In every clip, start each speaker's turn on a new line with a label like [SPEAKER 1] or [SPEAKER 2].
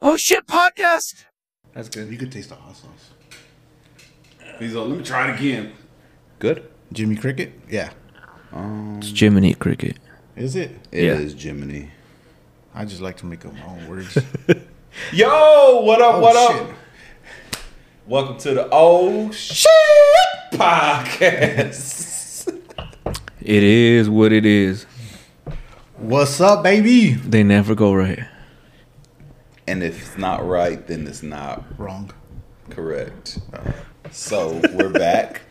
[SPEAKER 1] oh shit podcast.
[SPEAKER 2] That's
[SPEAKER 3] You
[SPEAKER 2] good.
[SPEAKER 3] could taste the hot sauce. He's like, let me try it again.
[SPEAKER 2] Good.
[SPEAKER 3] Jimmy Cricket? Yeah.
[SPEAKER 1] It's Jiminy Cricket.
[SPEAKER 3] Is it?
[SPEAKER 1] It
[SPEAKER 3] It is
[SPEAKER 1] Yeah.
[SPEAKER 3] Jiminy.
[SPEAKER 1] is
[SPEAKER 3] I just like to make up my own words.
[SPEAKER 2] Yo, what up?
[SPEAKER 3] Oh,
[SPEAKER 2] what up?
[SPEAKER 3] shit.
[SPEAKER 2] Welcome to the Oh Shit Podcast.
[SPEAKER 1] It is what it is.
[SPEAKER 3] What's up, baby?
[SPEAKER 1] They never go right.
[SPEAKER 4] And if it's not right, then it's not
[SPEAKER 3] Wrong.
[SPEAKER 4] correct. So we're back.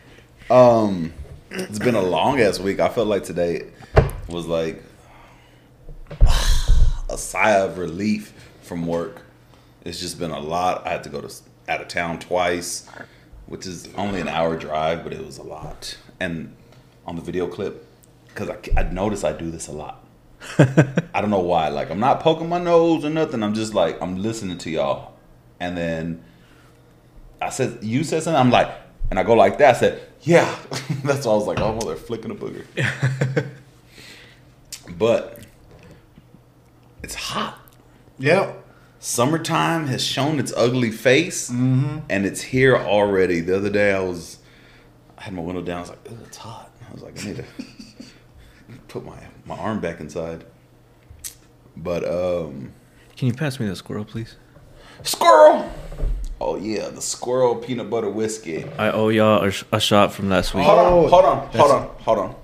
[SPEAKER 4] Um, it's been a long ass week. I felt like today was like a sigh of relief from work. It's just been a lot. I had to go to s- out of town twice, which is only an hour drive, but it was a lot. And on the video clip, because I, ca- I noticed I do this a lot. I don't know why. Like I'm not poking my nose or nothing. I'm just like I'm listening to y'all, and then I said you said something. I'm like, and I go like that. I said, yeah. That's why I was like, oh, well, they're flicking a booger. but it's hot.
[SPEAKER 3] Yep.
[SPEAKER 4] Summertime has shown its ugly face, and it's here already. The other day I was, I had my window down. I was like, Ugh, it's hot. I was like, I need to put my my arm back inside. But um.
[SPEAKER 1] Can you pass me the squirrel, please?
[SPEAKER 4] Squirrel. Oh yeah, the squirrel peanut butter whiskey.
[SPEAKER 1] I owe y'all a, sh- a shot from last week.
[SPEAKER 4] Hold on,
[SPEAKER 3] Oh,
[SPEAKER 4] hold on, hold
[SPEAKER 3] that's-
[SPEAKER 4] on, hold on.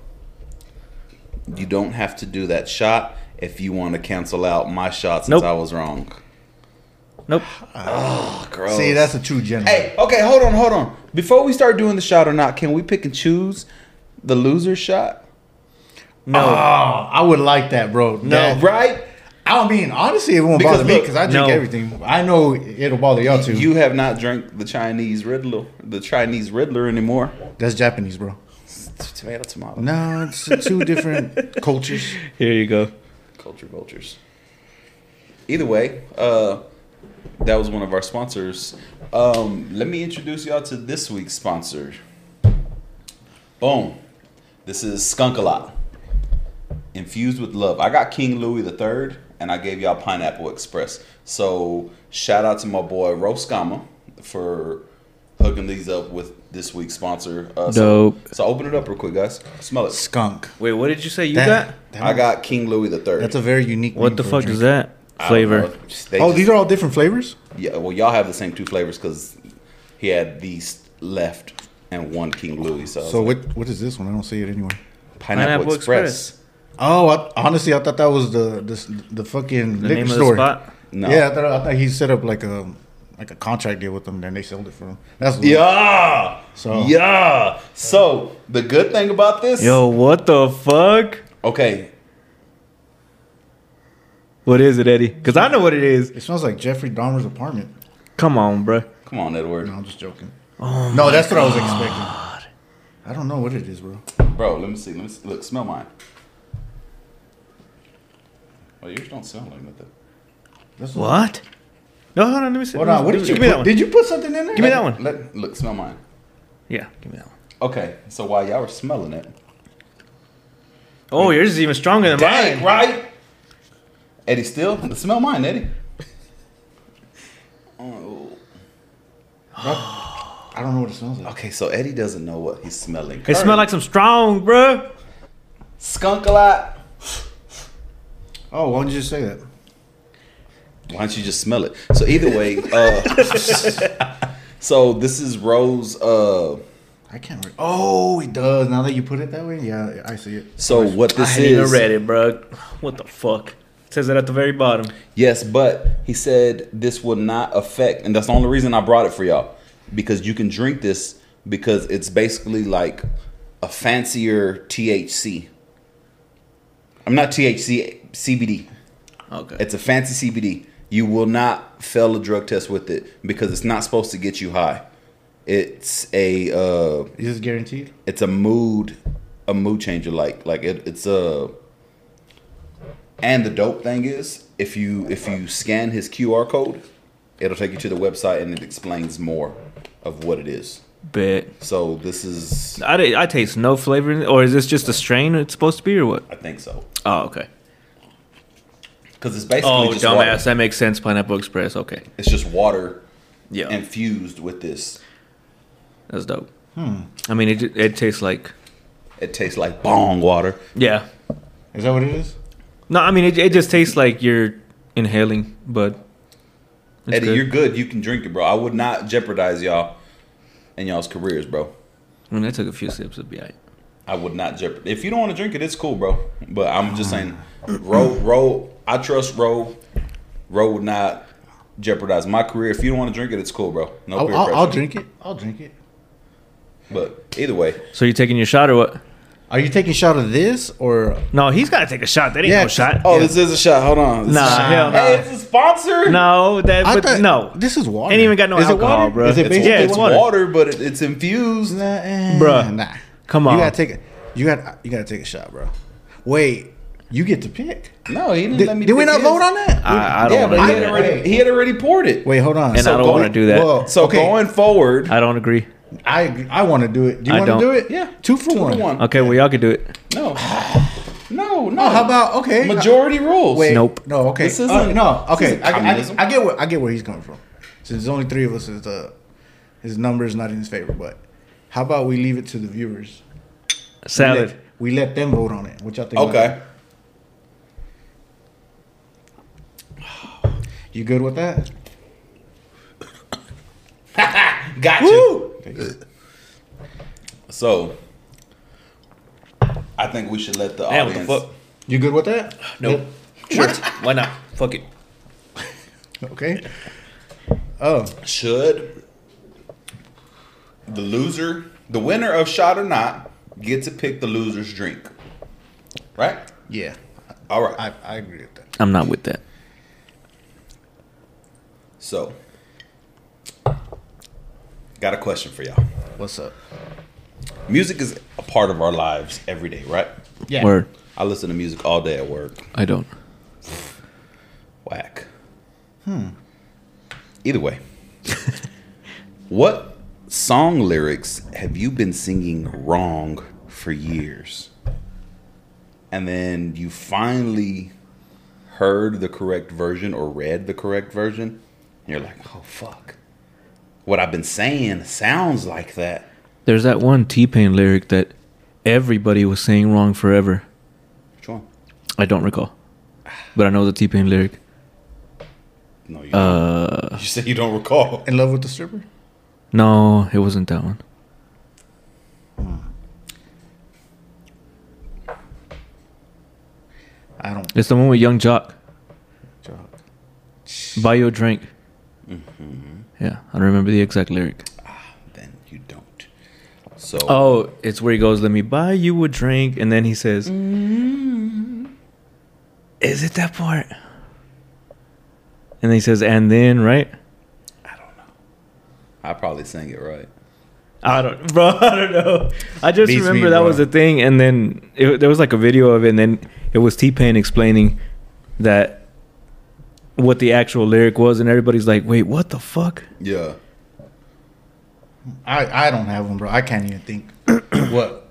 [SPEAKER 4] You don't have to do that shot if you want to cancel out my shot since
[SPEAKER 1] Nope.
[SPEAKER 4] I was wrong.
[SPEAKER 1] Nope.
[SPEAKER 4] Oh, gross.
[SPEAKER 3] See, that's a true gentleman.
[SPEAKER 4] Hey, okay, hold on, hold on. Before we start doing the shot or not, can we pick and choose the loser shot?
[SPEAKER 1] No.
[SPEAKER 3] Oh, I would like that, bro. No,
[SPEAKER 4] Right?
[SPEAKER 3] I mean, honestly, it won't
[SPEAKER 4] Because
[SPEAKER 3] bother me
[SPEAKER 4] look,
[SPEAKER 3] because I drink
[SPEAKER 1] no.
[SPEAKER 3] everything. I know it'll bother y'all too.
[SPEAKER 4] You have not drank the Chinese Riddler, the Chinese Riddler anymore.
[SPEAKER 3] That's Japanese, bro.
[SPEAKER 4] Tomato, tomato.
[SPEAKER 3] No, it's two different cultures.
[SPEAKER 1] Here you go.
[SPEAKER 4] Culture vultures. Either way, uh, that was one of our sponsors. Um, let me introduce y'all to this week's sponsor. Boom. This is Skunk a Lot. Infused with love. I got King Louis III and I gave y'all Pineapple Express. So shout out to my boy Roskama for hooking these up with this week's sponsor. Uh, so-
[SPEAKER 1] Dope.
[SPEAKER 4] So, open it up real quick, guys. Smell it.
[SPEAKER 3] Skunk.
[SPEAKER 1] Wait, what did you say you got?
[SPEAKER 3] That-
[SPEAKER 4] I got King Louis III.
[SPEAKER 3] That's a very unique.
[SPEAKER 1] What
[SPEAKER 3] name
[SPEAKER 1] the
[SPEAKER 3] for a
[SPEAKER 1] fuck
[SPEAKER 3] drink.
[SPEAKER 1] is that
[SPEAKER 4] I don't
[SPEAKER 1] flavor?
[SPEAKER 4] know. They
[SPEAKER 3] Oh,
[SPEAKER 4] just- Oh,
[SPEAKER 3] these are all different flavors.
[SPEAKER 4] Yeah, well, y'all have the same two flavors because he had these left and one King Louis. So,
[SPEAKER 3] So what? What is this one? I don't see it anywhere.
[SPEAKER 4] pineapple,
[SPEAKER 1] Pineapple
[SPEAKER 4] Express.
[SPEAKER 1] Express.
[SPEAKER 3] Oh, I, honestly, I thought that was the the, the fucking
[SPEAKER 1] The
[SPEAKER 3] liquor
[SPEAKER 1] name of
[SPEAKER 3] store.
[SPEAKER 1] the spot?
[SPEAKER 4] No.
[SPEAKER 3] Yeah, I thought, I thought he set up like a like a contract deal with them, then they sold it for him. That's
[SPEAKER 4] Yeah.
[SPEAKER 3] So-
[SPEAKER 4] yeah. So the good thing about this,
[SPEAKER 1] Yo, what the fuck?
[SPEAKER 4] okay,
[SPEAKER 1] What is it, Eddie? Because I know what it is.
[SPEAKER 3] It smells like Jeffrey Dahmer's apartment.
[SPEAKER 1] Come on, bruh.
[SPEAKER 4] come on, Edward,
[SPEAKER 3] No, I'm just joking. Oh no, that's what I was expecting. I don't know what it is, bro.
[SPEAKER 4] bro. Let me see. Let me see. look. Smell mine. Well, yours don't sound like nothing.
[SPEAKER 3] That's
[SPEAKER 1] What? No, hold on. Let me see.
[SPEAKER 3] Hold on. What did you
[SPEAKER 1] give me that
[SPEAKER 3] put?
[SPEAKER 1] one?
[SPEAKER 3] Did you put something in there?
[SPEAKER 1] Give me that one.
[SPEAKER 4] Let look. Smell mine.
[SPEAKER 1] Yeah, give me that one.
[SPEAKER 4] Okay. So while y'all were smelling it,
[SPEAKER 1] Oh, yours is even stronger than
[SPEAKER 4] dang,
[SPEAKER 1] mine.
[SPEAKER 4] right? Eddie, still smell mine, Eddie. Oh.
[SPEAKER 3] I don't know what it smells like.
[SPEAKER 4] Okay, so Eddie doesn't know what he's smelling.
[SPEAKER 1] It smelled like some strong, bruh.
[SPEAKER 4] skunk a lot.
[SPEAKER 3] Oh, why don't you just say that?
[SPEAKER 4] Why don't you just smell it? So either way, uh, so this is Rose. Uh,
[SPEAKER 3] I can't. Re- oh, it does. Now that you put it that way, yeah, I see it.
[SPEAKER 4] so what
[SPEAKER 1] I
[SPEAKER 4] this
[SPEAKER 1] hadn't even
[SPEAKER 4] is?
[SPEAKER 1] read it, bro. What the fuck? It says it at the very bottom.
[SPEAKER 4] Yes, but he said this will not affect, and that's the only reason I brought it for y'all because you can drink this because it's basically like a fancier THC. I'm not THC CBD.
[SPEAKER 1] Okay.
[SPEAKER 4] It's a fancy CBD. You will not fail a drug test with it because it's not supposed to get you high. It's a uh,
[SPEAKER 3] Is this guaranteed?
[SPEAKER 4] it's a mood a mood changer. Like like it, it's a and the dope thing is if you if you scan his QR code, it'll take you to the website and it explains more of what it is.
[SPEAKER 1] Bet.
[SPEAKER 4] So this is
[SPEAKER 1] I, di- I taste no flavor in it. Or is this just a strain it's supposed to be or what?
[SPEAKER 4] I think so
[SPEAKER 1] Oh, okay.
[SPEAKER 4] because it's basically
[SPEAKER 1] Oh,
[SPEAKER 4] just
[SPEAKER 1] dumbass.
[SPEAKER 4] water.
[SPEAKER 1] That makes sense. Pineapple Express. Okay.
[SPEAKER 4] It's just water
[SPEAKER 1] Yeah.
[SPEAKER 4] infused with this.
[SPEAKER 1] That's dope. I mean, it ju- it tastes like
[SPEAKER 4] It tastes like bong water.
[SPEAKER 1] yeah.
[SPEAKER 3] Is that what it is?
[SPEAKER 1] No, I mean it. It just tastes like you're inhaling, but it's
[SPEAKER 4] Eddie,
[SPEAKER 1] good.
[SPEAKER 4] you're good. You can drink it, bro. I would not jeopardize y'all and y'all's careers, bro.
[SPEAKER 1] I mean, I took a few sips of it.
[SPEAKER 4] I would not jeopardize. If you don't want to drink it, it's cool, bro. But I'm just saying, Ro, Ro, I trust Ro. Ro would not jeopardize my career. If you don't want to drink it, it's cool, bro. No
[SPEAKER 3] I'll,
[SPEAKER 4] peer
[SPEAKER 3] I'll,
[SPEAKER 4] pressure.
[SPEAKER 3] I'll drink it. I'll drink it.
[SPEAKER 4] But either way,
[SPEAKER 1] So you taking your shot or what?
[SPEAKER 3] Are you taking a shot of this or?
[SPEAKER 1] No, he's got to take a shot. That ain't
[SPEAKER 3] Yeah,
[SPEAKER 1] no shot.
[SPEAKER 4] oh, this is a shot. Hold on. This
[SPEAKER 1] Nah,
[SPEAKER 4] is a shot.
[SPEAKER 1] hell nah.
[SPEAKER 4] Hey, it's a sponsor.
[SPEAKER 1] No, that
[SPEAKER 3] I
[SPEAKER 1] but
[SPEAKER 3] thought-
[SPEAKER 1] no.
[SPEAKER 3] This is water.
[SPEAKER 1] Ain't even got no
[SPEAKER 3] Is it
[SPEAKER 1] alcohol,
[SPEAKER 3] water?
[SPEAKER 1] bro.
[SPEAKER 3] Is it
[SPEAKER 1] It's
[SPEAKER 3] basically
[SPEAKER 1] wa- yeah, it's
[SPEAKER 3] water?
[SPEAKER 4] water, but it, it's infused.
[SPEAKER 3] Nah, eh,
[SPEAKER 1] Bruh.
[SPEAKER 3] Nah.
[SPEAKER 1] Come on.
[SPEAKER 3] You gotta take a, You got. You gotta take a shot, bro. Wait. You get to pick.
[SPEAKER 4] No, he didn't
[SPEAKER 3] Did,
[SPEAKER 4] let me.
[SPEAKER 3] did we
[SPEAKER 4] pick
[SPEAKER 3] not
[SPEAKER 4] his.
[SPEAKER 3] vote on that?
[SPEAKER 1] I, I
[SPEAKER 4] Yeah,
[SPEAKER 1] don't.
[SPEAKER 4] but
[SPEAKER 1] wanna
[SPEAKER 4] he
[SPEAKER 1] do
[SPEAKER 4] had,
[SPEAKER 1] that.
[SPEAKER 4] already, he had already poured it.
[SPEAKER 3] Wait, hold on.
[SPEAKER 1] And I don't
[SPEAKER 4] go-
[SPEAKER 1] want to do that.
[SPEAKER 3] Whoa.
[SPEAKER 4] So
[SPEAKER 3] Okay.
[SPEAKER 4] going forward,
[SPEAKER 1] I don't agree.
[SPEAKER 3] I I want to do it. Do you
[SPEAKER 1] I
[SPEAKER 3] want to
[SPEAKER 1] don't.
[SPEAKER 3] do it?
[SPEAKER 4] Yeah.
[SPEAKER 3] Two for
[SPEAKER 4] Two to
[SPEAKER 3] one.
[SPEAKER 4] one.
[SPEAKER 1] Okay, well y'all can do it.
[SPEAKER 4] no, no, no.
[SPEAKER 3] Oh, how about okay?
[SPEAKER 4] majority rules?
[SPEAKER 3] Wait,
[SPEAKER 1] Nope.
[SPEAKER 3] No. Okay.
[SPEAKER 4] This isn't-
[SPEAKER 3] Uh, no.
[SPEAKER 4] this
[SPEAKER 3] Okay.
[SPEAKER 4] isn't
[SPEAKER 3] I,
[SPEAKER 4] communism.
[SPEAKER 3] I, I get what I get where he's coming from. Since there's only three of us, it's, uh, his number is not in his favor. But how about we leave it to the viewers? We let-
[SPEAKER 1] Salad.
[SPEAKER 3] We let them vote on it. What y'all think? about
[SPEAKER 4] Okay.
[SPEAKER 3] it? You good with that?
[SPEAKER 4] Gotcha. So, I think we should let the
[SPEAKER 1] Damn, what the
[SPEAKER 4] audience.
[SPEAKER 1] fuck?
[SPEAKER 3] You good with that?
[SPEAKER 1] Nope. Sure. Why not? Fuck it.
[SPEAKER 3] Yep. Okay. Oh,
[SPEAKER 4] Should the loser, the winner of shot or not, get to pick the loser's drink? Right.
[SPEAKER 3] yeah.
[SPEAKER 4] All right.
[SPEAKER 3] I, I agree with that.
[SPEAKER 1] I'm not with that.
[SPEAKER 4] So, got a question for y'all.
[SPEAKER 3] What's up?
[SPEAKER 4] Music is a part of our lives every day, right?
[SPEAKER 3] Yeah.
[SPEAKER 1] Word.
[SPEAKER 4] I listen to music all day at work.
[SPEAKER 1] I don't.
[SPEAKER 4] Whack. Hmm. Either way, what song lyrics have you been singing wrong for years? And then you finally heard the correct version or read the correct version, and you're like, oh, fuck. What I've been saying sounds like that.
[SPEAKER 1] There's that one T Pain lyric that everybody was saying wrong forever.
[SPEAKER 4] Which one?
[SPEAKER 1] I don't recall, but I know the T Pain lyric.
[SPEAKER 4] No, you, don't. you say you don't recall.
[SPEAKER 3] In love with the stripper?
[SPEAKER 1] No, it wasn't that one.
[SPEAKER 3] I don't.
[SPEAKER 1] It's the one with Young Jock.
[SPEAKER 3] Jock.
[SPEAKER 1] Buy your drink. Yeah, I don't remember the exact lyric.
[SPEAKER 4] Then you don't. So,
[SPEAKER 1] Oh, it's where he goes, "Let me buy you a drink," and then he says, Mm-hmm. "Is it that part?" And he says, "And then, right?"
[SPEAKER 4] I probably sang it right.
[SPEAKER 1] I don't, bro. I don't know. I just
[SPEAKER 3] Beats me,
[SPEAKER 1] remember that
[SPEAKER 3] bro.
[SPEAKER 1] was the thing, and then it, there was like a video of it, and then it was T Pain explaining that what the actual lyric was, and everybody's like, "Wait, what the fuck?"
[SPEAKER 4] Yeah.
[SPEAKER 3] I I don't have one, bro. I can't even think. what?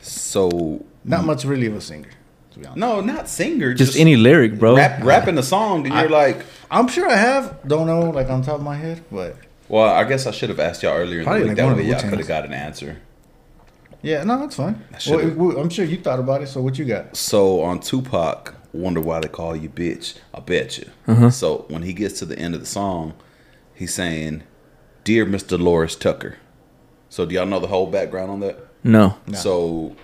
[SPEAKER 4] So
[SPEAKER 3] Not much really of a singer. To be honest.
[SPEAKER 4] no, not singer.
[SPEAKER 1] Just, any lyric, bro.
[SPEAKER 4] rap, rapping a song, and you're like,
[SPEAKER 3] I'm sure I have. Don't know, like on top of my head, but
[SPEAKER 4] well, I guess I should have asked y'all earlier. in the
[SPEAKER 3] Probably
[SPEAKER 4] week.
[SPEAKER 3] like
[SPEAKER 4] that
[SPEAKER 3] one of
[SPEAKER 4] way
[SPEAKER 3] the
[SPEAKER 4] y'all
[SPEAKER 3] Wu-Tang's.
[SPEAKER 4] could have got an answer.
[SPEAKER 3] yeah, no, that's fine. Well,
[SPEAKER 4] should've-
[SPEAKER 3] well, I'm sure you thought about it. So what you got?
[SPEAKER 4] So on Tupac, wonder why they call you bitch. I bet you.
[SPEAKER 1] Uh-huh.
[SPEAKER 4] So when he gets to the end of the song, he's saying, "Dear Mr. Loris Tucker." So do y'all know the whole background on that?
[SPEAKER 1] No,
[SPEAKER 4] So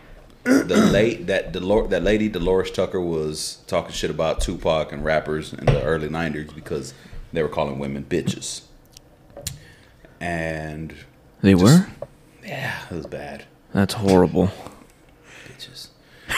[SPEAKER 4] the late that Delor- that lady Dolores Tucker was talking shit about Tupac and rappers in the early '90s because they were calling women bitches, and
[SPEAKER 1] they were.
[SPEAKER 4] yeah, it was bad.
[SPEAKER 1] That's horrible.
[SPEAKER 4] Bitches.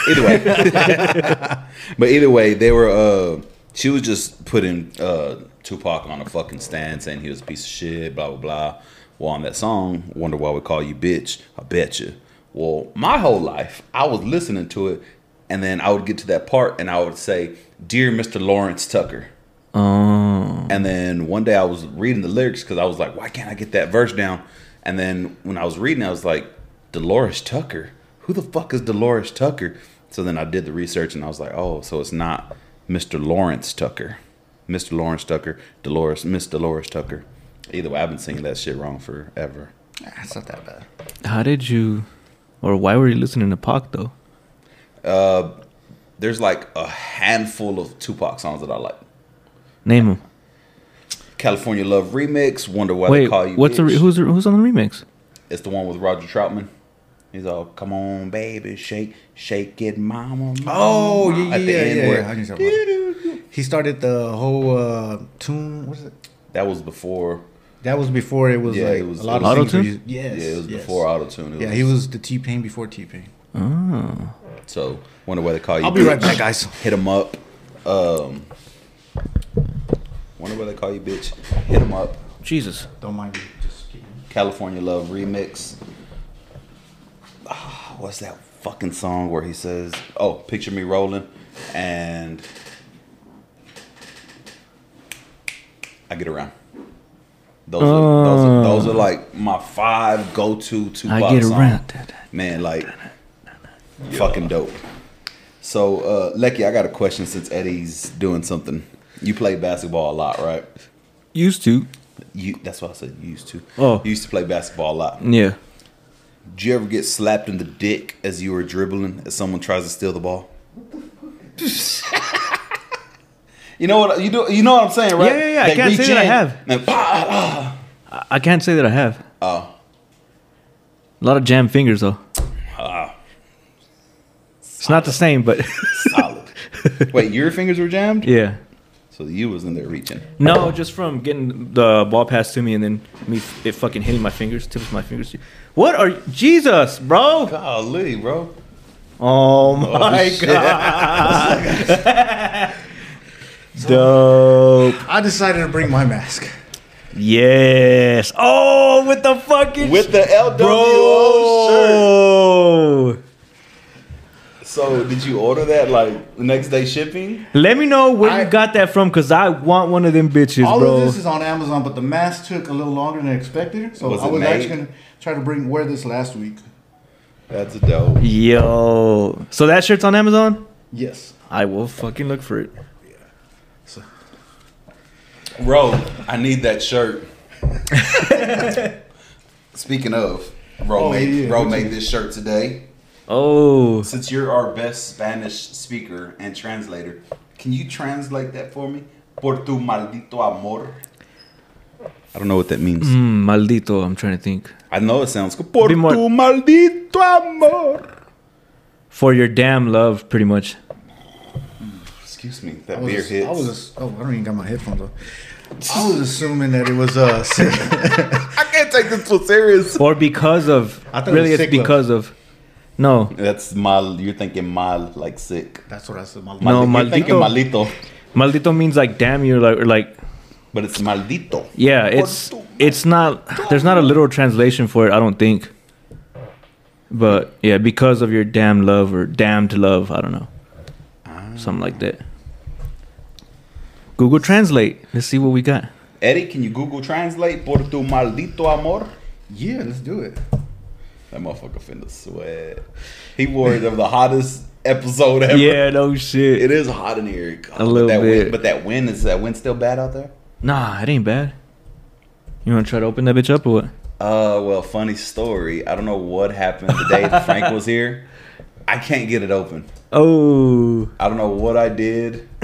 [SPEAKER 4] Either way, but either way, they were. Uh, she was just putting uh, Tupac on a fucking stand, saying he was a piece of shit, blah blah blah. Well, on that song, wonder why we call you bitch. I bet you. Well, my whole life, I was listening to it, and then I would get to that part, and I would say, "Dear Mr. Lawrence Tucker."
[SPEAKER 1] Oh,
[SPEAKER 4] And then one day I was reading the lyrics because I was like, why can't I get that verse down? And then when I was reading, I was like, Dolores Tucker? Who the fuck is Dolores Tucker? So then I did the research and I was like, oh, so it's not Mr. Lawrence Tucker. Mr. Lawrence Tucker, Dolores, Miss Dolores Tucker. Either way, I've been singing that shit wrong forever.
[SPEAKER 3] Nah, it's not that bad.
[SPEAKER 1] How did you, or why were you listening to Pac though?
[SPEAKER 4] There's like a handful of Tupac songs that I like.
[SPEAKER 1] Name him.
[SPEAKER 4] California Love Remix, Wonder Why They
[SPEAKER 1] Wait,
[SPEAKER 4] Call You
[SPEAKER 1] what's the
[SPEAKER 4] Bitch.
[SPEAKER 1] re- who's the, who's on the remix?
[SPEAKER 4] It's the one with Roger Troutman. He's all, come on, baby, shake, shake it, mama. mama
[SPEAKER 3] Oh yeah, yeah,
[SPEAKER 4] At the
[SPEAKER 3] yeah,
[SPEAKER 4] end
[SPEAKER 3] yeah,
[SPEAKER 4] where-
[SPEAKER 3] yeah. I can tell about it. He started the whole uh, tune. What is it?
[SPEAKER 4] That was before.
[SPEAKER 3] That was before it was
[SPEAKER 4] Yeah,
[SPEAKER 3] like
[SPEAKER 4] it was-
[SPEAKER 3] a lot
[SPEAKER 4] it was-
[SPEAKER 3] of things were
[SPEAKER 1] Auto-tune?
[SPEAKER 3] used- Yes,
[SPEAKER 4] yeah, it was
[SPEAKER 3] yes.
[SPEAKER 4] before Auto Tune.
[SPEAKER 3] Yeah, he was the T Pain before T Pain.
[SPEAKER 1] Oh,
[SPEAKER 4] So, Wonder Why They Call You
[SPEAKER 3] I'll be right back,
[SPEAKER 4] Bitch.
[SPEAKER 3] guys.
[SPEAKER 4] Hit him up. Um, Wonder Why They Call You Bitch. Hit him up.
[SPEAKER 1] Jesus.
[SPEAKER 3] Don't mind me. Just kidding.
[SPEAKER 4] California Love Remix. Ah, what's that fucking song where he says, "Oh, picture me rolling," and I get around. Those, are, those, are, those are like my five go-to Tupac
[SPEAKER 1] I get
[SPEAKER 4] songs.
[SPEAKER 1] around. Da, da.
[SPEAKER 4] Man, like fucking dope. So, uh, Lecky, I got a question since Eddie's doing something. You play basketball a lot, right?
[SPEAKER 1] Used to.
[SPEAKER 4] You that's what I said. You used to.
[SPEAKER 1] Oh.
[SPEAKER 4] You used to play basketball a lot.
[SPEAKER 1] Yeah.
[SPEAKER 4] Did you ever get slapped in the dick as you were dribbling as someone tries to steal the ball? you know what you do. You know what I'm saying, right?
[SPEAKER 1] Yeah, yeah, yeah, I
[SPEAKER 4] They
[SPEAKER 1] can't say
[SPEAKER 4] reach
[SPEAKER 1] that I
[SPEAKER 4] in
[SPEAKER 1] have.
[SPEAKER 4] and pa-
[SPEAKER 1] I, I can't say that I have.
[SPEAKER 4] Oh,
[SPEAKER 1] A lot of jammed fingers though. It's not the same, but
[SPEAKER 4] solid. Wait, your fingers were jammed,
[SPEAKER 1] yeah.
[SPEAKER 4] so you was in there reaching.
[SPEAKER 1] No, just from getting the ball passed to me and then me f- it fucking hitting my fingers, tips of my fingers. What are you- Jesus, bro?
[SPEAKER 4] Golly, bro.
[SPEAKER 1] Oh my
[SPEAKER 4] shit.
[SPEAKER 1] god. Dope.
[SPEAKER 3] I decided to bring my mask.
[SPEAKER 1] Yes. Oh, with the fucking
[SPEAKER 4] With the LWO shirt.
[SPEAKER 1] bro.
[SPEAKER 4] So, did you order that like the next day shipping?
[SPEAKER 1] Let me know where
[SPEAKER 3] I-
[SPEAKER 1] you got that from, cause I want one of them bitches,
[SPEAKER 3] All
[SPEAKER 1] bro.
[SPEAKER 3] of this is on Amazon, but the mask took a little longer than expected. So
[SPEAKER 4] Was
[SPEAKER 3] I
[SPEAKER 4] it
[SPEAKER 3] was
[SPEAKER 4] made?
[SPEAKER 3] actually gonna try to bring wear this last week.
[SPEAKER 4] That's a dope.
[SPEAKER 1] Yo. So that shirt's on Amazon?
[SPEAKER 3] Yes.
[SPEAKER 1] I will fucking look for it.
[SPEAKER 4] Bro, I need that shirt. Speaking of, bro,
[SPEAKER 3] Oh,
[SPEAKER 4] made,
[SPEAKER 3] yeah,
[SPEAKER 4] bro
[SPEAKER 3] what you-
[SPEAKER 4] made this shirt today.
[SPEAKER 1] Oh.
[SPEAKER 4] Since you're our best Spanish speaker and translator, can you translate that for me? Por tu maldito amor. I don't know what that means.
[SPEAKER 1] Mm, maldito, I'm trying to think.
[SPEAKER 4] I know it sounds good. Por
[SPEAKER 1] Be more-
[SPEAKER 4] tu maldito amor.
[SPEAKER 1] For your damn love, pretty much.
[SPEAKER 4] Excuse me, that
[SPEAKER 3] I was,
[SPEAKER 4] beer hits.
[SPEAKER 3] I was. Oh, I don't even got my headphones on. I was assuming that it was uh.
[SPEAKER 4] I can't take this so serious.
[SPEAKER 1] Or because of.
[SPEAKER 3] I thought it
[SPEAKER 1] really,
[SPEAKER 3] was
[SPEAKER 1] it's
[SPEAKER 3] sick love.
[SPEAKER 1] because of. No.
[SPEAKER 4] That's mal. You're thinking mal, like sick.
[SPEAKER 3] that's what I said. My
[SPEAKER 1] No,
[SPEAKER 4] You're thinking
[SPEAKER 1] maldito.
[SPEAKER 4] malito,
[SPEAKER 1] Maldito means like damn you, like, or like.
[SPEAKER 4] but it's maldito.
[SPEAKER 1] Yeah, it's it's not. There's not a literal translation for it, I don't think. But yeah, because of your damn love or damned love, I don't know, something like that. Google Translate. Let's see what we got.
[SPEAKER 4] Eddie, can you Google translate por tu maldito amor?
[SPEAKER 3] Yeah, let's do it.
[SPEAKER 4] That motherfucker finna sweat. He wore it of the hottest episode ever.
[SPEAKER 1] Yeah, no shit.
[SPEAKER 4] It is hot in here. God, but
[SPEAKER 1] little
[SPEAKER 4] that
[SPEAKER 1] bit.
[SPEAKER 4] Wind, but that wind, is that wind still bad out there?
[SPEAKER 1] Nah, it ain't bad. You wanna try to open that bitch up or what?
[SPEAKER 4] Uh, well, funny story. I don't know what happened the day that Frank was here. I can't get it open.
[SPEAKER 1] Oh,
[SPEAKER 4] I don't know what I did.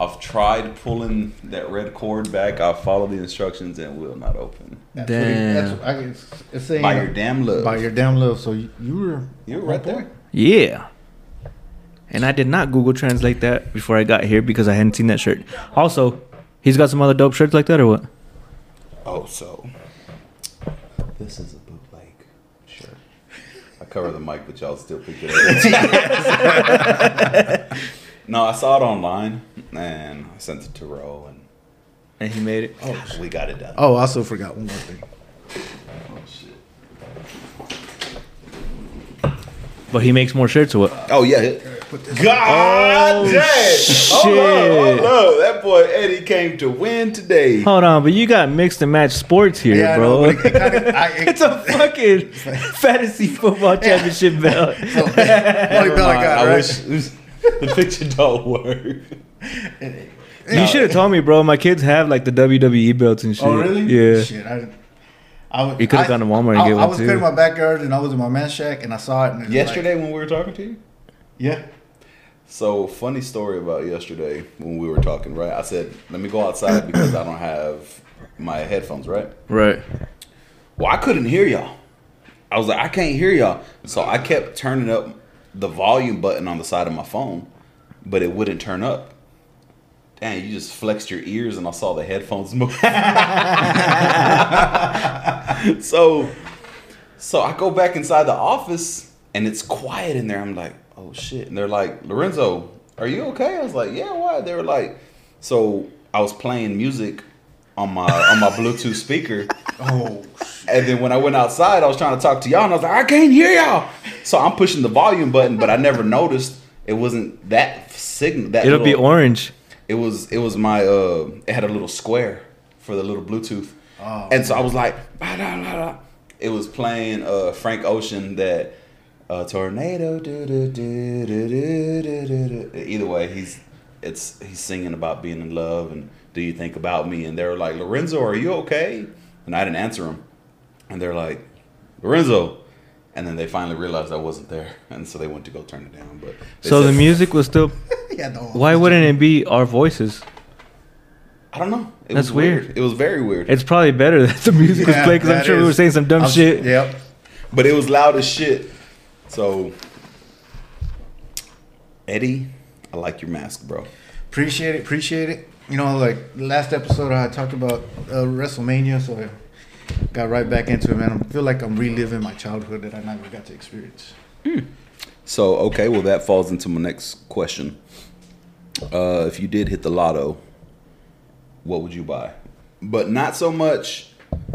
[SPEAKER 4] I've tried pulling that red cord back. I followed the instructions and it will not open.
[SPEAKER 3] That's
[SPEAKER 1] Damn.
[SPEAKER 3] What it, that's what I, it's, it's saying
[SPEAKER 4] By your damn love.
[SPEAKER 3] By your damn love. So you, you were
[SPEAKER 4] You're right there.
[SPEAKER 1] yeah. And I did not Google Translate that before I got here because I hadn't seen that shirt. Also, he's got some other dope shirts like that or what?
[SPEAKER 4] Oh, so this is a bootleg shirt. I cover the mic, but y'all still pick it up. no, I saw it online and I sent it to Ro, and
[SPEAKER 1] And he made it.
[SPEAKER 4] we got it done.
[SPEAKER 3] Oh, I also forgot one more thing.
[SPEAKER 4] Oh, shit.
[SPEAKER 1] But he makes more shirts or what?
[SPEAKER 4] Oh, yeah. Oh, God damn! Hold up,
[SPEAKER 1] shit.
[SPEAKER 4] hold up. That boy Eddie came to win today.
[SPEAKER 1] Hold on, but you got mixed and match sports here,
[SPEAKER 3] Yeah, I know,
[SPEAKER 1] bro.
[SPEAKER 3] but it kinda- I- it-
[SPEAKER 1] it's a fucking fantasy football championship belt.
[SPEAKER 3] So, only bell I
[SPEAKER 4] Never mind.
[SPEAKER 3] got, right?
[SPEAKER 4] wish. the picture don't work.
[SPEAKER 1] You should have told me, bro. My kids have like the WWE belts and shit.
[SPEAKER 3] Oh really?
[SPEAKER 1] Yeah.
[SPEAKER 3] Shit, I. I was,
[SPEAKER 1] You could've
[SPEAKER 3] I-
[SPEAKER 1] gone to Walmart and
[SPEAKER 3] I,
[SPEAKER 1] get
[SPEAKER 3] I
[SPEAKER 1] one,
[SPEAKER 3] was
[SPEAKER 1] too.
[SPEAKER 3] cleaning my backyard and I was in my man's shack and I saw it. And it was
[SPEAKER 4] Yesterday
[SPEAKER 3] like-
[SPEAKER 4] when we were talking to you.
[SPEAKER 3] yeah.
[SPEAKER 4] So funny story about yesterday when we were talking, right? I said, "Let me go outside because I don't have my headphones." Right?
[SPEAKER 1] Right.
[SPEAKER 4] Well, I couldn't hear y'all. I was like, I can't hear y'all. So I kept turning up the volume button on the side of my phone, but it wouldn't turn up. Dang, you just flexed your ears and I saw the headphones move. so so I go back inside the office and it's quiet in there. I'm like, oh shit. And they're like, Lorenzo, are you okay? I was like, yeah, why? They were like, so I was playing music on my on my Bluetooth speaker.
[SPEAKER 3] Oh.
[SPEAKER 4] And then when I went outside, I was trying to talk to y'all, and I was like, I can't hear y'all. So I'm pushing the volume button, but I never noticed it wasn't that signal. That
[SPEAKER 1] It'll be
[SPEAKER 4] little-
[SPEAKER 1] orange.
[SPEAKER 4] It was. It was my. Uh, it had a little square for the little Bluetooth,
[SPEAKER 3] Oh.
[SPEAKER 4] and so I was like, "Bah, da, da, da." it was playing uh, Frank Ocean that uh, tornado. Do, do, do, do, do, do, do, do. Either way, he's it's he's singing about being in love and do you think about me? And they were like, Lorenzo, are you okay? And I didn't answer him, and they're like, Lorenzo. And then they finally realized I wasn't there, and so they went to go turn it down. But they
[SPEAKER 1] So the
[SPEAKER 4] said-
[SPEAKER 1] music was still.
[SPEAKER 3] yeah no,
[SPEAKER 1] Why wouldn't it be our voices?
[SPEAKER 4] I don't know. It
[SPEAKER 1] That's
[SPEAKER 4] was
[SPEAKER 1] weird.
[SPEAKER 4] It was very weird.
[SPEAKER 1] It's probably better that the music was
[SPEAKER 3] Yeah,
[SPEAKER 1] played because I'm
[SPEAKER 3] that
[SPEAKER 1] sure we
[SPEAKER 3] is-
[SPEAKER 1] were saying some dumb
[SPEAKER 3] I'm-
[SPEAKER 1] shit.
[SPEAKER 3] Yep.
[SPEAKER 4] But it was loud as shit. So, Eddie, I like your mask, bro.
[SPEAKER 3] Appreciate it. Appreciate it. You know, like the last episode, I talked about uh, WrestleMania, so I got right back into it, man. I feel like I'm reliving my childhood that I never got to experience.
[SPEAKER 4] So, okay, well, that falls into my next question. Uh, if you did hit the lotto, what would you buy? But not so much,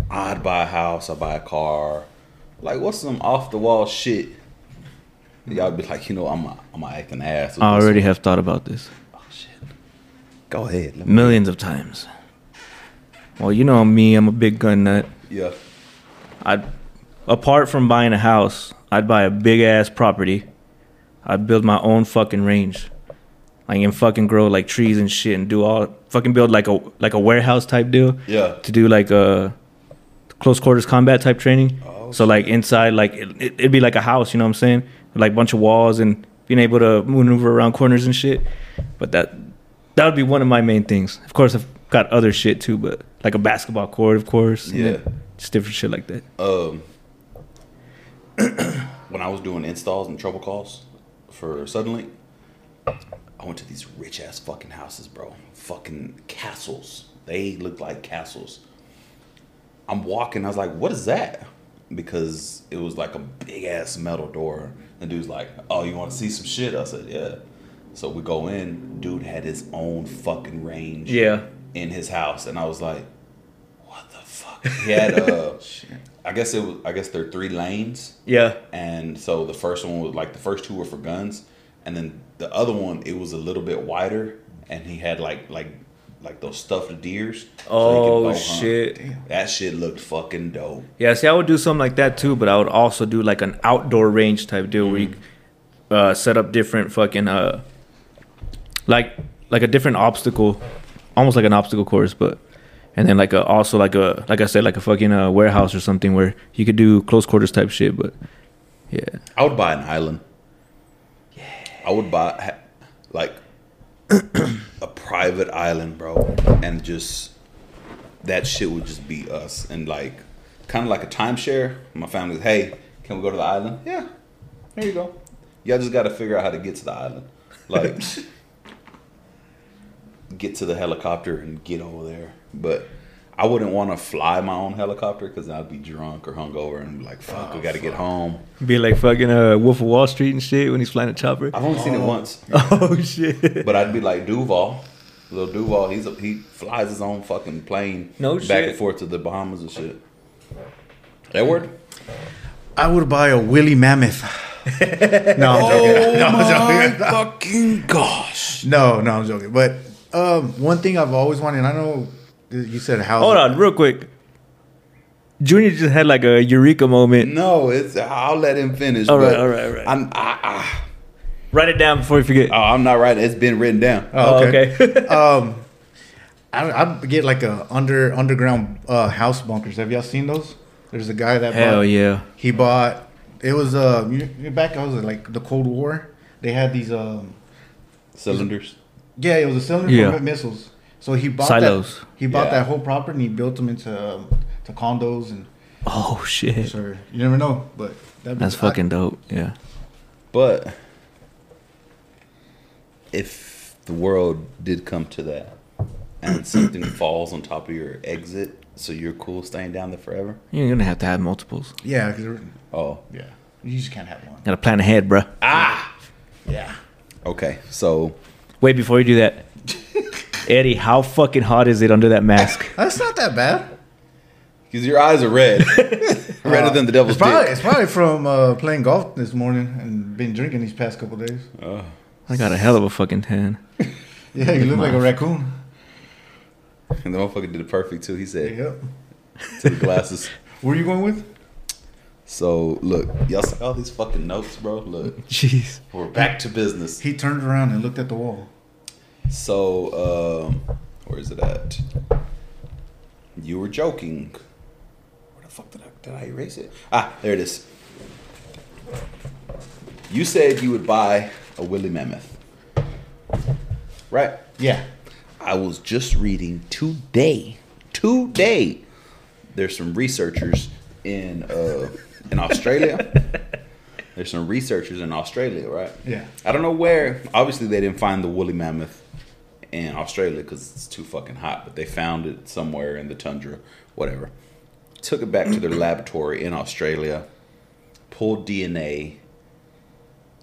[SPEAKER 4] I'd buy a house, I'd buy a car. Like, what's some off the wall shit? Y'all be like, you know, I'm a, I'm a acting ass. with
[SPEAKER 1] I
[SPEAKER 4] this
[SPEAKER 1] already
[SPEAKER 4] one.
[SPEAKER 1] have thought about this
[SPEAKER 4] Oh, shit. Go ahead. Let me,
[SPEAKER 1] millions of times. Well, you know me. I'm a big gun nut.
[SPEAKER 4] yeah.
[SPEAKER 1] I'd apart from buying a house, I'd buy a big ass property. I'd build my own fucking range. Like and fucking grow like trees and shit and do all fucking build like a like a warehouse type deal
[SPEAKER 4] Yeah.
[SPEAKER 1] to do like a close quarters combat type training.
[SPEAKER 4] Oh,
[SPEAKER 1] so like inside like it, it, would be like a house, you know what I'm saying? With, like bunch of walls and being able to maneuver around corners and shit. But that that would be one of my main things. Of course, I've got other shit too, but like a basketball court, of course. and
[SPEAKER 4] Yeah.
[SPEAKER 1] then Just different shit like that.
[SPEAKER 4] um, when I was doing installs and trouble calls for Suddenlink, I went to these rich ass fucking houses, bro. Fucking castles. They looked like castles. I'm walking. I was like, "What is that?" Because it was like a big ass metal door. The dude's like, "Oh, you want to see some shit?" I said, "Yeah." So we go in. Dude had his own fucking range.
[SPEAKER 1] Yeah.
[SPEAKER 4] In his house, and I was like, "What the fuck?" He had uh, I guess it was. I guess there are three lanes,
[SPEAKER 1] Yeah.
[SPEAKER 4] and so the first one was like the first two were for guns, and then the other one it was a little bit wider, and he had like like like those stuffed deers. so he could
[SPEAKER 1] Oh
[SPEAKER 4] bow hunt.
[SPEAKER 1] shit.
[SPEAKER 4] That shit looked fucking dope.
[SPEAKER 1] Yeah, see, I would do something like that too, but I would also do like an outdoor range type deal where you uh, set up different fucking uh, like like a different obstacle, almost like an obstacle course, but and then like a also like a like I said like a fucking uh, warehouse or something where you could do close quarters type shit, but yeah,
[SPEAKER 4] I would buy an island. I would buy ha- like a private island, bro, and just that shit would just be us and like kind of like a timeshare. My family's, hey, can we go to the island? Yeah, there you go. Y'all just got to figure out how to get to the island, like get to the helicopter and get over there. But I wouldn't want to fly my own helicopter because I'd be drunk or hungover and be like, Oh, fuck, we got to get home.
[SPEAKER 1] be like fucking uh, Wolf of Wall Street and shit when he's flying a chopper.
[SPEAKER 4] I've only seen it once.
[SPEAKER 1] Oh shit!
[SPEAKER 4] But I'd be like Duval, little Duval. He's a, he flies his own fucking plane
[SPEAKER 1] No
[SPEAKER 4] back
[SPEAKER 1] shit.
[SPEAKER 4] and forth to the Bahamas and shit. Edward,
[SPEAKER 3] I would buy a Willy Mammoth. no, I'm
[SPEAKER 4] Oh
[SPEAKER 3] joking. No, I'm joking.
[SPEAKER 4] fucking gosh!
[SPEAKER 3] No, no, I'm joking. But um, one thing I've always wanted, and I know you said how.
[SPEAKER 1] Hold on, real quick. Junior just had like a eureka moment.
[SPEAKER 4] No, it's I'll let him finish.
[SPEAKER 1] All right,
[SPEAKER 4] but
[SPEAKER 1] all right, all right.
[SPEAKER 4] I'm, I, I,
[SPEAKER 1] Write it down before you forget.
[SPEAKER 4] Oh, I'm not right. It's been written down.
[SPEAKER 1] Oh, okay.
[SPEAKER 3] um, I, I get like a under underground uh, house bunkers. Have y'all seen those? There's a guy that
[SPEAKER 1] Hell
[SPEAKER 3] bought,
[SPEAKER 1] yeah.
[SPEAKER 3] He bought it was uh you- you back I was like the Cold War. They had these um
[SPEAKER 4] Cylinders.
[SPEAKER 3] yeah it was a cylinder
[SPEAKER 1] Yeah.
[SPEAKER 3] for missiles. So he bought
[SPEAKER 1] Silos.
[SPEAKER 3] That, he bought
[SPEAKER 4] Yeah.
[SPEAKER 3] that whole property and he built them into um, to condos and
[SPEAKER 1] Oh shit.
[SPEAKER 3] sir you never know but that'd be-
[SPEAKER 1] That's
[SPEAKER 3] I-
[SPEAKER 1] fucking dope. Yeah.
[SPEAKER 4] But if the world did come to that and something falls on top of your exit, so you're cool staying down there forever?
[SPEAKER 1] You're gonna have to have multiples.
[SPEAKER 3] yeah 'cause they're-
[SPEAKER 4] Oh, Ah!
[SPEAKER 3] yeah you just can't have one
[SPEAKER 1] Gotta plan ahead, bruh.
[SPEAKER 3] yeah
[SPEAKER 4] okay. So
[SPEAKER 1] Wait before you do that. Eddie, how fucking hot is it under that mask?
[SPEAKER 3] that's not that bad.
[SPEAKER 4] Because your eyes are red, redder than the devil's
[SPEAKER 3] It's probably,
[SPEAKER 4] dick.
[SPEAKER 3] it's probably from uh, playing golf this morning and been drinking these past couple days.
[SPEAKER 4] Oh.
[SPEAKER 1] I got a hell of a fucking tan.
[SPEAKER 3] Yeah, you look like a raccoon.
[SPEAKER 4] And the motherfucker did it perfect too. He said
[SPEAKER 3] Yep.
[SPEAKER 4] to the glasses.
[SPEAKER 3] Where you going with?
[SPEAKER 4] So look, y'all see all these fucking notes, bro. Look,
[SPEAKER 1] Jeez.
[SPEAKER 4] we're back to business.
[SPEAKER 3] He turned around and looked at the wall.
[SPEAKER 4] So, um, where is it at? You were joking. Where the fuck did I did I erase it? Ah, there it is. You said you would buy a woolly mammoth, right?
[SPEAKER 3] Yeah.
[SPEAKER 4] I was just reading today. Today, there's some researchers in uh, in Australia. there's some researchers in Australia, right?
[SPEAKER 3] Yeah.
[SPEAKER 4] I don't know where. Obviously, they didn't find the woolly mammoth in Australia because it's too fucking hot. But they found it somewhere in the tundra, whatever. Took it back to their laboratory in Australia, pulled DNA,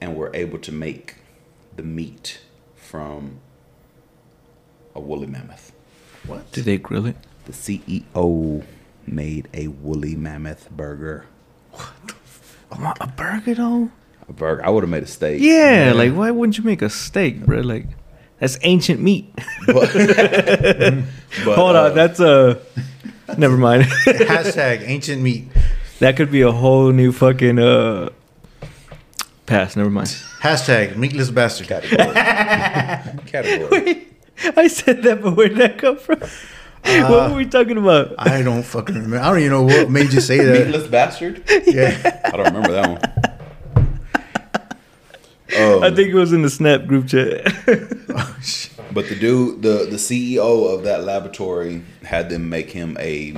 [SPEAKER 4] and were able to make the meat from a woolly mammoth.
[SPEAKER 1] Did they grill it?
[SPEAKER 4] The CEO made a woolly mammoth burger.
[SPEAKER 1] I want a burger though.
[SPEAKER 4] A burger. I would have made a steak.
[SPEAKER 1] Yeah, like why wouldn't you make a steak, bruh? Like that's ancient meat.
[SPEAKER 4] But,
[SPEAKER 1] Hold
[SPEAKER 4] uh,
[SPEAKER 1] on, that's a. Never mind.
[SPEAKER 3] Hashtag ancient meat.
[SPEAKER 1] that could be a whole new fucking uh. Pass. Never mind.
[SPEAKER 3] Hashtag meatless bastard.
[SPEAKER 4] category. category.
[SPEAKER 1] I said that, but where did that come from? what were we talking about?
[SPEAKER 3] I don't fucking remember. I don't even know what made you say that.
[SPEAKER 4] Meatless bastard.
[SPEAKER 3] Yeah.
[SPEAKER 4] I don't remember that one. Um,
[SPEAKER 1] I think it was in the Snap group chat.
[SPEAKER 4] but the dude, the the CEO of that laboratory, had them make him a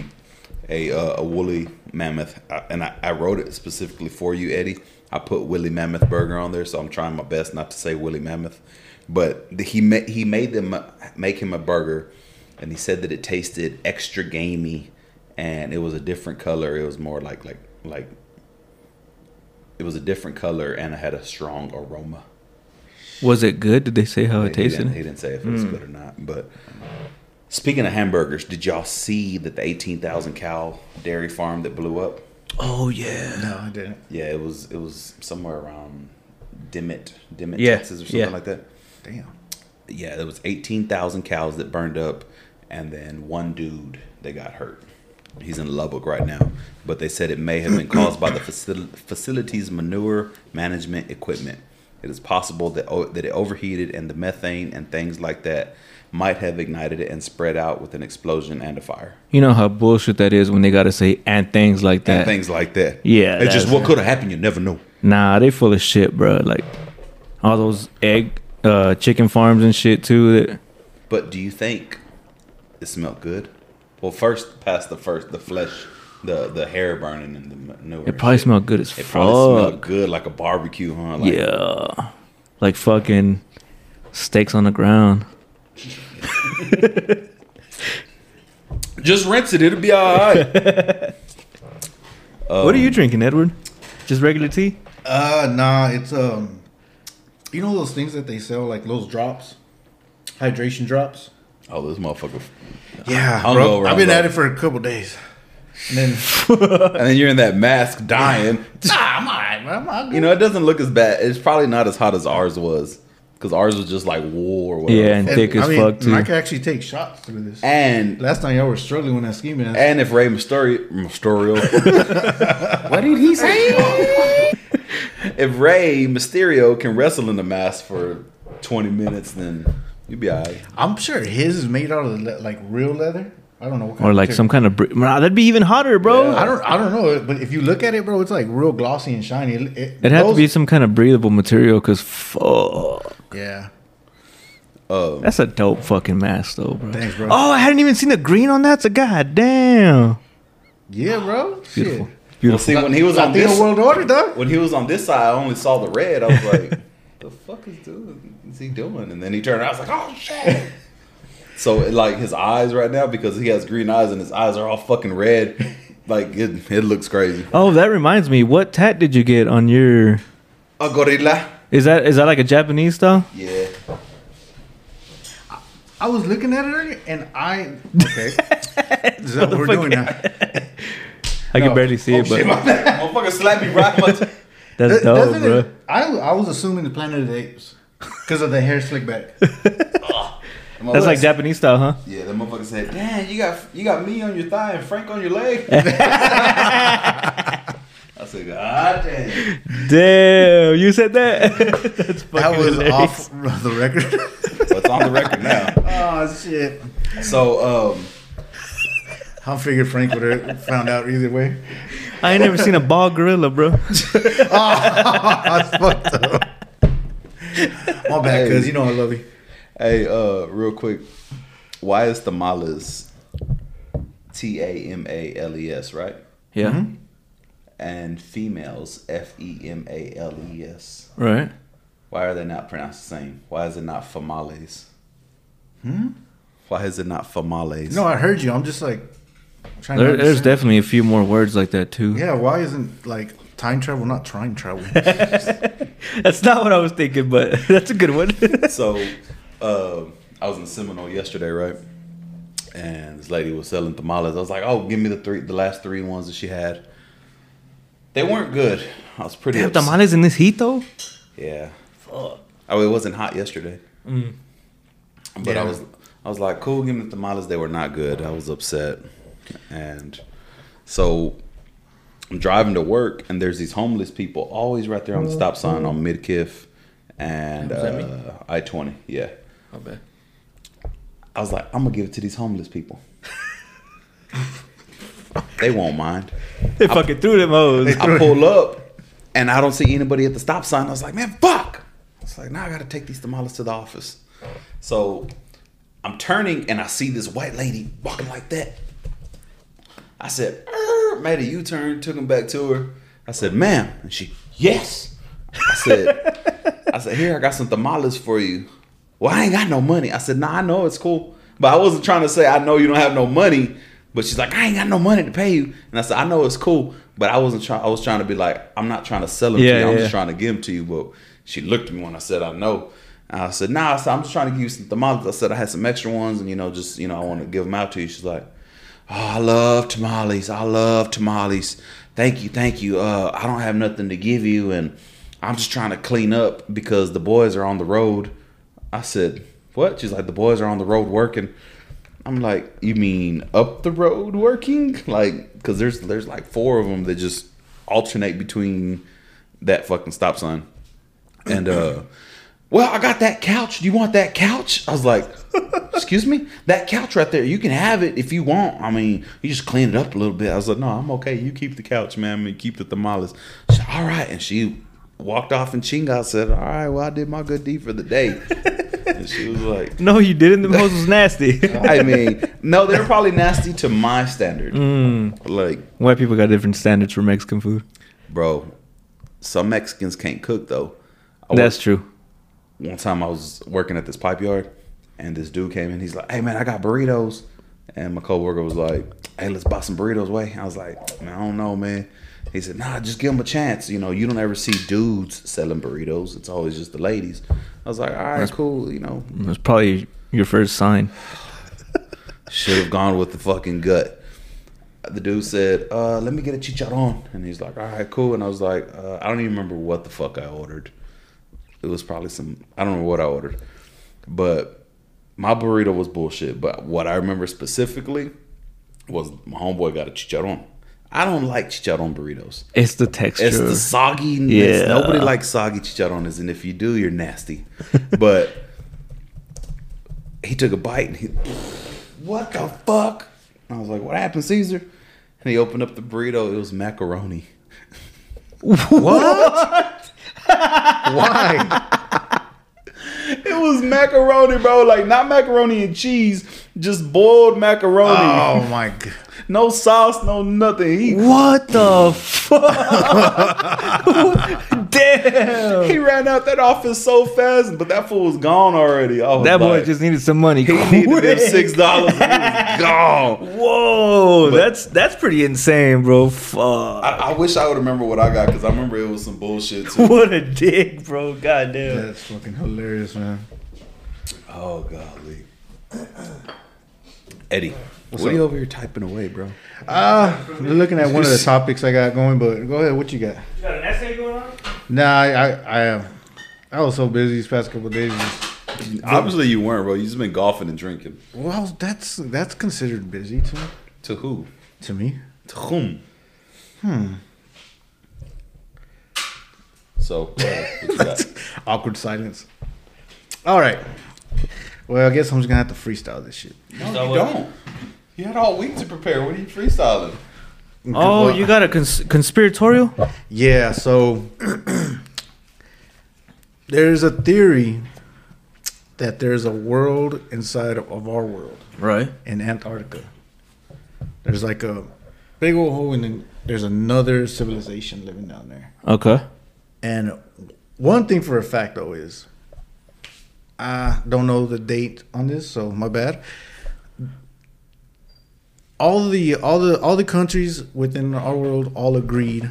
[SPEAKER 4] a uh, a woolly mammoth, I, and I, I wrote it specifically for you, Eddie. I put Willy Mammoth Burger on there, so I'm trying my best not to say Willy Mammoth. But the, he ma- he made them uh, make him a burger, and he said that it tasted extra gamey, and it was a different color. It was more like like like. It was a different color, and it had a strong aroma.
[SPEAKER 1] was it good? Did they say how it
[SPEAKER 4] He didn't, he
[SPEAKER 1] tasted? Mm.
[SPEAKER 4] didn't say if it was good or not. But speaking of hamburgers, did y'all see that the eighteen thousand cow dairy farm that blew up?
[SPEAKER 1] Oh yeah.
[SPEAKER 3] No, I didn't.
[SPEAKER 4] Yeah, it was it was somewhere around Dimmitt, Dimmitt,
[SPEAKER 1] Yeah,
[SPEAKER 4] Texas, or something
[SPEAKER 1] yeah.
[SPEAKER 4] like that.
[SPEAKER 3] Damn.
[SPEAKER 4] Yeah, there was eighteen thousand cows that burned up, and then one dude that got hurt. He's in Lubbock right now, but they said it may have been caused by the facil- facility's manure management equipment. It is possible that o- that it overheated and the methane and things like that might have ignited it and spread out with an explosion and a fire
[SPEAKER 1] You know how bullshit that is when they gotta say and things like
[SPEAKER 4] and
[SPEAKER 1] that.
[SPEAKER 4] things like that.
[SPEAKER 1] Yeah,
[SPEAKER 4] it's just
[SPEAKER 1] that's-
[SPEAKER 4] what could have happened. You never know.
[SPEAKER 1] Nah, they full of shit, bro. Like all those egg, uh, chicken farms and shit too. That
[SPEAKER 4] But do you think it smelled good? Well, first past the first, the flesh, the the hair burning and the manure.
[SPEAKER 1] it
[SPEAKER 4] and
[SPEAKER 1] probably
[SPEAKER 4] shit.
[SPEAKER 1] smelled good as
[SPEAKER 4] It probably
[SPEAKER 1] fuck.
[SPEAKER 4] smelled good like a barbecue, huh? Like,
[SPEAKER 1] yeah, like fucking steaks on the ground.
[SPEAKER 4] Just rinse it. It'll be all right.
[SPEAKER 1] what are you drinking, Edward? Just regular tea?
[SPEAKER 3] Uh, nah, it's um, you know those things that they sell like those drops, hydration drops.
[SPEAKER 4] oh, this motherfucker.
[SPEAKER 3] Yeah,
[SPEAKER 4] I'll go
[SPEAKER 3] bro.
[SPEAKER 4] around,
[SPEAKER 3] I've been
[SPEAKER 4] bro.
[SPEAKER 3] at it for a couple days. And then
[SPEAKER 4] And then you're in that mask dying.
[SPEAKER 3] nah, I'm alright, man. I'm all good.
[SPEAKER 4] You know, it doesn't look as bad. It's probably not as hot as ours was. Because ours was just like wool or whatever.
[SPEAKER 1] Yeah,
[SPEAKER 4] the
[SPEAKER 1] and
[SPEAKER 4] fuck.
[SPEAKER 1] thick as fuck, too.
[SPEAKER 3] I can actually take shots through this.
[SPEAKER 4] and
[SPEAKER 3] Last time y'all were struggling with that scheming. ass-
[SPEAKER 4] and if Ray Mysterio, Mysterio, what did he say? if Ray Mysterio can wrestle in the mask for 20 minutes, then you'd be all right.
[SPEAKER 3] I'm sure his is made out of le- like real leather. I don't know what kind
[SPEAKER 1] or
[SPEAKER 3] of
[SPEAKER 1] like
[SPEAKER 3] material.
[SPEAKER 1] some kind of. Br- nah, that'd be even hotter, bro.
[SPEAKER 4] Yeah.
[SPEAKER 3] I don't I don't know, but if you look at it, bro, it's like real glossy and shiny. It, it,
[SPEAKER 1] It'd have to
[SPEAKER 3] those-
[SPEAKER 1] be some kind of breathable material, cause fuck,
[SPEAKER 3] Yeah.
[SPEAKER 4] Um,
[SPEAKER 1] that's a dope fucking mask, though, bro.
[SPEAKER 3] Thanks, bro.
[SPEAKER 1] Oh, I hadn't even seen the green on that. So goddamn,
[SPEAKER 3] Yeah, bro.
[SPEAKER 1] beautiful,
[SPEAKER 3] Shit.
[SPEAKER 4] well,
[SPEAKER 1] beautiful.
[SPEAKER 4] see, when he was on
[SPEAKER 3] Latino
[SPEAKER 4] this,
[SPEAKER 3] World Order, dog.
[SPEAKER 4] when he was on this side, I only saw the red. I was like, "The fuck is doing? Is he doing?" And then he turned. around, I was like, "Oh shit!" So it, like his eyes right now because he has green eyes and his eyes are all fucking red. Like it, it looks crazy.
[SPEAKER 1] Oh, that reminds me. What tat did you get on your?
[SPEAKER 4] A gorilla.
[SPEAKER 1] Is that is that like a Japanese style?
[SPEAKER 4] Yeah.
[SPEAKER 3] I was looking at it earlier, and I okay. Is that what we're doing now?
[SPEAKER 1] I
[SPEAKER 3] No. Oh,
[SPEAKER 1] can barely see it,
[SPEAKER 4] Shit,
[SPEAKER 1] but
[SPEAKER 4] my bad. motherfucker slapped me right. in my t-
[SPEAKER 1] that's
[SPEAKER 3] Doesn't
[SPEAKER 1] dope, bro.
[SPEAKER 3] it- I I was assuming the Planet of the Apes because of the hair slick back.
[SPEAKER 4] And my
[SPEAKER 1] That's like
[SPEAKER 3] Oh,
[SPEAKER 4] legs-
[SPEAKER 1] Japanese style, huh?
[SPEAKER 4] Yeah, that motherfucker said, "Damn, you got you got me on your thigh and Frank on your leg." I said, "God damn."
[SPEAKER 1] Damn, you said that. That's fucking
[SPEAKER 3] That was
[SPEAKER 1] hilarious.
[SPEAKER 3] off the record.
[SPEAKER 4] But it's on the record now.
[SPEAKER 3] oh shit!
[SPEAKER 4] So, um,
[SPEAKER 3] I figured Frank would have found out either way.
[SPEAKER 1] I ain't never seen a ball gorilla, bro.
[SPEAKER 3] I was fucked up. My bad, cuz you know I love you.
[SPEAKER 4] Hey, uh, real quick, why is tamales T A M A L E S, right?
[SPEAKER 1] Yeah.
[SPEAKER 3] Mm-hmm. Hmm?
[SPEAKER 4] And females F E M A L E S.
[SPEAKER 1] Right.
[SPEAKER 4] Why are they not pronounced the same? Why is it not famales? Hmm. Why is it not famales?
[SPEAKER 3] No, I heard you. I'm just like trying
[SPEAKER 1] There, there's
[SPEAKER 3] understand.
[SPEAKER 1] definitely a few more words like that too.
[SPEAKER 3] Yeah, why isn't like time travel not time travel?
[SPEAKER 1] That's not what I was thinking, but that's a good one.
[SPEAKER 4] so um I was in Seminole yesterday, right? And this lady was selling tamales. I was like, "Oh, give me the three, the last three ones that she had." They weren't good. I was pretty.
[SPEAKER 1] Damn,
[SPEAKER 4] upset.
[SPEAKER 1] tamales in this heat though.
[SPEAKER 4] Yeah. Fuck. Oh, it wasn't hot yesterday. But I
[SPEAKER 3] Yeah.
[SPEAKER 4] was, I was like, "Cool, give me the tamales." They were not good. I was upset, and so I'm driving to work, and there's these homeless people always right there on the stop sign on Midkiff and uh, I twenty. Yeah. I was like, I'm gonna give it to these homeless people. they won't mind.
[SPEAKER 1] They fucking threw them hoes.
[SPEAKER 4] I pull up and I don't see anybody at the stop sign. I was like, man, fuck. It's like, now I gotta take these tamales to the office. So I'm turning and I see this white lady walking like that. I said, "Er," made a U turn, took him back to her. I said, ma'am. And she, yes. I said, I said, here, I got some tamales for you. Well, I ain't got no money. I said, nah, I know it's cool. But I wasn't trying to say, I know you don't have no money. But she's like, I ain't got no money to pay you. And I said, I know it's cool. But I wasn't trying, I was trying to be like, I'm not trying to sell them to
[SPEAKER 1] Yeah,
[SPEAKER 4] you. I'm
[SPEAKER 1] yeah.
[SPEAKER 4] just trying to give them to you. But she looked at me when I said, I know. And I said, nah, I said, I'm just trying to give you some tamales. I said, I had some extra ones and, you know, just, you know, I want to give them out to you. She's like, Oh, I love tamales. I love tamales. Thank you, thank you. Uh, I don't have nothing to give you, and I'm just trying to clean up because the boys are on the road. I said, "What?" She's like, "The boys are on the road working." I'm like, "You mean up the road working? Like, because there's there's like four of them that just alternate between that fucking stop sign." And uh, well, I got that couch. Do you want that couch? I was like, excuse me, that couch right there. You can have it if you want. I mean, you just clean it up a little bit. I was like, no, I'm okay. You keep the couch, man. I mean, keep the tamales. She said, all right, and she walked off. And Chinga said, all right, well, I did my good deed for the day. and she was like,
[SPEAKER 1] No, you didn't. Them hoes was nasty.
[SPEAKER 4] I mean, no, they were probably nasty to my standard.
[SPEAKER 1] Mm.
[SPEAKER 4] Like,
[SPEAKER 1] White people got different standards for Mexican food.
[SPEAKER 4] bro, some Mexicans can't cook though. I
[SPEAKER 1] That's true.
[SPEAKER 4] one time I was working at this pipe yard, and this dude came in. He's like, "Hey man, I got burritos," and my coworker was like, "Hey, let's buy some burritos, way." I was like, "Man, I don't know, man." He said, "Nah, just give them a chance. You know, you don't ever see dudes selling burritos. It's always just the ladies." I was like, "All right, cool. You know,
[SPEAKER 1] It was probably your first sign.
[SPEAKER 4] should have gone with the fucking gut. The dude said, uh, let me get a chicharron. And he's like, all right, cool. And I was like, uh, I don't even remember what the fuck I ordered. It was probably some, I don't remember what I ordered. But my burrito was bullshit. But what I remember specifically was my homeboy got a chicharron. I don't like chicharron burritos.
[SPEAKER 1] It's the texture.
[SPEAKER 4] It's the sogginess.
[SPEAKER 1] Yeah.
[SPEAKER 4] Nobody likes soggy chicharrones, and if you do, you're nasty. but he took a bite and he, what the fuck? And I was like, what happened, Caesar? And he opened up the burrito. It was macaroni.
[SPEAKER 3] Why?
[SPEAKER 4] It was macaroni, bro. Like not macaroni and cheese, just boiled macaroni.
[SPEAKER 3] oh my god.
[SPEAKER 4] No sauce, no nothing. He
[SPEAKER 1] what the fuck? Damn.
[SPEAKER 4] He ran out that office so fast, but that fool was gone already. I was
[SPEAKER 1] That boy
[SPEAKER 4] like,
[SPEAKER 1] just needed some money.
[SPEAKER 4] he needed them six dollars. He was gone.
[SPEAKER 1] Whoa, that's that's pretty insane, bro. Fuck.
[SPEAKER 4] I, I wish I would remember what I got because I remember it was some bullshit. Too.
[SPEAKER 1] What a dick, bro. Goddamn.
[SPEAKER 3] That's fucking hilarious, man.
[SPEAKER 4] Oh golly, Eddie, what are you over here typing away, bro?
[SPEAKER 3] Ah, we're looking at one of the topics I got going, but go ahead. What you got?
[SPEAKER 1] You got an essay going on?
[SPEAKER 3] Nah, I I, I, am- I was so busy these past couple of days.
[SPEAKER 4] Obviously, you weren't, bro. You just been golfing and drinking.
[SPEAKER 3] Well, that's that's considered busy to
[SPEAKER 4] To who?
[SPEAKER 3] to me.
[SPEAKER 4] To whom? Hmm. So, uh, what you got?
[SPEAKER 3] Awkward silence. All right. Well, I guess I'm just gonna have to freestyle this shit.
[SPEAKER 4] no, you don't. You had all week to prepare. What are you freestyling?
[SPEAKER 1] Oh,
[SPEAKER 3] Well,
[SPEAKER 1] you got a cons- conspiratorial?
[SPEAKER 3] Yeah, so there's a theory that there's a world inside of our world
[SPEAKER 1] Right.
[SPEAKER 3] in Antarctica. There's like a big old hole, and then there's another civilization living down there.
[SPEAKER 1] Okay.
[SPEAKER 3] And one thing for a fact though is, I don't know the date on this, so my bad. All the all the all the countries within our world all agreed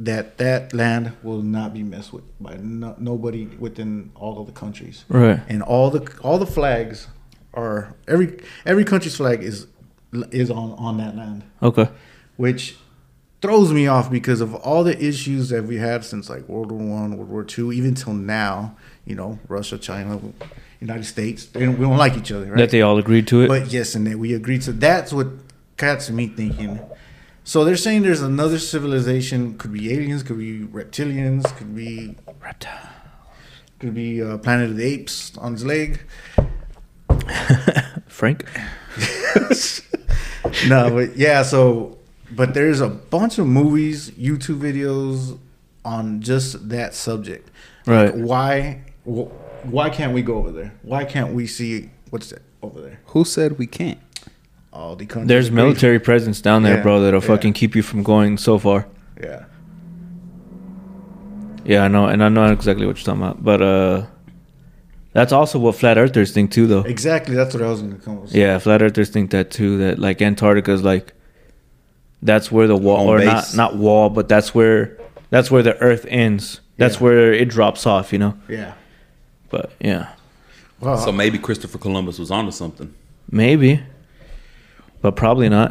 [SPEAKER 3] that that land will not be messed with by no, nobody within all of the countries.
[SPEAKER 1] Right.
[SPEAKER 3] And all the all the flags are every every country's flag is is on on that land
[SPEAKER 1] Okay.
[SPEAKER 3] which throws me off because of all the issues that we had since like World War One, World War Two, even till now. You know, Russia, China, United States. They don't, we don't like each other, right?
[SPEAKER 1] That they all agreed to it.
[SPEAKER 3] but yes, and that we agreed to. That's what got to me thinking. So they're saying there's another civilization. Could be aliens. Could be reptilians. Could be
[SPEAKER 1] Reptile.
[SPEAKER 3] could be uh, Planet of the Apes on his leg.
[SPEAKER 1] Frank.
[SPEAKER 3] no, but yeah, so but there's a bunch of movies, YouTube videos on just that subject.
[SPEAKER 1] Right.
[SPEAKER 3] Why wh- why can't we go over there? Why can't we see what's that over there?
[SPEAKER 4] Who said we can't?
[SPEAKER 3] All the countries.
[SPEAKER 1] There's
[SPEAKER 3] agree.
[SPEAKER 1] military presence down there,
[SPEAKER 3] Yeah,
[SPEAKER 1] bro, that'll
[SPEAKER 3] yeah.
[SPEAKER 1] fucking keep you from going so far.
[SPEAKER 3] Yeah.
[SPEAKER 1] Yeah, I know, and I know exactly what you're talking about. But uh that's also what flat earthers think too though.
[SPEAKER 3] Exactly, that's what I was going to come with.
[SPEAKER 1] Yeah, flat earthers think that too. That like Antarctica is like that's where the wall
[SPEAKER 4] Home
[SPEAKER 1] or
[SPEAKER 4] base.
[SPEAKER 1] not not wall, but that's where that's where the Earth ends. That's
[SPEAKER 3] Yeah.
[SPEAKER 1] where it drops off, you know.
[SPEAKER 3] Yeah.
[SPEAKER 1] But yeah,
[SPEAKER 3] Wow.
[SPEAKER 4] So maybe Christopher Columbus was onto something.
[SPEAKER 1] maybe, but probably not.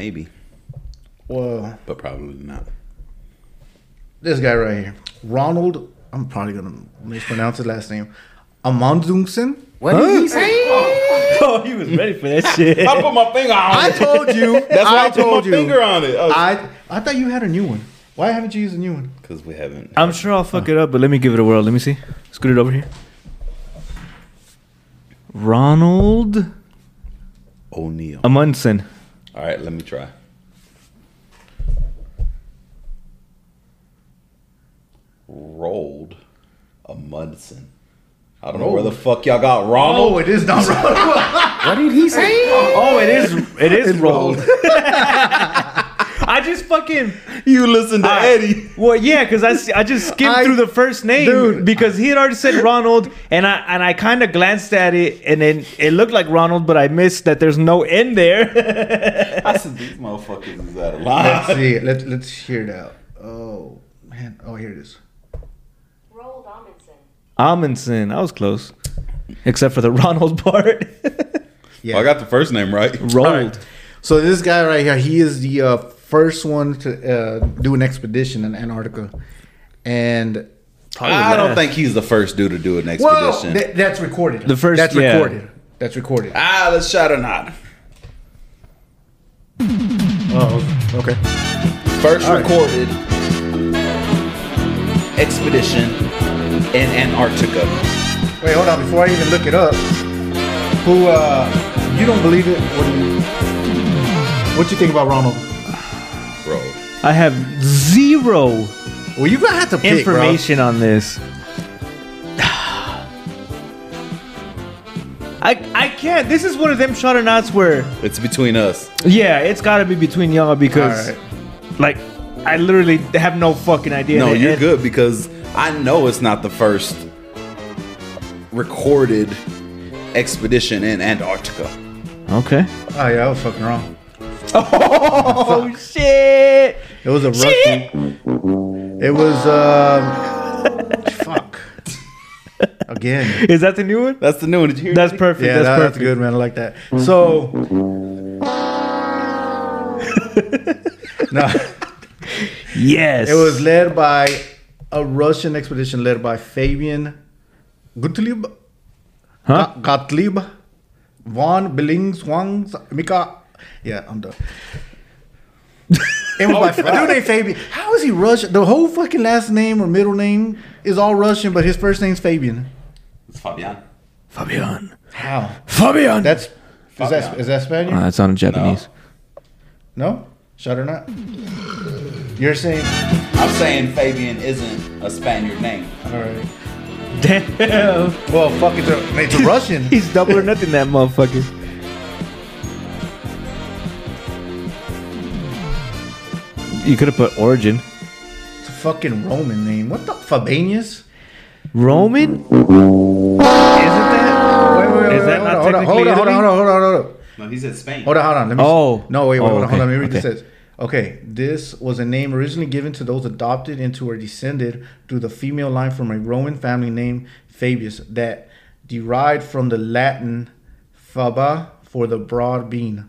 [SPEAKER 4] Maybe,
[SPEAKER 3] well,
[SPEAKER 4] but probably not.
[SPEAKER 3] this guy right here. Ronald, I'm probably going to mispronounce his last name. Amundsen? What did he say?
[SPEAKER 1] Oh, he was ready for that shit.
[SPEAKER 4] I put my finger on
[SPEAKER 3] I
[SPEAKER 4] it.
[SPEAKER 3] told you.
[SPEAKER 4] That's why I,
[SPEAKER 3] I
[SPEAKER 4] put
[SPEAKER 3] told
[SPEAKER 4] my
[SPEAKER 3] you.
[SPEAKER 4] finger on it.
[SPEAKER 3] I I thought you had a new one. Why haven't you used a new one?
[SPEAKER 4] Because Oh, we haven't.
[SPEAKER 1] I'm sure I'll fuck it up, but let me give it a whirl. Let me see. Scoot it over here. Ronald
[SPEAKER 4] O'Neill.
[SPEAKER 1] Amundsen.
[SPEAKER 4] All right, let me try. Rolled a Mudson. I don't know where the fuck y'all got Ronald.
[SPEAKER 3] Oh, it is not Ronald.
[SPEAKER 1] What did he say? Oh, it is. It is rolled. I just fucking.
[SPEAKER 4] You listen to Eddie.
[SPEAKER 1] Well, yeah, because I, s- I just skimmed
[SPEAKER 3] I-
[SPEAKER 1] through the first name
[SPEAKER 3] Dude.
[SPEAKER 1] because he had already said Ronald, and I and I kind of glanced at it, and then it looked like Ronald, but I missed that there's no N there.
[SPEAKER 4] I said these motherfuckers is out of line.
[SPEAKER 3] Let's see. Let's let's hear it out. Oh man. Oh here it is.
[SPEAKER 5] Roald Amundsen.
[SPEAKER 1] Amundsen, I was close, except for the Ronald part.
[SPEAKER 3] Yeah.
[SPEAKER 4] Oh, I got the first name right.
[SPEAKER 1] Rolled.
[SPEAKER 3] So this guy right here, he is the uh, first one to uh, do an expedition in Antarctica, and
[SPEAKER 4] I don't
[SPEAKER 1] last.
[SPEAKER 4] think he's the first dude to do an
[SPEAKER 3] whoa,
[SPEAKER 4] expedition.
[SPEAKER 3] that- that's recorded.
[SPEAKER 1] The first-
[SPEAKER 3] That's
[SPEAKER 1] yeah.
[SPEAKER 3] recorded. That's recorded.
[SPEAKER 4] ah, let's shot or not.
[SPEAKER 3] Oh, Okay.
[SPEAKER 4] First
[SPEAKER 3] All right.
[SPEAKER 4] recorded expedition in Antarctica.
[SPEAKER 3] Wait, hold on. Before I even look it up, who uh, you don't believe it? What do you? What you think about Ronald?
[SPEAKER 4] Bro.
[SPEAKER 1] I have zero
[SPEAKER 3] Well, you gonna have to pick, bro.
[SPEAKER 1] information on this. I I can't. This is one of them shot or nots where
[SPEAKER 4] It's between us.
[SPEAKER 1] yeah, it's got to be between y'all because
[SPEAKER 3] All right.
[SPEAKER 1] like I literally have no fucking idea.
[SPEAKER 4] No,
[SPEAKER 1] And-
[SPEAKER 4] you're
[SPEAKER 1] and-
[SPEAKER 4] good because I know it's not the first recorded expedition in Antarctica.
[SPEAKER 1] Okay.
[SPEAKER 3] Oh yeah, I was fucking wrong.
[SPEAKER 1] Oh shit!
[SPEAKER 3] It was a
[SPEAKER 1] Shit.
[SPEAKER 3] Russian. It was um. fuck. Again.
[SPEAKER 1] Is that the new one?
[SPEAKER 4] That's the new one. Did you hear
[SPEAKER 1] That's
[SPEAKER 4] that?
[SPEAKER 1] perfect.
[SPEAKER 3] Yeah,
[SPEAKER 1] that's
[SPEAKER 3] that- that's
[SPEAKER 1] perfect.
[SPEAKER 3] good, man. I like that. So. no.
[SPEAKER 1] Yes.
[SPEAKER 3] It was led by a Russian expedition led by Fabian Gottlieb,
[SPEAKER 1] Huh?
[SPEAKER 3] Go- Gottlieb von Billingshwangs Mika. Yeah, I'm done. It was
[SPEAKER 1] Oh,
[SPEAKER 3] by a dude named Fabian. How is he Russian? The whole fucking last name or middle name is all Russian, but his first name's Fabian.
[SPEAKER 4] It's Fabian.
[SPEAKER 1] Fabian.
[SPEAKER 3] How?
[SPEAKER 1] Fabian.
[SPEAKER 3] That's is that is that Spanish?
[SPEAKER 1] that's not in Japanese.
[SPEAKER 3] No, shut or not. You're saying
[SPEAKER 4] I'm saying Fabian isn't a Spaniard name.
[SPEAKER 3] all right.
[SPEAKER 1] Damn.
[SPEAKER 3] Well, fuck it, it's a Russian.
[SPEAKER 1] He's double or nothing, that motherfucker. You could have put origin.
[SPEAKER 3] It's a fucking Roman name. What the Fabanius?
[SPEAKER 1] Roman? Isn't that?
[SPEAKER 3] Wait, wait, wait,
[SPEAKER 1] Is
[SPEAKER 3] wait,
[SPEAKER 1] that
[SPEAKER 3] hold,
[SPEAKER 1] not
[SPEAKER 3] on, hold on, hold
[SPEAKER 1] technically
[SPEAKER 3] on, hold on, hold on, hold on, hold on,
[SPEAKER 4] No, he said Spain.
[SPEAKER 3] hold on, hold on. Let me.
[SPEAKER 1] Oh.
[SPEAKER 3] no, wait, wait,
[SPEAKER 1] Oh,
[SPEAKER 3] hold on, hold on. Let me
[SPEAKER 1] okay,
[SPEAKER 3] read this.
[SPEAKER 1] okay.
[SPEAKER 3] Says, okay, this was a name originally given to those adopted into or descended through the female line from a Roman family name Fabius that derived from the Latin faba for the broad bean.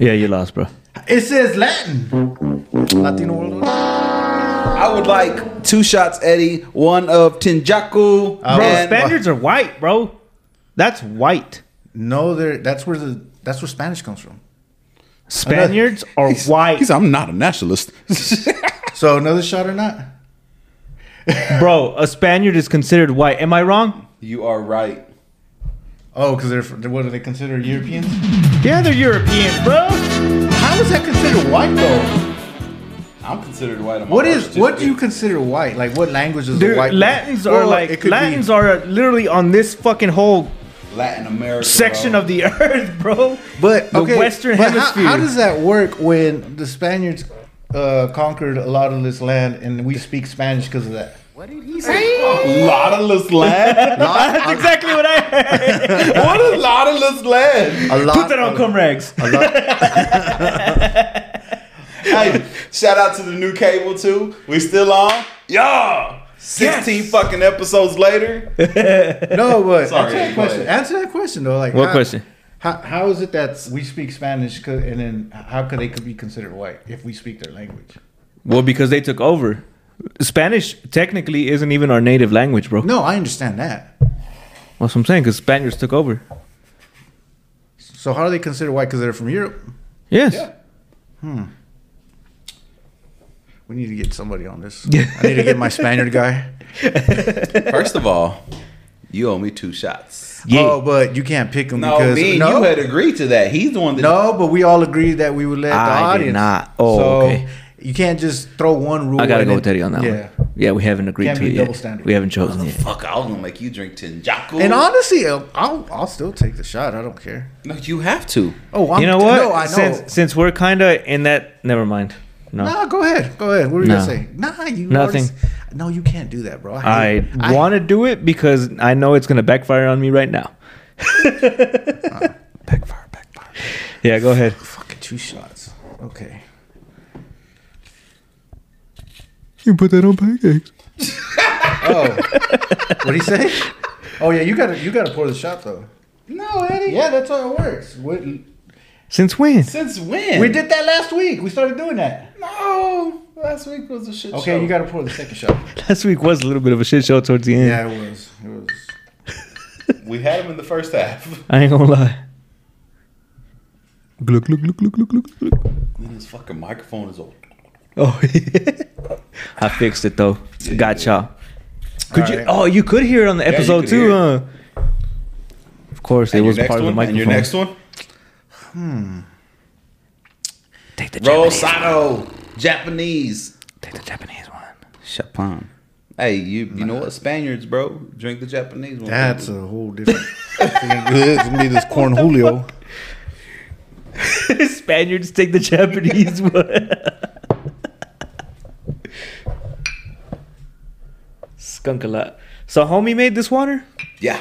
[SPEAKER 1] Yeah, you lost, bro.
[SPEAKER 3] It says Latin. Latino world. Order.
[SPEAKER 4] I would like two shots, Eddie. One of Tinjaku.
[SPEAKER 3] Uh,
[SPEAKER 1] Bro,
[SPEAKER 3] And-
[SPEAKER 1] Spaniards are white, bro. That's white.
[SPEAKER 3] No, there. That's where the that's where Spanish comes from.
[SPEAKER 1] Spaniards are
[SPEAKER 4] He's-
[SPEAKER 1] white,
[SPEAKER 4] he's- I'm not a nationalist.
[SPEAKER 3] So another shot or not?
[SPEAKER 1] bro. A Spaniard is considered white. Am I wrong?
[SPEAKER 4] you are right.
[SPEAKER 3] Oh, because they're fr- what do they consider Europeans?
[SPEAKER 1] Yeah, they're European, bro.
[SPEAKER 3] How is that considered white though?
[SPEAKER 4] I'm considered white. on my
[SPEAKER 3] What
[SPEAKER 4] birth
[SPEAKER 3] is what do you
[SPEAKER 4] certificate.
[SPEAKER 3] consider white? Like what language is
[SPEAKER 1] Dude,
[SPEAKER 3] a white?
[SPEAKER 1] Latins
[SPEAKER 3] Or
[SPEAKER 1] are
[SPEAKER 3] it
[SPEAKER 1] like
[SPEAKER 3] could be-
[SPEAKER 1] Latins are literally on this fucking whole
[SPEAKER 4] Latin America
[SPEAKER 1] section
[SPEAKER 4] bro.
[SPEAKER 1] of the earth, bro.
[SPEAKER 3] But
[SPEAKER 1] the
[SPEAKER 3] okay,
[SPEAKER 1] Western
[SPEAKER 3] but how-
[SPEAKER 1] Hemisphere.
[SPEAKER 3] How, does that work when the Spaniards uh, conquered a lot of this land and we speak Spanish because of that?
[SPEAKER 4] Lauderless land.
[SPEAKER 1] That's exactly what I had.
[SPEAKER 4] what is Lauderless land?
[SPEAKER 3] A lot.
[SPEAKER 1] Put that on
[SPEAKER 3] of-
[SPEAKER 1] Comrex.
[SPEAKER 3] a lot-
[SPEAKER 4] Hey, shout out to the new cable too. We still on? Yeah. 16
[SPEAKER 1] Yes.
[SPEAKER 4] fucking episodes later.
[SPEAKER 3] no, but answer
[SPEAKER 4] Sorry,
[SPEAKER 3] that
[SPEAKER 4] go
[SPEAKER 3] question.
[SPEAKER 4] ahead.
[SPEAKER 3] Answer that question though. Like
[SPEAKER 1] What
[SPEAKER 3] how-
[SPEAKER 1] question?
[SPEAKER 3] How, how is it that we speak Spanish 'cause- and then how could they could be considered white if we speak their language?
[SPEAKER 1] Well, because they took over. Spanish technically isn't even our native language, bro.
[SPEAKER 3] No, I understand that.
[SPEAKER 1] That's what I'm saying, because Spaniards took over.
[SPEAKER 3] So how are they considered white because they're from Europe?
[SPEAKER 1] Yes.
[SPEAKER 3] We need to get somebody on this. I need to get my Spaniard guy.
[SPEAKER 4] First of all, you owe me two shots.
[SPEAKER 1] Yeah.
[SPEAKER 3] Oh, but you can't pick him
[SPEAKER 4] No,
[SPEAKER 3] because
[SPEAKER 4] me and
[SPEAKER 3] no,
[SPEAKER 4] you had agreed to that. He's the one that
[SPEAKER 3] no. But we all agreed that we would let
[SPEAKER 1] I
[SPEAKER 3] the
[SPEAKER 1] did
[SPEAKER 3] audience.
[SPEAKER 1] not. Oh, okay.
[SPEAKER 3] You can't just throw one rule.
[SPEAKER 1] I gotta
[SPEAKER 3] and
[SPEAKER 1] go
[SPEAKER 3] then-
[SPEAKER 1] with Teddy on that
[SPEAKER 3] yeah.
[SPEAKER 1] one. Yeah, we haven't agreed
[SPEAKER 3] Can't
[SPEAKER 1] to
[SPEAKER 3] be
[SPEAKER 1] it yet.
[SPEAKER 3] double standard.
[SPEAKER 1] We haven't chosen yet.
[SPEAKER 4] Fuck, I was gonna make you drink Tinjaku.
[SPEAKER 3] And honestly, I'll, I'll I'll still take the shot. I don't care.
[SPEAKER 4] no, you have to.
[SPEAKER 3] Oh, I'm,
[SPEAKER 1] you know what?
[SPEAKER 3] No, I know.
[SPEAKER 1] Since since we're kinda in that never mind. No.
[SPEAKER 3] nah, go ahead. Go ahead. What were you
[SPEAKER 1] No.
[SPEAKER 3] gonna say? Nah, you
[SPEAKER 1] Nothing.
[SPEAKER 3] already s- no, you can't do that, bro.
[SPEAKER 1] I
[SPEAKER 3] hate-
[SPEAKER 1] wanna do it because I know it's gonna backfire on me right now.
[SPEAKER 3] backfire, backfire.
[SPEAKER 1] Yeah, go ahead.
[SPEAKER 3] Fucking two shots. Okay.
[SPEAKER 1] You put that on pancakes.
[SPEAKER 3] Oh, what do you say? Oh yeah, you gotta you gotta pour the shot though.
[SPEAKER 4] No, Eddie.
[SPEAKER 3] Yeah, that's how it works. We,
[SPEAKER 1] Since when?
[SPEAKER 4] Since when?
[SPEAKER 3] we did that last week. We started doing that.
[SPEAKER 4] No, last week was a shit show.
[SPEAKER 3] Okay, you gotta pour the second shot.
[SPEAKER 1] Last week was a little bit of a shit show towards the end.
[SPEAKER 3] Yeah, it was. It was.
[SPEAKER 4] We had him in the first half.
[SPEAKER 1] I ain't gonna lie. Gluk, gluk, gluk, gluk, gluk, gluk, gluk.
[SPEAKER 4] Then his fucking microphone is old.
[SPEAKER 1] Oh, I fixed it though.
[SPEAKER 4] Yeah, you
[SPEAKER 1] Got
[SPEAKER 4] did.
[SPEAKER 1] y'all. Could you?
[SPEAKER 3] Alright.
[SPEAKER 1] Oh, you could hear it on the
[SPEAKER 4] you
[SPEAKER 1] episode
[SPEAKER 4] could
[SPEAKER 1] too,
[SPEAKER 4] hear it.
[SPEAKER 1] huh? Of course, it
[SPEAKER 4] And your
[SPEAKER 1] was
[SPEAKER 4] next
[SPEAKER 1] part of the
[SPEAKER 4] one?
[SPEAKER 1] microphone.
[SPEAKER 4] And your next one?
[SPEAKER 1] Take the
[SPEAKER 4] Roll
[SPEAKER 1] Japanese.
[SPEAKER 4] Sato. Japanese.
[SPEAKER 1] Take the Japanese one.
[SPEAKER 4] Japan. Hey, you you know what? Spaniards, bro. Drink the Japanese one.
[SPEAKER 3] That's a whole different thing. It's gonna be this corn Julio.
[SPEAKER 1] Spaniards take the Japanese one. Skunk a lot. So homie made this water.
[SPEAKER 4] Yeah.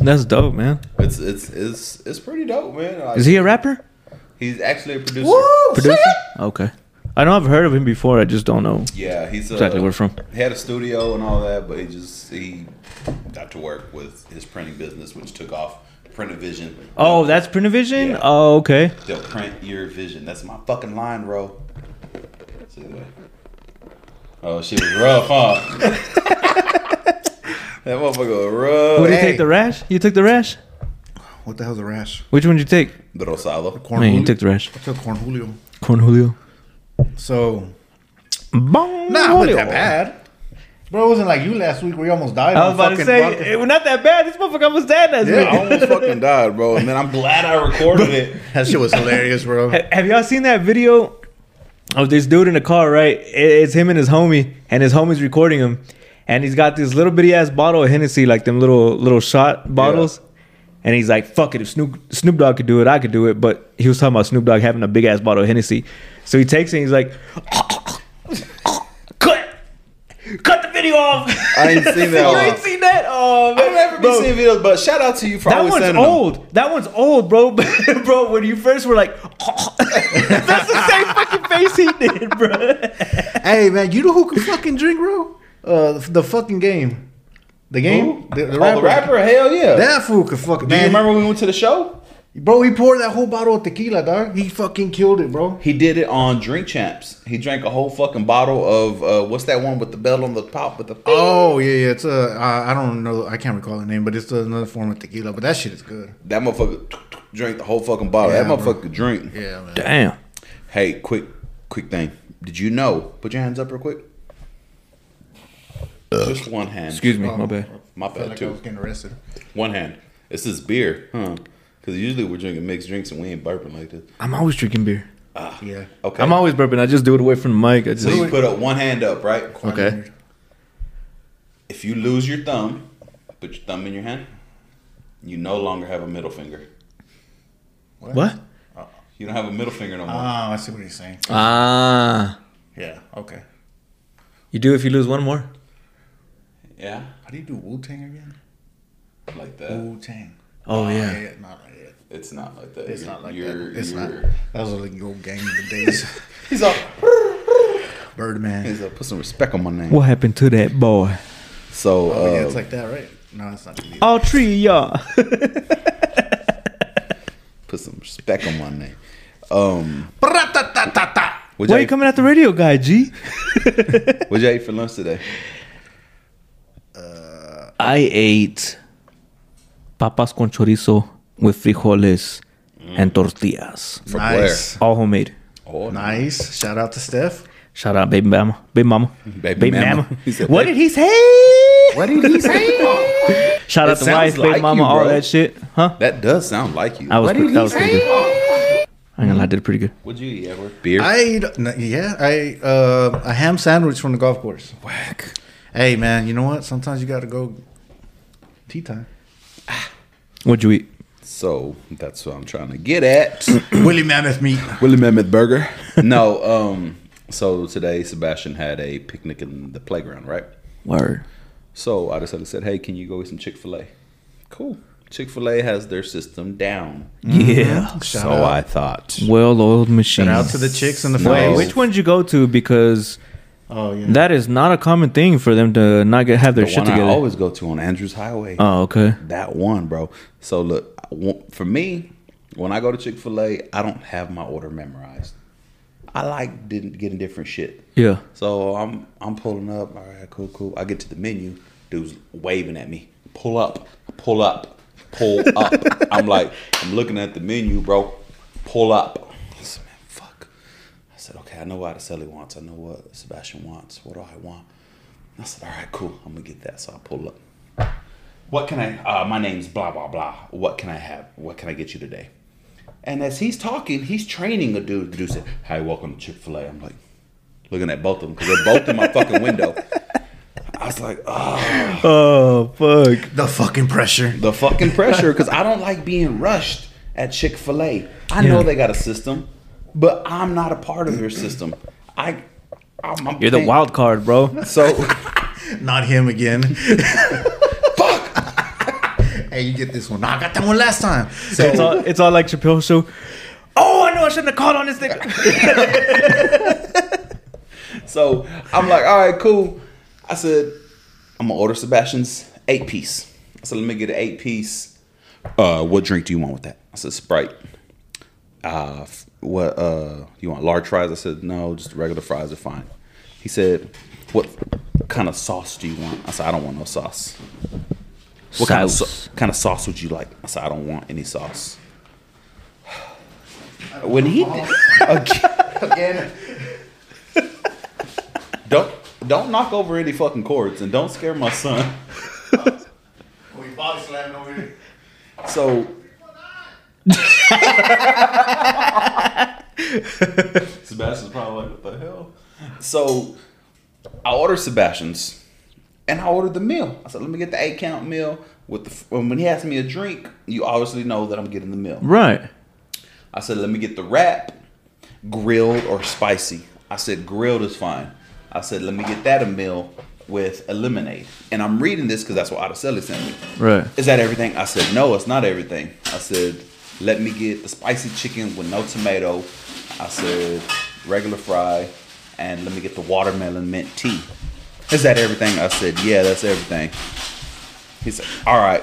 [SPEAKER 1] That's dope, man.
[SPEAKER 4] It's it's it's it's pretty dope, man. Like,
[SPEAKER 1] Is he a rapper?
[SPEAKER 4] he's actually a producer.
[SPEAKER 1] Producer? Okay. I know I've heard of him before. I just don't know.
[SPEAKER 4] Yeah, he's a,
[SPEAKER 1] Exactly where from.
[SPEAKER 4] He had a studio and all that, but he just he got to work with his printing business, which took off. Print Vision.
[SPEAKER 1] Oh, that's Printavision.
[SPEAKER 4] Yeah.
[SPEAKER 1] Oh, okay.
[SPEAKER 4] They'll print your vision. That's my fucking line, bro. Let's see what- Oh, she was rough, huh? that motherfucker was
[SPEAKER 1] Who
[SPEAKER 4] rough.
[SPEAKER 1] did you
[SPEAKER 3] Hey.
[SPEAKER 1] take the rash? You took the rash.
[SPEAKER 3] What the hell's a rash?
[SPEAKER 1] Which one did you take?
[SPEAKER 4] The Rosado.
[SPEAKER 3] Corn
[SPEAKER 1] Man, you
[SPEAKER 3] Julio.
[SPEAKER 1] took the rash.
[SPEAKER 3] I took corn Julio.
[SPEAKER 1] Corn Julio.
[SPEAKER 3] So
[SPEAKER 1] Bong
[SPEAKER 3] nah, it
[SPEAKER 1] Julio.
[SPEAKER 3] wasn't that bad. Bro, it wasn't like you last week where you almost died.
[SPEAKER 1] I
[SPEAKER 3] on
[SPEAKER 1] was about to
[SPEAKER 3] fucking
[SPEAKER 1] say
[SPEAKER 3] bucket.
[SPEAKER 1] it was not that bad. This motherfucker was dead last
[SPEAKER 3] Yeah.
[SPEAKER 1] week.
[SPEAKER 4] I almost fucking died, bro. And then I'm glad I recorded it.
[SPEAKER 3] that shit was hilarious, bro.
[SPEAKER 1] Ha- Have y'all seen that video of this dude in the car? Right, I- it's him and his homie, and his homie's recording him, and he's got this little bitty ass bottle of Hennessy, like them little little shot bottles, and he's like, "Fuck it, if Snoop Snoop Dogg could do it, I could do it." But he was talking about Snoop Dogg having a big ass bottle of Hennessy, so he takes it, and he's like, "Cut." Cut the video off.
[SPEAKER 4] I ain't seen that
[SPEAKER 1] you
[SPEAKER 4] one.
[SPEAKER 1] ain't seen that? Oh, man.
[SPEAKER 4] I've never been
[SPEAKER 1] Bro,
[SPEAKER 4] seeing videos, but shout out to you for
[SPEAKER 1] that
[SPEAKER 4] always
[SPEAKER 1] one's
[SPEAKER 4] sending them.
[SPEAKER 1] old. That one's old, bro. bro, when you first were like, that's the same fucking face he did, bro.
[SPEAKER 3] hey man, you know who can fucking drink, bro? Uh, the, the fucking game, the game,
[SPEAKER 4] Who? oh, the rapper? Hell yeah.
[SPEAKER 3] That fool could fucking.
[SPEAKER 4] Do you
[SPEAKER 3] man,
[SPEAKER 4] remember when we went to the show?
[SPEAKER 3] bro? He poured that whole bottle of tequila, dog. He fucking killed it, bro.
[SPEAKER 4] He did it on Drink Champs. He drank a whole fucking bottle of uh, what's that one with the bell on the top with the
[SPEAKER 3] Oh yeah, yeah. It's a I, I don't know. I can't recall the name, but it's another form of tequila. But that shit is good.
[SPEAKER 4] That motherfucker drank the whole fucking bottle.
[SPEAKER 3] Yeah,
[SPEAKER 4] that
[SPEAKER 3] bro.
[SPEAKER 4] motherfucker drink.
[SPEAKER 3] Yeah, man.
[SPEAKER 1] Damn.
[SPEAKER 4] Hey, quick, quick thing. Did you know? Put your hands up real quick. Just one hand.
[SPEAKER 1] Excuse me, my bad.
[SPEAKER 4] My
[SPEAKER 3] Oh, I felt
[SPEAKER 4] bad
[SPEAKER 3] like I
[SPEAKER 4] too.
[SPEAKER 3] was getting arrested.
[SPEAKER 4] One hand. It's this beer, huh? Because usually we're drinking mixed drinks and we ain't burping like this.
[SPEAKER 1] I'm always drinking beer.
[SPEAKER 3] Yeah.
[SPEAKER 4] Okay.
[SPEAKER 1] I'm always burping. I just do it away from the mic. I just,
[SPEAKER 4] so you put up one hand up, right?
[SPEAKER 1] okay.
[SPEAKER 4] If you lose your thumb, put your thumb in your hand. You no longer have a middle finger.
[SPEAKER 1] What?
[SPEAKER 4] You don't have a middle finger no more.
[SPEAKER 3] Ah, I see what you're saying.
[SPEAKER 1] Ah.
[SPEAKER 3] Yeah. Okay.
[SPEAKER 1] You do if you lose one more?
[SPEAKER 4] yeah,
[SPEAKER 3] How do you do Wu Tang again?
[SPEAKER 4] like that.
[SPEAKER 3] Wu Tang.
[SPEAKER 1] Oh, yeah.
[SPEAKER 3] yeah. Not like that.
[SPEAKER 4] It's not like that.
[SPEAKER 3] It's
[SPEAKER 4] You're-
[SPEAKER 3] not like
[SPEAKER 4] you're-
[SPEAKER 3] that. It's not.
[SPEAKER 4] you're-
[SPEAKER 3] That was like the old gang of the days.
[SPEAKER 4] He's up.
[SPEAKER 3] Birdman.
[SPEAKER 1] Oh.
[SPEAKER 4] He's up. Put some respect on my name.
[SPEAKER 1] What happened to that boy?
[SPEAKER 4] So, uh,
[SPEAKER 3] Oh, yeah, it's like that, right? No, it's not. Gonna be
[SPEAKER 1] All three of y'all.
[SPEAKER 4] put some respect on my name. Um, what'd,
[SPEAKER 1] Why
[SPEAKER 4] you
[SPEAKER 1] you
[SPEAKER 4] eat,
[SPEAKER 1] coming at the radio guy, G?
[SPEAKER 4] what'd you eat for lunch today?
[SPEAKER 1] I ate papas con chorizo with frijoles and tortillas.
[SPEAKER 4] From
[SPEAKER 3] nice.
[SPEAKER 1] All homemade.
[SPEAKER 4] Oh,
[SPEAKER 3] Nice. Shout out to Steph.
[SPEAKER 1] Shout out, baby mama, baby mama,
[SPEAKER 4] Baby
[SPEAKER 1] baby
[SPEAKER 4] mama.
[SPEAKER 1] mama.
[SPEAKER 4] He said
[SPEAKER 1] What
[SPEAKER 4] baby-
[SPEAKER 1] did he say?
[SPEAKER 3] What did he say?
[SPEAKER 1] Shout
[SPEAKER 4] It
[SPEAKER 1] out to
[SPEAKER 4] sounds
[SPEAKER 1] wife, baby
[SPEAKER 4] like
[SPEAKER 1] mama,
[SPEAKER 4] you,
[SPEAKER 1] all
[SPEAKER 4] bro.
[SPEAKER 1] that shit, huh?
[SPEAKER 4] That does sound like you.
[SPEAKER 1] I was,
[SPEAKER 4] What-
[SPEAKER 1] pretty, that was pretty good. I ain't gonna lie, I did pretty good.
[SPEAKER 4] What'd you eat, Edward? Beer.
[SPEAKER 3] I ate, n- yeah, I ate, uh, a ham sandwich from the golf course.
[SPEAKER 4] Whack.
[SPEAKER 3] Hey, man, you know what? Sometimes you got to go tea time.
[SPEAKER 1] What'd you eat?
[SPEAKER 4] So that's what I'm trying to get at.
[SPEAKER 3] Willie Mammoth meat.
[SPEAKER 4] Willie Mammoth Burger. no. Um. So today Sebastian had a picnic in the playground, right?
[SPEAKER 1] Word.
[SPEAKER 4] So I decided said, "Hey, can you go eat some Chick Fil A?" Cool. Chick Fil A has their system down.
[SPEAKER 1] Mm. Yeah.
[SPEAKER 3] Shout
[SPEAKER 4] so
[SPEAKER 3] out.
[SPEAKER 4] I thought.
[SPEAKER 1] Well-oiled machine.
[SPEAKER 3] Shout out to the chicks and the
[SPEAKER 4] No.
[SPEAKER 1] Wait,
[SPEAKER 3] flames.
[SPEAKER 1] which one did you go to? Because
[SPEAKER 3] Oh, yeah.
[SPEAKER 1] that is not a common thing for them to not get, have their
[SPEAKER 4] The
[SPEAKER 1] shit
[SPEAKER 4] one
[SPEAKER 1] together.
[SPEAKER 4] I always go to on Andrews Highway.
[SPEAKER 1] oh, okay.
[SPEAKER 4] that one, bro. So look, I want- for me, when I go to Chick Fil A, I don't have my order memorized. I like didn't getting different shit.
[SPEAKER 1] Yeah.
[SPEAKER 4] So I'm I'm pulling up. All right, cool, cool. I get to the menu. Dude's waving at me. Pull up, pull up, pull up. I'm like, I'm looking at the menu, bro. pull up. I said, man, fuck. I said, okay, I know what Adeseli wants. I know what Sebastian wants. What do I want? I said, all right, cool. I'm gonna get that. So I pull up. What can I? Uh, my name's blah blah blah. What can I have? What can I get you today? And as he's talking, he's training a dude to do said, "Hi, welcome to Chick Fil A." I'm like, looking at both of them because they're both in my fucking window. I was like, oh,
[SPEAKER 1] Oh fuck.
[SPEAKER 3] The fucking pressure.
[SPEAKER 4] the fucking pressure because I don't like being rushed at Chick Fil A. I know
[SPEAKER 1] Yeah.
[SPEAKER 4] they got a system, but I'm not a part of your system. I, I'm, I'm
[SPEAKER 1] You're the
[SPEAKER 4] paying-
[SPEAKER 1] wild card, bro.
[SPEAKER 4] So
[SPEAKER 3] Not him again. hey, you get this one. No, I got that one last time.
[SPEAKER 1] It's all, it's all like Chappelle show. Oh, I know I shouldn't have called on this nigga.
[SPEAKER 4] So I'm like, all right, cool. I said, I'm gonna order Sebastian's eight piece. I said, let me get an eight piece. Uh, what drink do you want with that? I said, Sprite. Uh, f- what uh, you want large fries? I said, no, just regular fries are fine. He said, what kind of sauce do you want? I said, I don't want no sauce. What kind of,
[SPEAKER 1] Sauce.
[SPEAKER 4] sau- kind of sauce would you like? I said, I don't want any sauce. When he
[SPEAKER 3] Again.
[SPEAKER 4] don't don't knock over any fucking cords and don't scare my son.
[SPEAKER 3] We body slamming over here.
[SPEAKER 4] So Sebastian's probably like, what the hell? So I ordered Sebastian's and I ordered the meal. I said, let me get the eight count meal with the and when he asked me a drink, you obviously know that I'm getting the meal.
[SPEAKER 1] Right.
[SPEAKER 4] I said, let me get the wrap, grilled or spicy. I said, grilled is fine. I said, let me get that a meal with a lemonade. And I'm reading this because that's what Oticelli sent me.
[SPEAKER 1] Right.
[SPEAKER 4] Is that everything? I said, no, it's not everything. I said, let me get the spicy chicken with no tomato. I said, regular fry, and let me get the watermelon mint tea. Is that everything? I said, yeah, that's everything. He said, all right,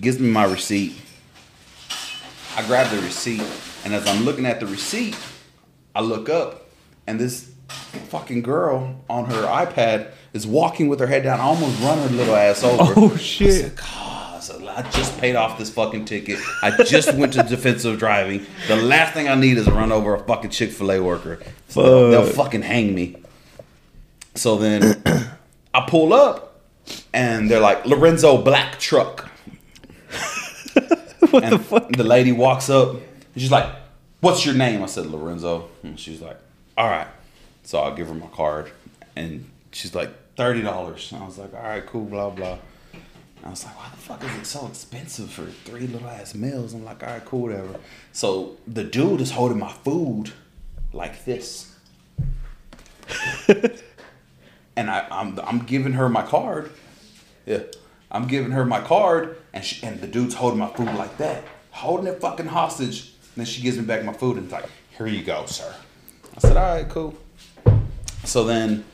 [SPEAKER 4] gives me my receipt. I grab the receipt, and as I'm looking at the receipt, I look up, and this fucking girl on her iPad is walking with her head down. I almost run her little ass over.
[SPEAKER 1] Oh, shit.
[SPEAKER 4] I said, "God," I said, Ah, I just paid off this fucking ticket. I just went to defensive driving. The last thing I need is to run over a fucking Chick Fil A worker. So they'll- they'll
[SPEAKER 1] Fuck.
[SPEAKER 4] fucking hang me. So then I pull up, and they're like Lorenzo Black truck and the, lady walks up. And she's like, "What's your name?" I said Lorenzo, and she's like, "All right." So I give her my card, and she's like, 30 dollars." I was like, "All right, cool, blah blah." And I was like, "Why the fuck is it so expensive for three little ass meals?" I'm like, "All right, cool, whatever." So the dude is holding my food like this, and I, I'm I'm giving her my card. Yeah. I'm giving her my card, and she, and the dude's holding my food like that, holding it fucking hostage. Then she gives me back my food and is like, "Here you go, sir." I said, "All right, cool." So then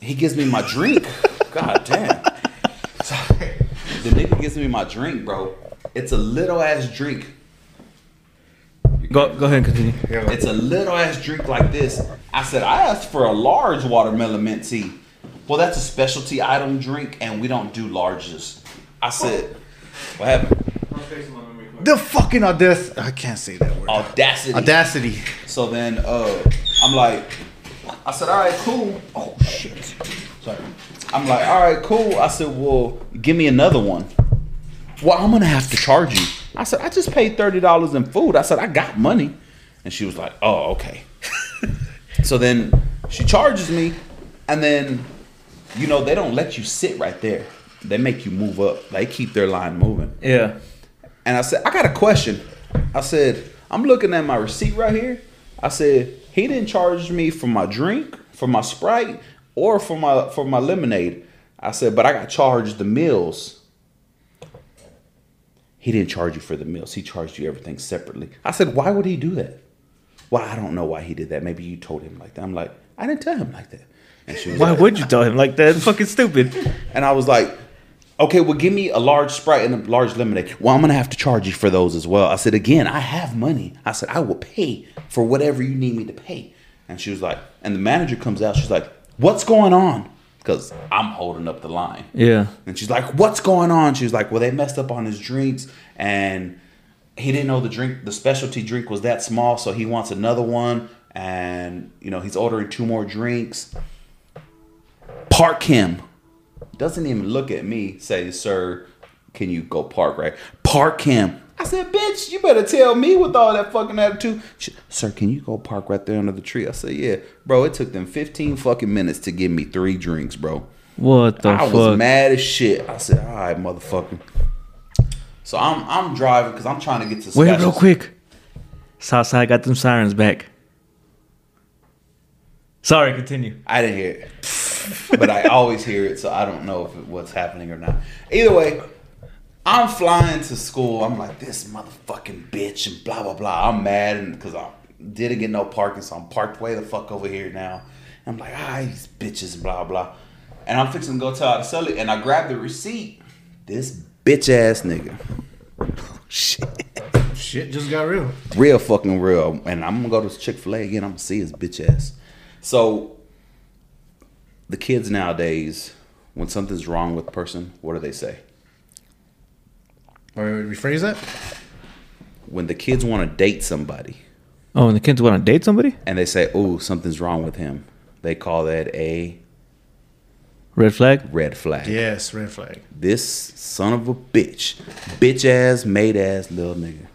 [SPEAKER 4] he gives me my drink. God damn. So, the nigga gives me my drink, bro. It's a little ass drink.
[SPEAKER 1] Go go ahead and continue.
[SPEAKER 4] It's a little ass drink like this. I said, I asked for a large watermelon mint tea. Well, that's a specialty item drink, and we don't do larges. I said, What happened?
[SPEAKER 3] The fucking audacity. I can't say that word.
[SPEAKER 4] Audacity.
[SPEAKER 3] Audacity.
[SPEAKER 4] So then uh, I'm like, I said, all right, cool. Oh shit. Sorry. I'm like, all right, cool. I said, well, give me another one. Well, I'm gonna have to charge you. I said, I just paid thirty dollars in food. I said, I got money, and she was like, oh, okay. so then she charges me, and then you know they don't let you sit right there. They make you move up. They keep their line moving.
[SPEAKER 1] Yeah.
[SPEAKER 4] And I said, I got a question. I said, I'm looking at my receipt right here. I said, he didn't charge me for my drink, for my Sprite, or for my for my lemonade. I said, but I got charged the meals. He didn't charge you for the meals. He charged you everything separately. I said, why would he do that? Well, I don't know why he did that. Maybe you told him like that. I'm like, I didn't tell him like that. And she was
[SPEAKER 1] Why
[SPEAKER 4] like-
[SPEAKER 1] would you tell him like that? Fucking stupid.
[SPEAKER 4] and I was like, okay, well, give me a large Sprite and a large lemonade. Well, I'm going to have to charge you for those as well. I said, again, I have money. I said, I will pay for whatever you need me to pay. And she was like, and the manager comes out. She's like, what's going on? Because I'm holding up the line.
[SPEAKER 1] Yeah.
[SPEAKER 4] And she's like, what's going on? She was like, well, they messed up on his drinks and he didn't know the drink, the specialty drink was that small, so he wants another one, and you know he's ordering two more drinks. Park him. Doesn't even look at me. Say, sir, can you go park right? Park him. I said, bitch, you better tell me with all that fucking attitude. She- Sir, can you go park right there under the tree? I said, yeah, bro. It took them fifteen fucking minutes to give me three drinks, bro.
[SPEAKER 1] What the
[SPEAKER 4] I
[SPEAKER 1] fuck?
[SPEAKER 4] was mad as shit. I said, all right, motherfucker. So I'm I'm driving because I'm trying to get to.
[SPEAKER 1] Wait, real
[SPEAKER 4] Specials.
[SPEAKER 1] quick. Southside got them sirens back. Sorry, continue.
[SPEAKER 4] I didn't hear it, but I always hear it, so I don't know if it, what's happening or not. Either way, I'm flying to school. I'm like this motherfucking bitch and blah blah blah. I'm mad and because I didn't get no parking, so I'm parked way the fuck over here now. I'm like, ah, these bitches and blah blah, and I'm fixing to go tell her to sell it, and I grab the receipt. This bitch ass nigga. Shit.
[SPEAKER 3] Shit just got real.
[SPEAKER 4] real fucking real. And I'm gonna go to Chick Fil A again. I'm gonna see his bitch ass. So the kids nowadays, when something's wrong with a person, what do they say?
[SPEAKER 3] Or rephrase that.
[SPEAKER 4] When the kids want to date somebody
[SPEAKER 1] Oh, and the kids want to date somebody?
[SPEAKER 4] and they say, "Oh, something's wrong with him," they call that a
[SPEAKER 1] Red flag?
[SPEAKER 4] red flag.
[SPEAKER 3] Yes, red flag.
[SPEAKER 4] This son of a bitch, bitch ass, made ass little nigga,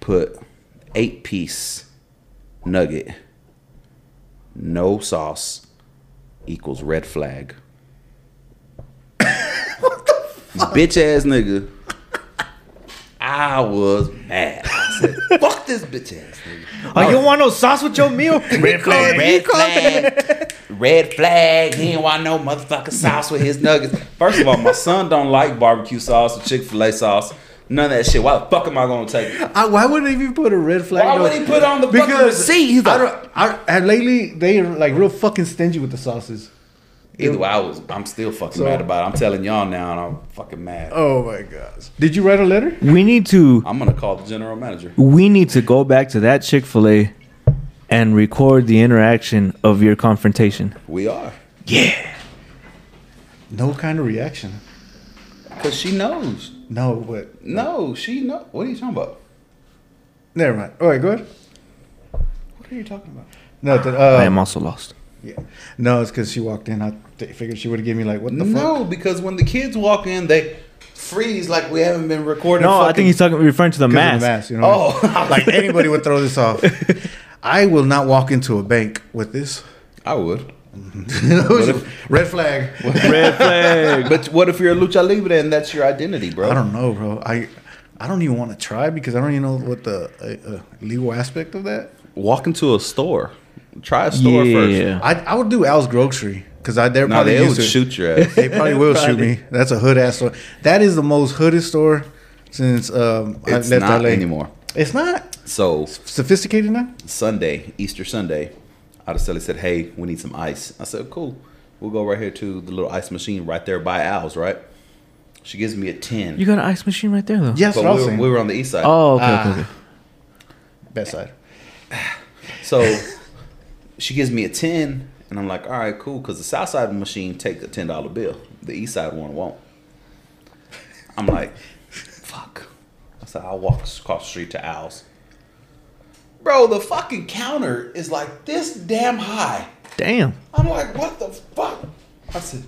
[SPEAKER 4] put eight piece nugget, no sauce, equals red flag. Bitch ass nigga. I was mad. I said, fuck this bitch ass nigga.
[SPEAKER 1] Oh, you don't want no sauce with your meal? Red
[SPEAKER 4] Red flag. Red flag. He ain't want no motherfucking sauce with his nuggets. First of all, my son don't like barbecue sauce or Chick Fil A sauce. None of that shit. Why the fuck am I gonna take it?
[SPEAKER 3] I, why would they even put a red flag?
[SPEAKER 4] Why
[SPEAKER 3] on-
[SPEAKER 4] would he put on the fucking receipt? He's
[SPEAKER 3] I
[SPEAKER 4] like-
[SPEAKER 3] don't. I, and lately they are like real fucking stingy with the sauces.
[SPEAKER 4] Either way, I was. I'm still fucking
[SPEAKER 3] So-
[SPEAKER 4] mad about it. I'm telling y'all now, and I'm fucking mad.
[SPEAKER 3] Oh my gosh! Did you write a letter?
[SPEAKER 1] We need to
[SPEAKER 4] I'm gonna call the general manager.
[SPEAKER 1] we need to go back to that Chick-fil-A and record the interaction of your confrontation.
[SPEAKER 4] We are,
[SPEAKER 1] Yeah.
[SPEAKER 3] No kind of reaction.
[SPEAKER 4] cause she knows.
[SPEAKER 3] No, but
[SPEAKER 4] No, she know. What are you talking about?
[SPEAKER 3] never mind. All right, go ahead.
[SPEAKER 4] What are you talking about?
[SPEAKER 3] Nothing.
[SPEAKER 1] I
[SPEAKER 3] Uh,
[SPEAKER 1] am also lost.
[SPEAKER 3] yeah. No, it's because she walked in. I th- figured she would give me like, what the fuck?
[SPEAKER 4] No, because when the kids walk in, they freeze like we haven't been recording.
[SPEAKER 1] No, I
[SPEAKER 4] fucking-
[SPEAKER 1] think he's talking referring to the
[SPEAKER 3] 'Cause
[SPEAKER 1] mask.
[SPEAKER 3] of the mask, you know.
[SPEAKER 4] Oh.
[SPEAKER 3] like anybody would throw this off. I will not walk into a bank with this.
[SPEAKER 4] I would.
[SPEAKER 3] red flag.
[SPEAKER 1] Red flag.
[SPEAKER 4] But what if you're a lucha libre and that's your identity, bro?
[SPEAKER 3] I don't know, bro. I I don't even want to try because I don't even know what the uh, uh, legal aspect of that.
[SPEAKER 4] Walk into a store. Try a store first.
[SPEAKER 1] yeah.
[SPEAKER 3] I I would do Al's grocery because I they're
[SPEAKER 4] No,
[SPEAKER 3] probably
[SPEAKER 4] they
[SPEAKER 3] used
[SPEAKER 4] would
[SPEAKER 3] to-
[SPEAKER 4] shoot your ass.
[SPEAKER 3] They probably will shoot me. That's a hood ass store. That is the most hooded store since um, I
[SPEAKER 4] It's
[SPEAKER 3] left
[SPEAKER 4] not
[SPEAKER 3] LA
[SPEAKER 4] anymore.
[SPEAKER 3] It's not
[SPEAKER 4] So
[SPEAKER 3] sophisticated now.
[SPEAKER 4] Sunday, Easter Sunday, Araceli said, "Hey, we need some ice." I said, "Cool, we'll go right here to the little ice machine right there by Al's." Right? She gives me a ten.
[SPEAKER 1] You got an ice machine right there though.
[SPEAKER 3] Yes,
[SPEAKER 4] but
[SPEAKER 3] what I was
[SPEAKER 4] we, were,
[SPEAKER 3] saying.
[SPEAKER 4] we were on the east side.
[SPEAKER 1] Oh, okay, okay,
[SPEAKER 3] Ah.
[SPEAKER 1] okay.
[SPEAKER 3] Best side.
[SPEAKER 4] So she gives me a 10, and I'm like, all right, cool, because the south side machine take a $10 bill. The east side one won't. I'm like, fuck. I said, I'll walk across the street to Al's. Bro, the fucking counter is like this damn high.
[SPEAKER 1] Damn.
[SPEAKER 4] I'm like, what the fuck? I said,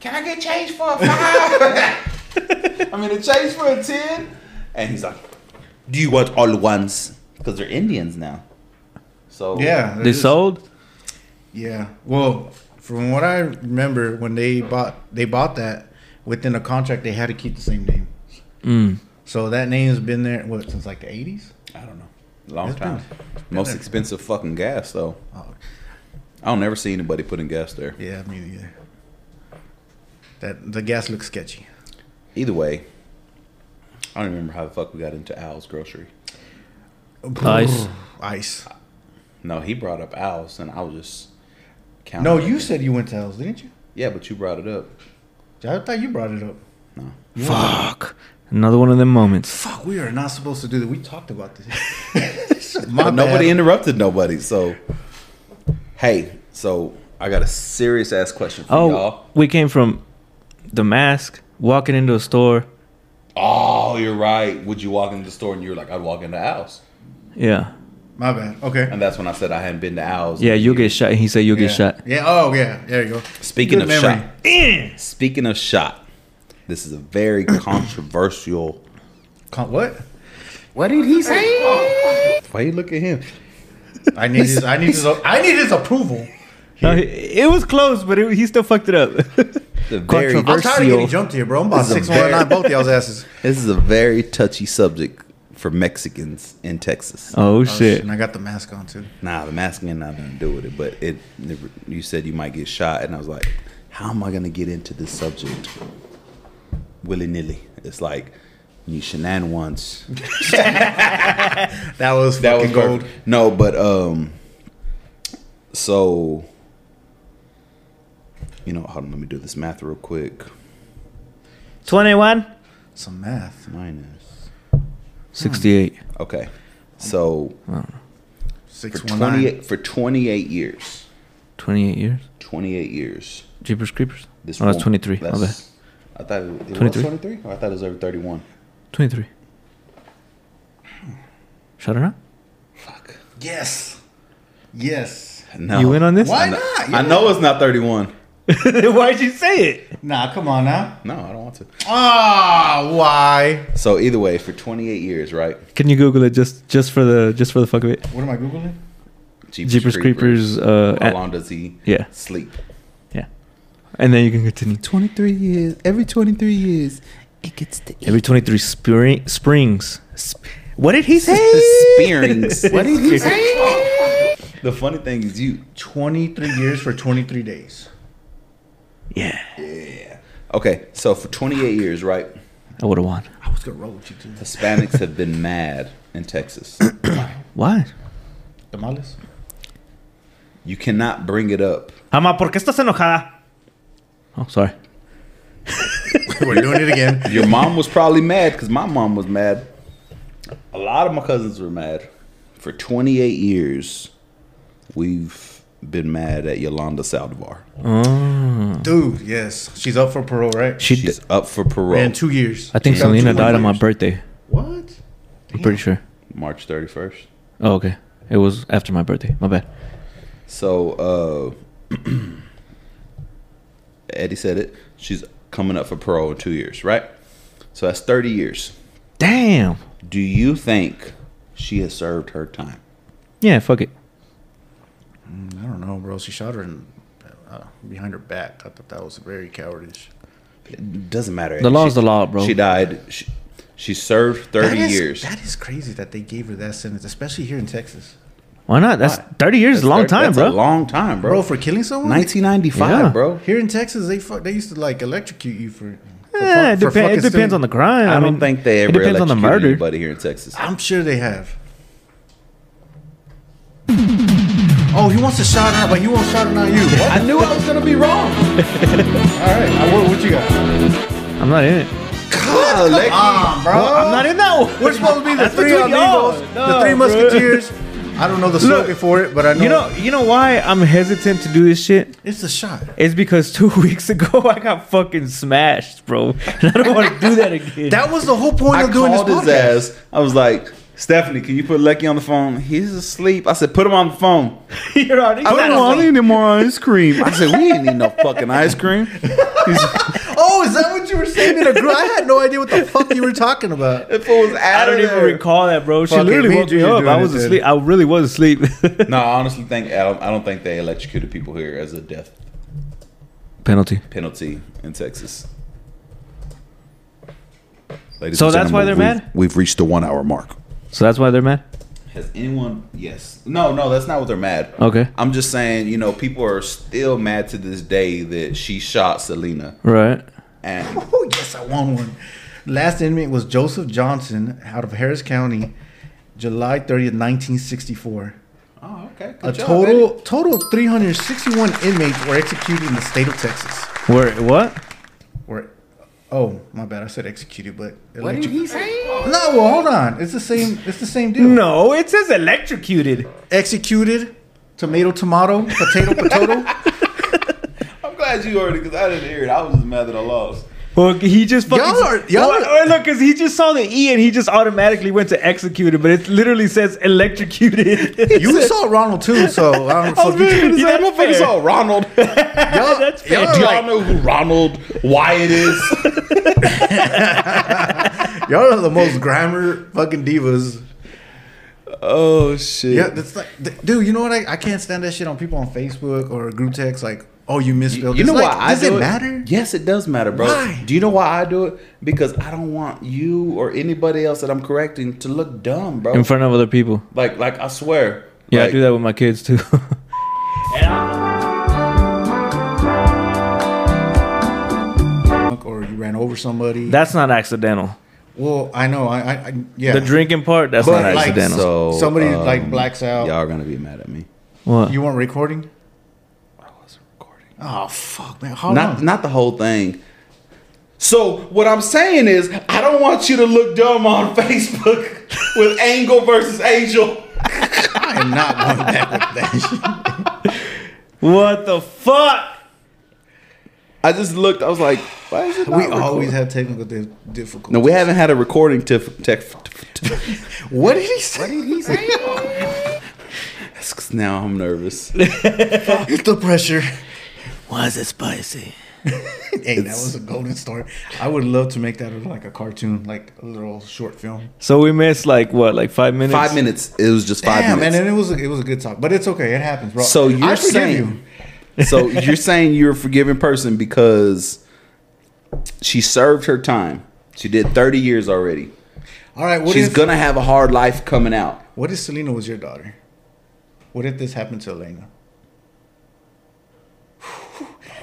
[SPEAKER 4] can I get change for a five? I mean, a change for a ten? And he's like, do you want all ones? Because they're Indians now. So
[SPEAKER 3] Yeah,
[SPEAKER 1] They sold?
[SPEAKER 3] Yeah. Well, from what I remember, when they bought they bought that within a contract, they had to keep the same name. So that name's been there what since like the eighties.
[SPEAKER 4] I don't know. Long
[SPEAKER 3] It's
[SPEAKER 4] time.
[SPEAKER 3] been-
[SPEAKER 4] Most
[SPEAKER 3] there.
[SPEAKER 4] expensive fucking gas though.
[SPEAKER 3] Oh,
[SPEAKER 4] I don't never see anybody putting gas there.
[SPEAKER 3] yeah, me neither. That the gas looks sketchy.
[SPEAKER 4] Either way, I don't remember how the fuck we got into Al's grocery.
[SPEAKER 1] Ice.
[SPEAKER 3] ice.
[SPEAKER 4] No, he brought up Al's and I was just counting.
[SPEAKER 3] No, you said you went to Al's, didn't you?
[SPEAKER 4] Yeah, but you brought it up.
[SPEAKER 3] I thought you brought it up.
[SPEAKER 4] No.
[SPEAKER 1] Fuck. Another one of them moments.
[SPEAKER 3] Fuck, we are not supposed to do that. We talked about this.
[SPEAKER 4] But
[SPEAKER 3] My
[SPEAKER 4] nobody
[SPEAKER 3] bad.
[SPEAKER 4] interrupted nobody, so hey, so I got a serious ass question for
[SPEAKER 1] Oh,
[SPEAKER 4] y'all.
[SPEAKER 1] we came from the mask, walking into a store,
[SPEAKER 4] Oh, you're right. Would you walk into the store and you were like, I'd walk into Al's.
[SPEAKER 1] Yeah.
[SPEAKER 3] My bad. Okay.
[SPEAKER 4] And that's when I said I hadn't been to Al's.
[SPEAKER 1] Yeah, you'll get shot. He said you'll
[SPEAKER 3] yeah.
[SPEAKER 1] get shot.
[SPEAKER 3] Yeah. Oh, yeah. There you go.
[SPEAKER 4] Speaking
[SPEAKER 3] Good
[SPEAKER 4] of
[SPEAKER 3] memory.
[SPEAKER 4] shot. Speaking of shot. This is a very controversial.
[SPEAKER 3] Con- what?
[SPEAKER 4] What did he say? Why you look at him?
[SPEAKER 3] I need his. I need his. I need his approval.
[SPEAKER 1] No, he- it was close, but it, he still fucked it up. Oh,
[SPEAKER 4] The very
[SPEAKER 3] I'm tired of getting
[SPEAKER 1] Controversial.
[SPEAKER 3] jumped here, bro. I'm about
[SPEAKER 4] This is a
[SPEAKER 3] six one
[SPEAKER 4] very-
[SPEAKER 3] nine both y'all's asses.
[SPEAKER 4] This is a very touchy subject for Mexicans in Texas.
[SPEAKER 1] oh
[SPEAKER 3] Oh,
[SPEAKER 1] shit.
[SPEAKER 3] And I got the mask on too.
[SPEAKER 4] Nah, the masking ain't nothing to do with it, but it you said you might get shot, and I was like, how am I gonna get into this subject willy nilly? It's like you shenan once.
[SPEAKER 3] That was
[SPEAKER 4] That was
[SPEAKER 3] fucking gold.
[SPEAKER 4] gold. No, but um, so you know, hold on, let me do this math real quick.
[SPEAKER 1] Twenty-one.
[SPEAKER 3] Some math.
[SPEAKER 4] Minus.
[SPEAKER 1] Sixty-eight.
[SPEAKER 4] Okay, so for
[SPEAKER 3] Six one
[SPEAKER 4] twenty
[SPEAKER 3] nine.
[SPEAKER 4] eight for twenty eight years,
[SPEAKER 1] Twenty-eight years.
[SPEAKER 4] twenty eight years.
[SPEAKER 1] Jeepers creepers. oh, that's
[SPEAKER 4] woman-
[SPEAKER 1] twenty-three. My bad.
[SPEAKER 4] that's- I thought it, it
[SPEAKER 1] 23?
[SPEAKER 4] was 23. Or I thought it was over 31.
[SPEAKER 1] Twenty-three. Shut her up.
[SPEAKER 4] Fuck.
[SPEAKER 3] Yes. Yes.
[SPEAKER 4] No.
[SPEAKER 1] You in on this?
[SPEAKER 3] Why
[SPEAKER 4] I know-
[SPEAKER 3] not?
[SPEAKER 4] I know it's not 31.
[SPEAKER 1] Why'd you say it?
[SPEAKER 3] Nah, come on now.
[SPEAKER 4] No, I don't want to.
[SPEAKER 3] Ah, why?
[SPEAKER 4] So either way, for 28 years, right?
[SPEAKER 1] Can you Google it just just for the just for the fuck of it?
[SPEAKER 3] What am I googling?
[SPEAKER 1] Jeepers Creepers. Uh,
[SPEAKER 4] How
[SPEAKER 1] at-
[SPEAKER 4] long does he
[SPEAKER 1] Yeah.
[SPEAKER 4] sleep?
[SPEAKER 1] yeah. And then you can continue.
[SPEAKER 4] 23 years. Every 23 years, it gets to
[SPEAKER 1] Every 23 spring, springs. Sp- what did he say?
[SPEAKER 4] Spearings. What did he say? The funny thing is, you.
[SPEAKER 3] Twenty three years for twenty three days.
[SPEAKER 1] Yeah.
[SPEAKER 4] Yeah. Okay, so for 28 years, right?
[SPEAKER 1] I would have won.
[SPEAKER 3] I was gonna roll with you too.
[SPEAKER 4] Hispanics have been mad in Texas.
[SPEAKER 1] Why?
[SPEAKER 3] Tamales.
[SPEAKER 4] You cannot bring it up
[SPEAKER 1] Ama, ¿por qué estás enojada? Oh, sorry.
[SPEAKER 3] We're doing it again.
[SPEAKER 4] Your mom was probably mad because my mom was mad. A lot of my cousins were mad. For 28 years, we've been mad at Yolanda Saldivar.
[SPEAKER 3] Dude, yes. She's up for parole, right?
[SPEAKER 1] She. d-
[SPEAKER 4] She's up for parole
[SPEAKER 3] In two years.
[SPEAKER 1] I think
[SPEAKER 3] She's up
[SPEAKER 1] Selena
[SPEAKER 3] two
[SPEAKER 1] died on my
[SPEAKER 3] years.
[SPEAKER 1] birthday.
[SPEAKER 3] What?
[SPEAKER 1] I'm pretty sure.
[SPEAKER 4] March 31st.
[SPEAKER 1] Oh, okay. It was after my birthday. My bad.
[SPEAKER 4] So, uh, Eddie said it. She's coming up for parole in two years, right? So that's 30 years.
[SPEAKER 1] Damn.
[SPEAKER 4] Do you think she has served her time?
[SPEAKER 1] Yeah. Fuck it.
[SPEAKER 3] I don't know, bro. She shot her in, uh, behind her back. I thought that was very cowardish.
[SPEAKER 4] It doesn't matter.
[SPEAKER 1] The law is the law, bro.
[SPEAKER 4] She died. She, she served 30
[SPEAKER 3] That is-
[SPEAKER 4] years.
[SPEAKER 3] That is crazy that they gave her that sentence, especially here in Texas,
[SPEAKER 1] Why not? That's 30 years. is a long
[SPEAKER 4] That's
[SPEAKER 1] time,
[SPEAKER 4] a
[SPEAKER 1] bro.
[SPEAKER 4] long time, bro.
[SPEAKER 3] bro. For killing someone.
[SPEAKER 4] 1995,
[SPEAKER 1] Yeah.
[SPEAKER 4] bro.
[SPEAKER 3] Here in Texas, they fuck, they used to like electrocute you for. for
[SPEAKER 1] yeah, Eh, it,
[SPEAKER 3] fu- for
[SPEAKER 1] depen-
[SPEAKER 3] fucking
[SPEAKER 1] it depends
[SPEAKER 3] stealing.
[SPEAKER 1] on the crime.
[SPEAKER 4] I,
[SPEAKER 1] mean,
[SPEAKER 4] don't think
[SPEAKER 1] it
[SPEAKER 4] they ever
[SPEAKER 1] depends on the murder.
[SPEAKER 4] anybody here in Texas.
[SPEAKER 3] I'm sure they have. Oh, he wants to shout out, but he won't shout out you. What?
[SPEAKER 4] I knew I was gonna be wrong.
[SPEAKER 3] All right, I- what, what you got?
[SPEAKER 1] I'm not in it.
[SPEAKER 3] Ah, bro.
[SPEAKER 1] I'm not in that one.
[SPEAKER 3] We're supposed to be the
[SPEAKER 1] That's
[SPEAKER 3] three
[SPEAKER 1] between y'all.
[SPEAKER 3] amigos,
[SPEAKER 1] No,
[SPEAKER 3] the three
[SPEAKER 1] bro.
[SPEAKER 3] musketeers. I don't know the slogan for it, but I know,
[SPEAKER 1] You know, you know why I'm hesitant to do this shit?
[SPEAKER 3] it's a shot.
[SPEAKER 1] It's because two weeks ago I got fucking smashed, bro. And I don't want to do that again.
[SPEAKER 3] That was the whole point
[SPEAKER 4] I
[SPEAKER 3] of doing this
[SPEAKER 4] called his
[SPEAKER 3] podcast.
[SPEAKER 4] ass. I was like, Stephanie, can you put Lucky on the phone? He's asleep. I said, put him on the phone.
[SPEAKER 1] You're already
[SPEAKER 4] I don't want any more ice cream. I said, we ain't need no fucking ice cream.
[SPEAKER 3] Oh, is that what you were saying in a group? I had no idea what the fuck you were talking about.
[SPEAKER 4] If it was
[SPEAKER 1] I
[SPEAKER 4] out
[SPEAKER 1] don't
[SPEAKER 4] of
[SPEAKER 1] even
[SPEAKER 4] there.
[SPEAKER 1] recall that, bro. She
[SPEAKER 3] Fuck it, me
[SPEAKER 1] literally
[SPEAKER 3] and
[SPEAKER 1] woke me
[SPEAKER 3] Junior
[SPEAKER 1] up.
[SPEAKER 3] doing
[SPEAKER 1] I
[SPEAKER 3] it
[SPEAKER 1] was
[SPEAKER 3] then.
[SPEAKER 1] asleep. I really was asleep.
[SPEAKER 4] No, I honestly think I don't, I don't think they electrocuted people here as a death
[SPEAKER 1] Penalty.
[SPEAKER 4] penalty in Texas. Ladies
[SPEAKER 1] So
[SPEAKER 4] and
[SPEAKER 1] that's why
[SPEAKER 4] gentlemen,
[SPEAKER 1] they're
[SPEAKER 4] we've- We've reached the one hour mark.
[SPEAKER 1] So that's why they're mad.
[SPEAKER 4] Has anyone? Yes. No, no, that's not what they're mad.
[SPEAKER 1] Okay.
[SPEAKER 4] I'm just saying, you know, people are still mad to this day that she shot Selena.
[SPEAKER 1] Right.
[SPEAKER 4] And
[SPEAKER 3] Oh, yes, I want one. Last inmate was Joseph Johnson out of Harris County, July 30th, 1964.
[SPEAKER 4] oh, okay.
[SPEAKER 3] A total total of 361 inmates were executed in the state of Texas.
[SPEAKER 1] Where? What?
[SPEAKER 3] Or, oh, my bad, I said executed, but what did he say? No, well, hold on. It's the same. It's the same deal.
[SPEAKER 1] No, it says electrocuted.
[SPEAKER 3] Executed, tomato, tomato, potato, potato.
[SPEAKER 4] I'm glad you already because I didn't hear it. I was just mad that I lost.
[SPEAKER 1] Well, he just fucking.
[SPEAKER 3] Y'all are- y'all
[SPEAKER 1] Well,
[SPEAKER 3] are-
[SPEAKER 1] well, look, because he just saw the E and he just automatically went to execute it, but it literally says electrocuted.
[SPEAKER 3] You saw Ronald too, so I don't
[SPEAKER 1] I was
[SPEAKER 3] fuck you.
[SPEAKER 1] really gonna say,
[SPEAKER 4] That
[SPEAKER 1] that's fair.
[SPEAKER 4] motherfucker's all Ronald.
[SPEAKER 3] Y'all-
[SPEAKER 1] That's fair.
[SPEAKER 3] y'all are
[SPEAKER 4] Do y'all
[SPEAKER 3] like-
[SPEAKER 4] know who Ronald Wyatt is?
[SPEAKER 3] Y'all are the most grammar fucking divas.
[SPEAKER 4] oh shit!
[SPEAKER 3] Yeah, that's like, th- dude. You know what? I, I can't stand that shit on people on Facebook or group text. Like, oh, you misspelled.
[SPEAKER 4] You
[SPEAKER 3] this.
[SPEAKER 4] know
[SPEAKER 3] like,
[SPEAKER 4] why
[SPEAKER 3] Does
[SPEAKER 4] I do
[SPEAKER 3] it
[SPEAKER 4] it?
[SPEAKER 3] matter?
[SPEAKER 4] Yes, it does matter, bro.
[SPEAKER 3] Why?
[SPEAKER 4] Do you know why I do it? Because I don't want you or anybody else that I'm correcting to look dumb, bro.
[SPEAKER 1] In front of other people.
[SPEAKER 4] like, like I swear.
[SPEAKER 1] Yeah,
[SPEAKER 4] like,
[SPEAKER 1] I do that with my kids too.
[SPEAKER 3] Or you ran over somebody.
[SPEAKER 1] that's not accidental.
[SPEAKER 3] well, I know. I, I, I yeah.
[SPEAKER 1] The drinking part, that's
[SPEAKER 3] But,
[SPEAKER 1] not
[SPEAKER 3] like,
[SPEAKER 1] accidental.
[SPEAKER 4] So um,
[SPEAKER 3] Somebody, like, blacks out.
[SPEAKER 4] Y'all are gonna be mad at me.
[SPEAKER 1] what?
[SPEAKER 3] You weren't recording.
[SPEAKER 4] I wasn't recording.
[SPEAKER 3] Oh fuck, man. How
[SPEAKER 4] Not,
[SPEAKER 3] long?
[SPEAKER 4] not the whole thing. So what I'm saying is, I don't want you to look dumb on Facebook with Angle versus Angel.
[SPEAKER 3] I am not going back with that. shit.
[SPEAKER 1] what the fuck?
[SPEAKER 4] I just looked. I was like, why is it?
[SPEAKER 3] We
[SPEAKER 4] not
[SPEAKER 3] always
[SPEAKER 4] recording?
[SPEAKER 3] have technical di- difficulties.
[SPEAKER 4] No, we haven't had a recording tiff tech. t-
[SPEAKER 3] What did he say?
[SPEAKER 4] now I'm nervous.
[SPEAKER 3] the pressure.
[SPEAKER 1] Why is it spicy?
[SPEAKER 3] Hey, that was a golden story. I would love to make that into like a cartoon, like a little short film.
[SPEAKER 1] So we missed like what, like five minutes?
[SPEAKER 4] Five minutes. It was just five
[SPEAKER 3] Damn,
[SPEAKER 4] minutes.
[SPEAKER 3] and it was a, it was a good talk, but it's okay. It happens, bro.
[SPEAKER 4] So you're
[SPEAKER 3] I forgive
[SPEAKER 4] saying, so you're saying you're a forgiving person because she served her time. She did 30 years already.
[SPEAKER 3] All right, what
[SPEAKER 4] She's
[SPEAKER 3] if
[SPEAKER 4] gonna have a hard life coming out.
[SPEAKER 3] what if Selena was your daughter? What if this happened to Elena?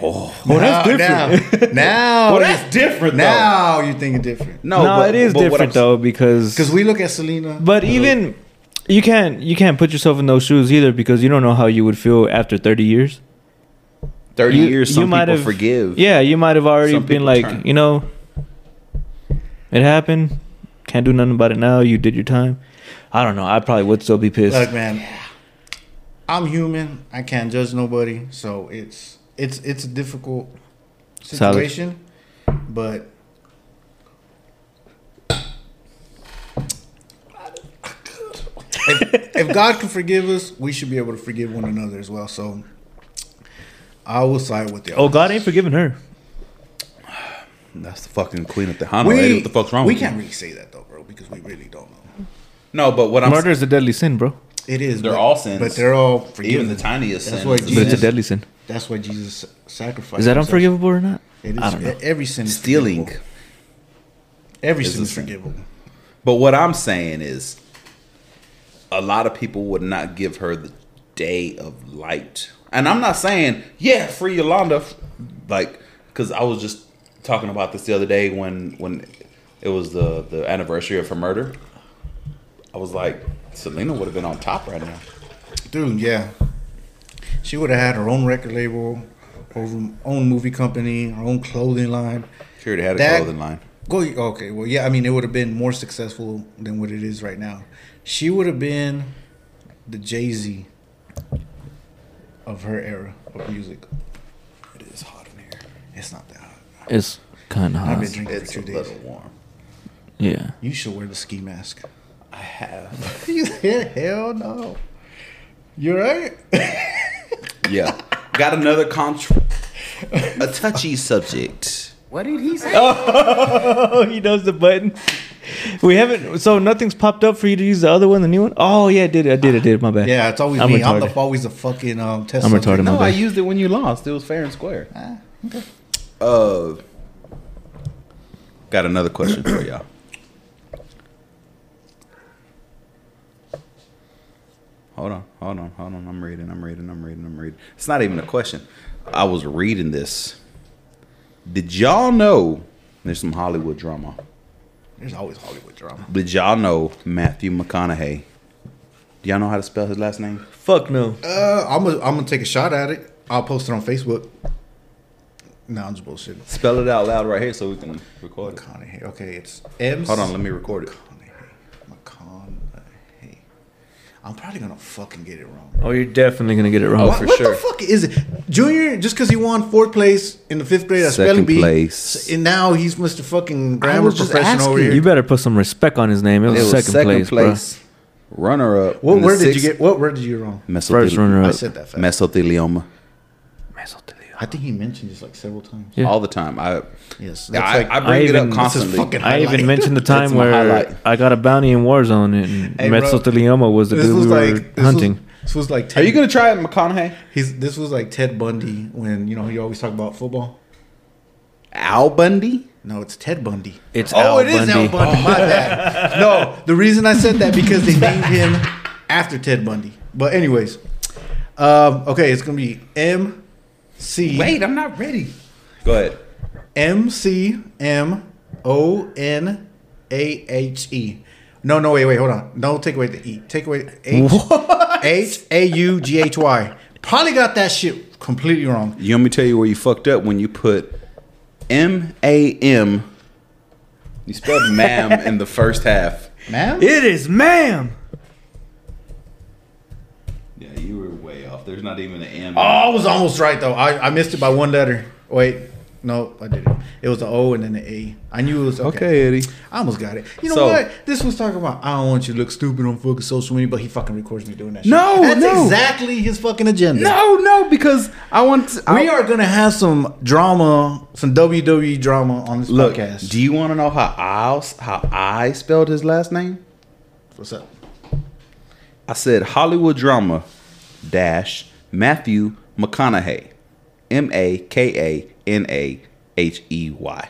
[SPEAKER 4] Oh.
[SPEAKER 1] Well, that's different.
[SPEAKER 3] Now, now
[SPEAKER 4] Well,
[SPEAKER 3] you-
[SPEAKER 4] that's different, though.
[SPEAKER 3] Now you're thinking different.
[SPEAKER 1] No, it is
[SPEAKER 4] but what
[SPEAKER 1] different
[SPEAKER 4] I'm-
[SPEAKER 1] though because
[SPEAKER 3] because we look at Selena,
[SPEAKER 1] But even you can't you can't put yourself in those shoes either because you don't know how you would feel after 30 years.
[SPEAKER 4] 30
[SPEAKER 1] You-
[SPEAKER 4] years, some
[SPEAKER 1] you might
[SPEAKER 4] people
[SPEAKER 1] have-
[SPEAKER 4] forgive.
[SPEAKER 1] Yeah, you might have already
[SPEAKER 4] Some
[SPEAKER 1] been
[SPEAKER 4] people
[SPEAKER 1] like,
[SPEAKER 4] turn.
[SPEAKER 1] you know, it happened. Can't do nothing about it now. You did your time. I don't know. I probably would still be pissed.
[SPEAKER 3] look, man, I'm human. I can't judge nobody, so it's it's it's a difficult
[SPEAKER 1] Solid.
[SPEAKER 3] situation, but. if, if God can forgive us, we should be able to forgive one another as well. So I will side with you.
[SPEAKER 1] oh, God ain't forgiving her.
[SPEAKER 4] That's the fucking queen of the Hana lady. What the fuck's wrong
[SPEAKER 3] we
[SPEAKER 4] with
[SPEAKER 3] can't
[SPEAKER 4] you?
[SPEAKER 3] really say that though, bro, because we really don't know.
[SPEAKER 4] No, but what I'm
[SPEAKER 1] Murder is a deadly sin, bro.
[SPEAKER 3] It is.
[SPEAKER 4] They're
[SPEAKER 3] but-
[SPEAKER 4] all sins.
[SPEAKER 3] but they're all forgiven.
[SPEAKER 4] even the tiniest
[SPEAKER 3] That's
[SPEAKER 4] sin
[SPEAKER 3] why
[SPEAKER 4] is a
[SPEAKER 1] But it's a
[SPEAKER 3] Jesus-
[SPEAKER 4] sin.
[SPEAKER 1] deadly sin.
[SPEAKER 3] That's why Jesus sacrificed.
[SPEAKER 1] Is that
[SPEAKER 3] himself.
[SPEAKER 1] unforgivable or not?
[SPEAKER 3] It is. e-
[SPEAKER 1] I don't know.
[SPEAKER 3] Every sin is
[SPEAKER 4] stealing.
[SPEAKER 3] forgivable. Every
[SPEAKER 4] is
[SPEAKER 3] sin
[SPEAKER 4] a
[SPEAKER 3] is
[SPEAKER 4] sin.
[SPEAKER 3] forgivable.
[SPEAKER 4] But what I'm saying is, a lot of people would not give her the day of light. And I'm not saying, yeah, free Yolanda, like, because I was just talking about this the other day when when it was the the anniversary of her murder. I was like, Selena would have been on top right now.
[SPEAKER 3] Dude, yeah. She would have had her own record label, her own movie company, her own clothing line.
[SPEAKER 4] She already had a
[SPEAKER 3] That-
[SPEAKER 4] clothing line.
[SPEAKER 3] Go okay, well yeah, I mean it would have been more successful than what it is right now. She would have been the Jay Z of her era of music.
[SPEAKER 4] It is hot in here.
[SPEAKER 3] It's not that hot.
[SPEAKER 1] It's kind of
[SPEAKER 3] I've
[SPEAKER 1] hot.
[SPEAKER 3] been drinking
[SPEAKER 4] It's
[SPEAKER 3] for
[SPEAKER 4] a
[SPEAKER 3] two days.
[SPEAKER 4] little warm.
[SPEAKER 1] Yeah.
[SPEAKER 3] You should wear the ski mask.
[SPEAKER 4] I have.
[SPEAKER 3] Hell no. You're right.
[SPEAKER 4] Yeah. Got another contra. A touchy subject.
[SPEAKER 3] What did he say?
[SPEAKER 1] Oh, he knows the button. We haven't. So nothing's popped up for you to use the other one, the new one. Oh yeah, I did it. I did it. I Did it. My bad.
[SPEAKER 3] Yeah, it's always
[SPEAKER 1] I'm
[SPEAKER 3] me. I'm
[SPEAKER 1] retarded.
[SPEAKER 3] the, always the fucking um, test.
[SPEAKER 1] I'm
[SPEAKER 3] subject.
[SPEAKER 1] retarded, my
[SPEAKER 4] No,
[SPEAKER 1] bad.
[SPEAKER 4] I used it when you lost. It was fair and square. Uh, got another question for y'all. Hold on, hold on, hold on. I'm reading, I'm reading, I'm reading, I'm reading. It's not even a question. I was reading this. Did y'all know there's some Hollywood drama?
[SPEAKER 3] There's always Hollywood drama.
[SPEAKER 4] Did y'all know Matthew McConaughey? Do y'all know how to spell his last name?
[SPEAKER 1] Fuck no.
[SPEAKER 3] Uh, I'm gonna I'm gonna take a shot at it. I'll post it on Facebook. No, I'm just bullshitting.
[SPEAKER 4] Spell it out loud right here so we can record it.
[SPEAKER 3] McConaughey. Okay, it's M.
[SPEAKER 4] Hold on, let me record it.
[SPEAKER 3] McConaughey. McConaughey. I'm probably gonna fucking get it wrong.
[SPEAKER 1] Oh, you're definitely gonna get it wrong.
[SPEAKER 3] Wha-
[SPEAKER 4] Oh, for
[SPEAKER 3] what
[SPEAKER 4] sure.
[SPEAKER 3] the fuck is it, Junior? Just because he won fourth place in the fifth grade at
[SPEAKER 4] Second
[SPEAKER 3] spelling bee,
[SPEAKER 4] place.
[SPEAKER 3] s- and now he's Mr. Fucking grammar
[SPEAKER 4] was just
[SPEAKER 3] professional over
[SPEAKER 4] asking.
[SPEAKER 3] here.
[SPEAKER 1] You better put some respect on his name. It was, second, place,
[SPEAKER 4] runner up.
[SPEAKER 3] what
[SPEAKER 4] in the
[SPEAKER 3] word did you
[SPEAKER 4] sixth-
[SPEAKER 3] get? What word did you get wrong?
[SPEAKER 1] bro. First
[SPEAKER 4] Mesotheli-
[SPEAKER 1] runner
[SPEAKER 3] I
[SPEAKER 1] up.
[SPEAKER 3] said that fast.
[SPEAKER 4] mesothelioma.
[SPEAKER 3] I think he mentioned this like several times.
[SPEAKER 1] Yeah.
[SPEAKER 4] All the time. I
[SPEAKER 3] Yes, that's
[SPEAKER 4] I,
[SPEAKER 3] like
[SPEAKER 4] I
[SPEAKER 1] I
[SPEAKER 4] bring it
[SPEAKER 1] even-
[SPEAKER 4] up
[SPEAKER 1] this is
[SPEAKER 4] constantly.
[SPEAKER 3] fucking-
[SPEAKER 1] I even
[SPEAKER 3] Highlight.
[SPEAKER 1] mentioned the
[SPEAKER 4] That's
[SPEAKER 1] time
[SPEAKER 4] my
[SPEAKER 1] where
[SPEAKER 4] highlight.
[SPEAKER 1] I got a bounty in Warzone and
[SPEAKER 3] Hey,
[SPEAKER 1] hey,
[SPEAKER 3] bro.
[SPEAKER 1] was the
[SPEAKER 3] this
[SPEAKER 1] dude
[SPEAKER 3] was
[SPEAKER 1] we were
[SPEAKER 3] like this
[SPEAKER 1] hunting.
[SPEAKER 3] Was, this was like
[SPEAKER 4] Are
[SPEAKER 3] Ted,
[SPEAKER 4] you gonna try it, McConaughey?
[SPEAKER 3] he's this was like Ted Bundy when you know he always talk about football.
[SPEAKER 4] Al Bundy?
[SPEAKER 3] No, it's Ted Bundy.
[SPEAKER 1] it's
[SPEAKER 3] oh,
[SPEAKER 1] Al
[SPEAKER 3] it is
[SPEAKER 1] Bundy.
[SPEAKER 3] Al Bundy. My bad. No, the reason I said that because they named him after Ted Bundy. But anyways, um, okay, it's gonna be M C
[SPEAKER 4] I'm not ready. Go ahead.
[SPEAKER 3] M C M O N A H E. No, no, wait, wait, hold on. No, take away the E. Take away H H A U G H Y. Probably got that shit completely wrong.
[SPEAKER 4] You want me to tell you where you fucked up when you put M A M. You spelled ma'am in the first half.
[SPEAKER 3] Ma'am?
[SPEAKER 1] It is, ma'am.
[SPEAKER 4] Yeah, you were way off. There's not even an M.
[SPEAKER 3] Oh, I was almost right though. I, I missed it by one letter. Wait, no, I didn't. It was the O and then the A. I knew it was okay.
[SPEAKER 4] Eddie.
[SPEAKER 3] I almost got it. You know
[SPEAKER 4] So-
[SPEAKER 3] what? This was talking about. I don't want you to look stupid on fucking social media, but he fucking records me doing that.
[SPEAKER 4] No,
[SPEAKER 3] shit. that's
[SPEAKER 4] no.
[SPEAKER 3] exactly his fucking agenda.
[SPEAKER 4] No, no, because I want. To, I-
[SPEAKER 3] we are gonna have some drama, some WWE drama on this
[SPEAKER 4] Look,
[SPEAKER 3] podcast.
[SPEAKER 4] do you want to know how I how I spelled his last name?
[SPEAKER 3] What's up?
[SPEAKER 4] I said Hollywood drama dash Matthew McConaughey, M A K A N A H E Y.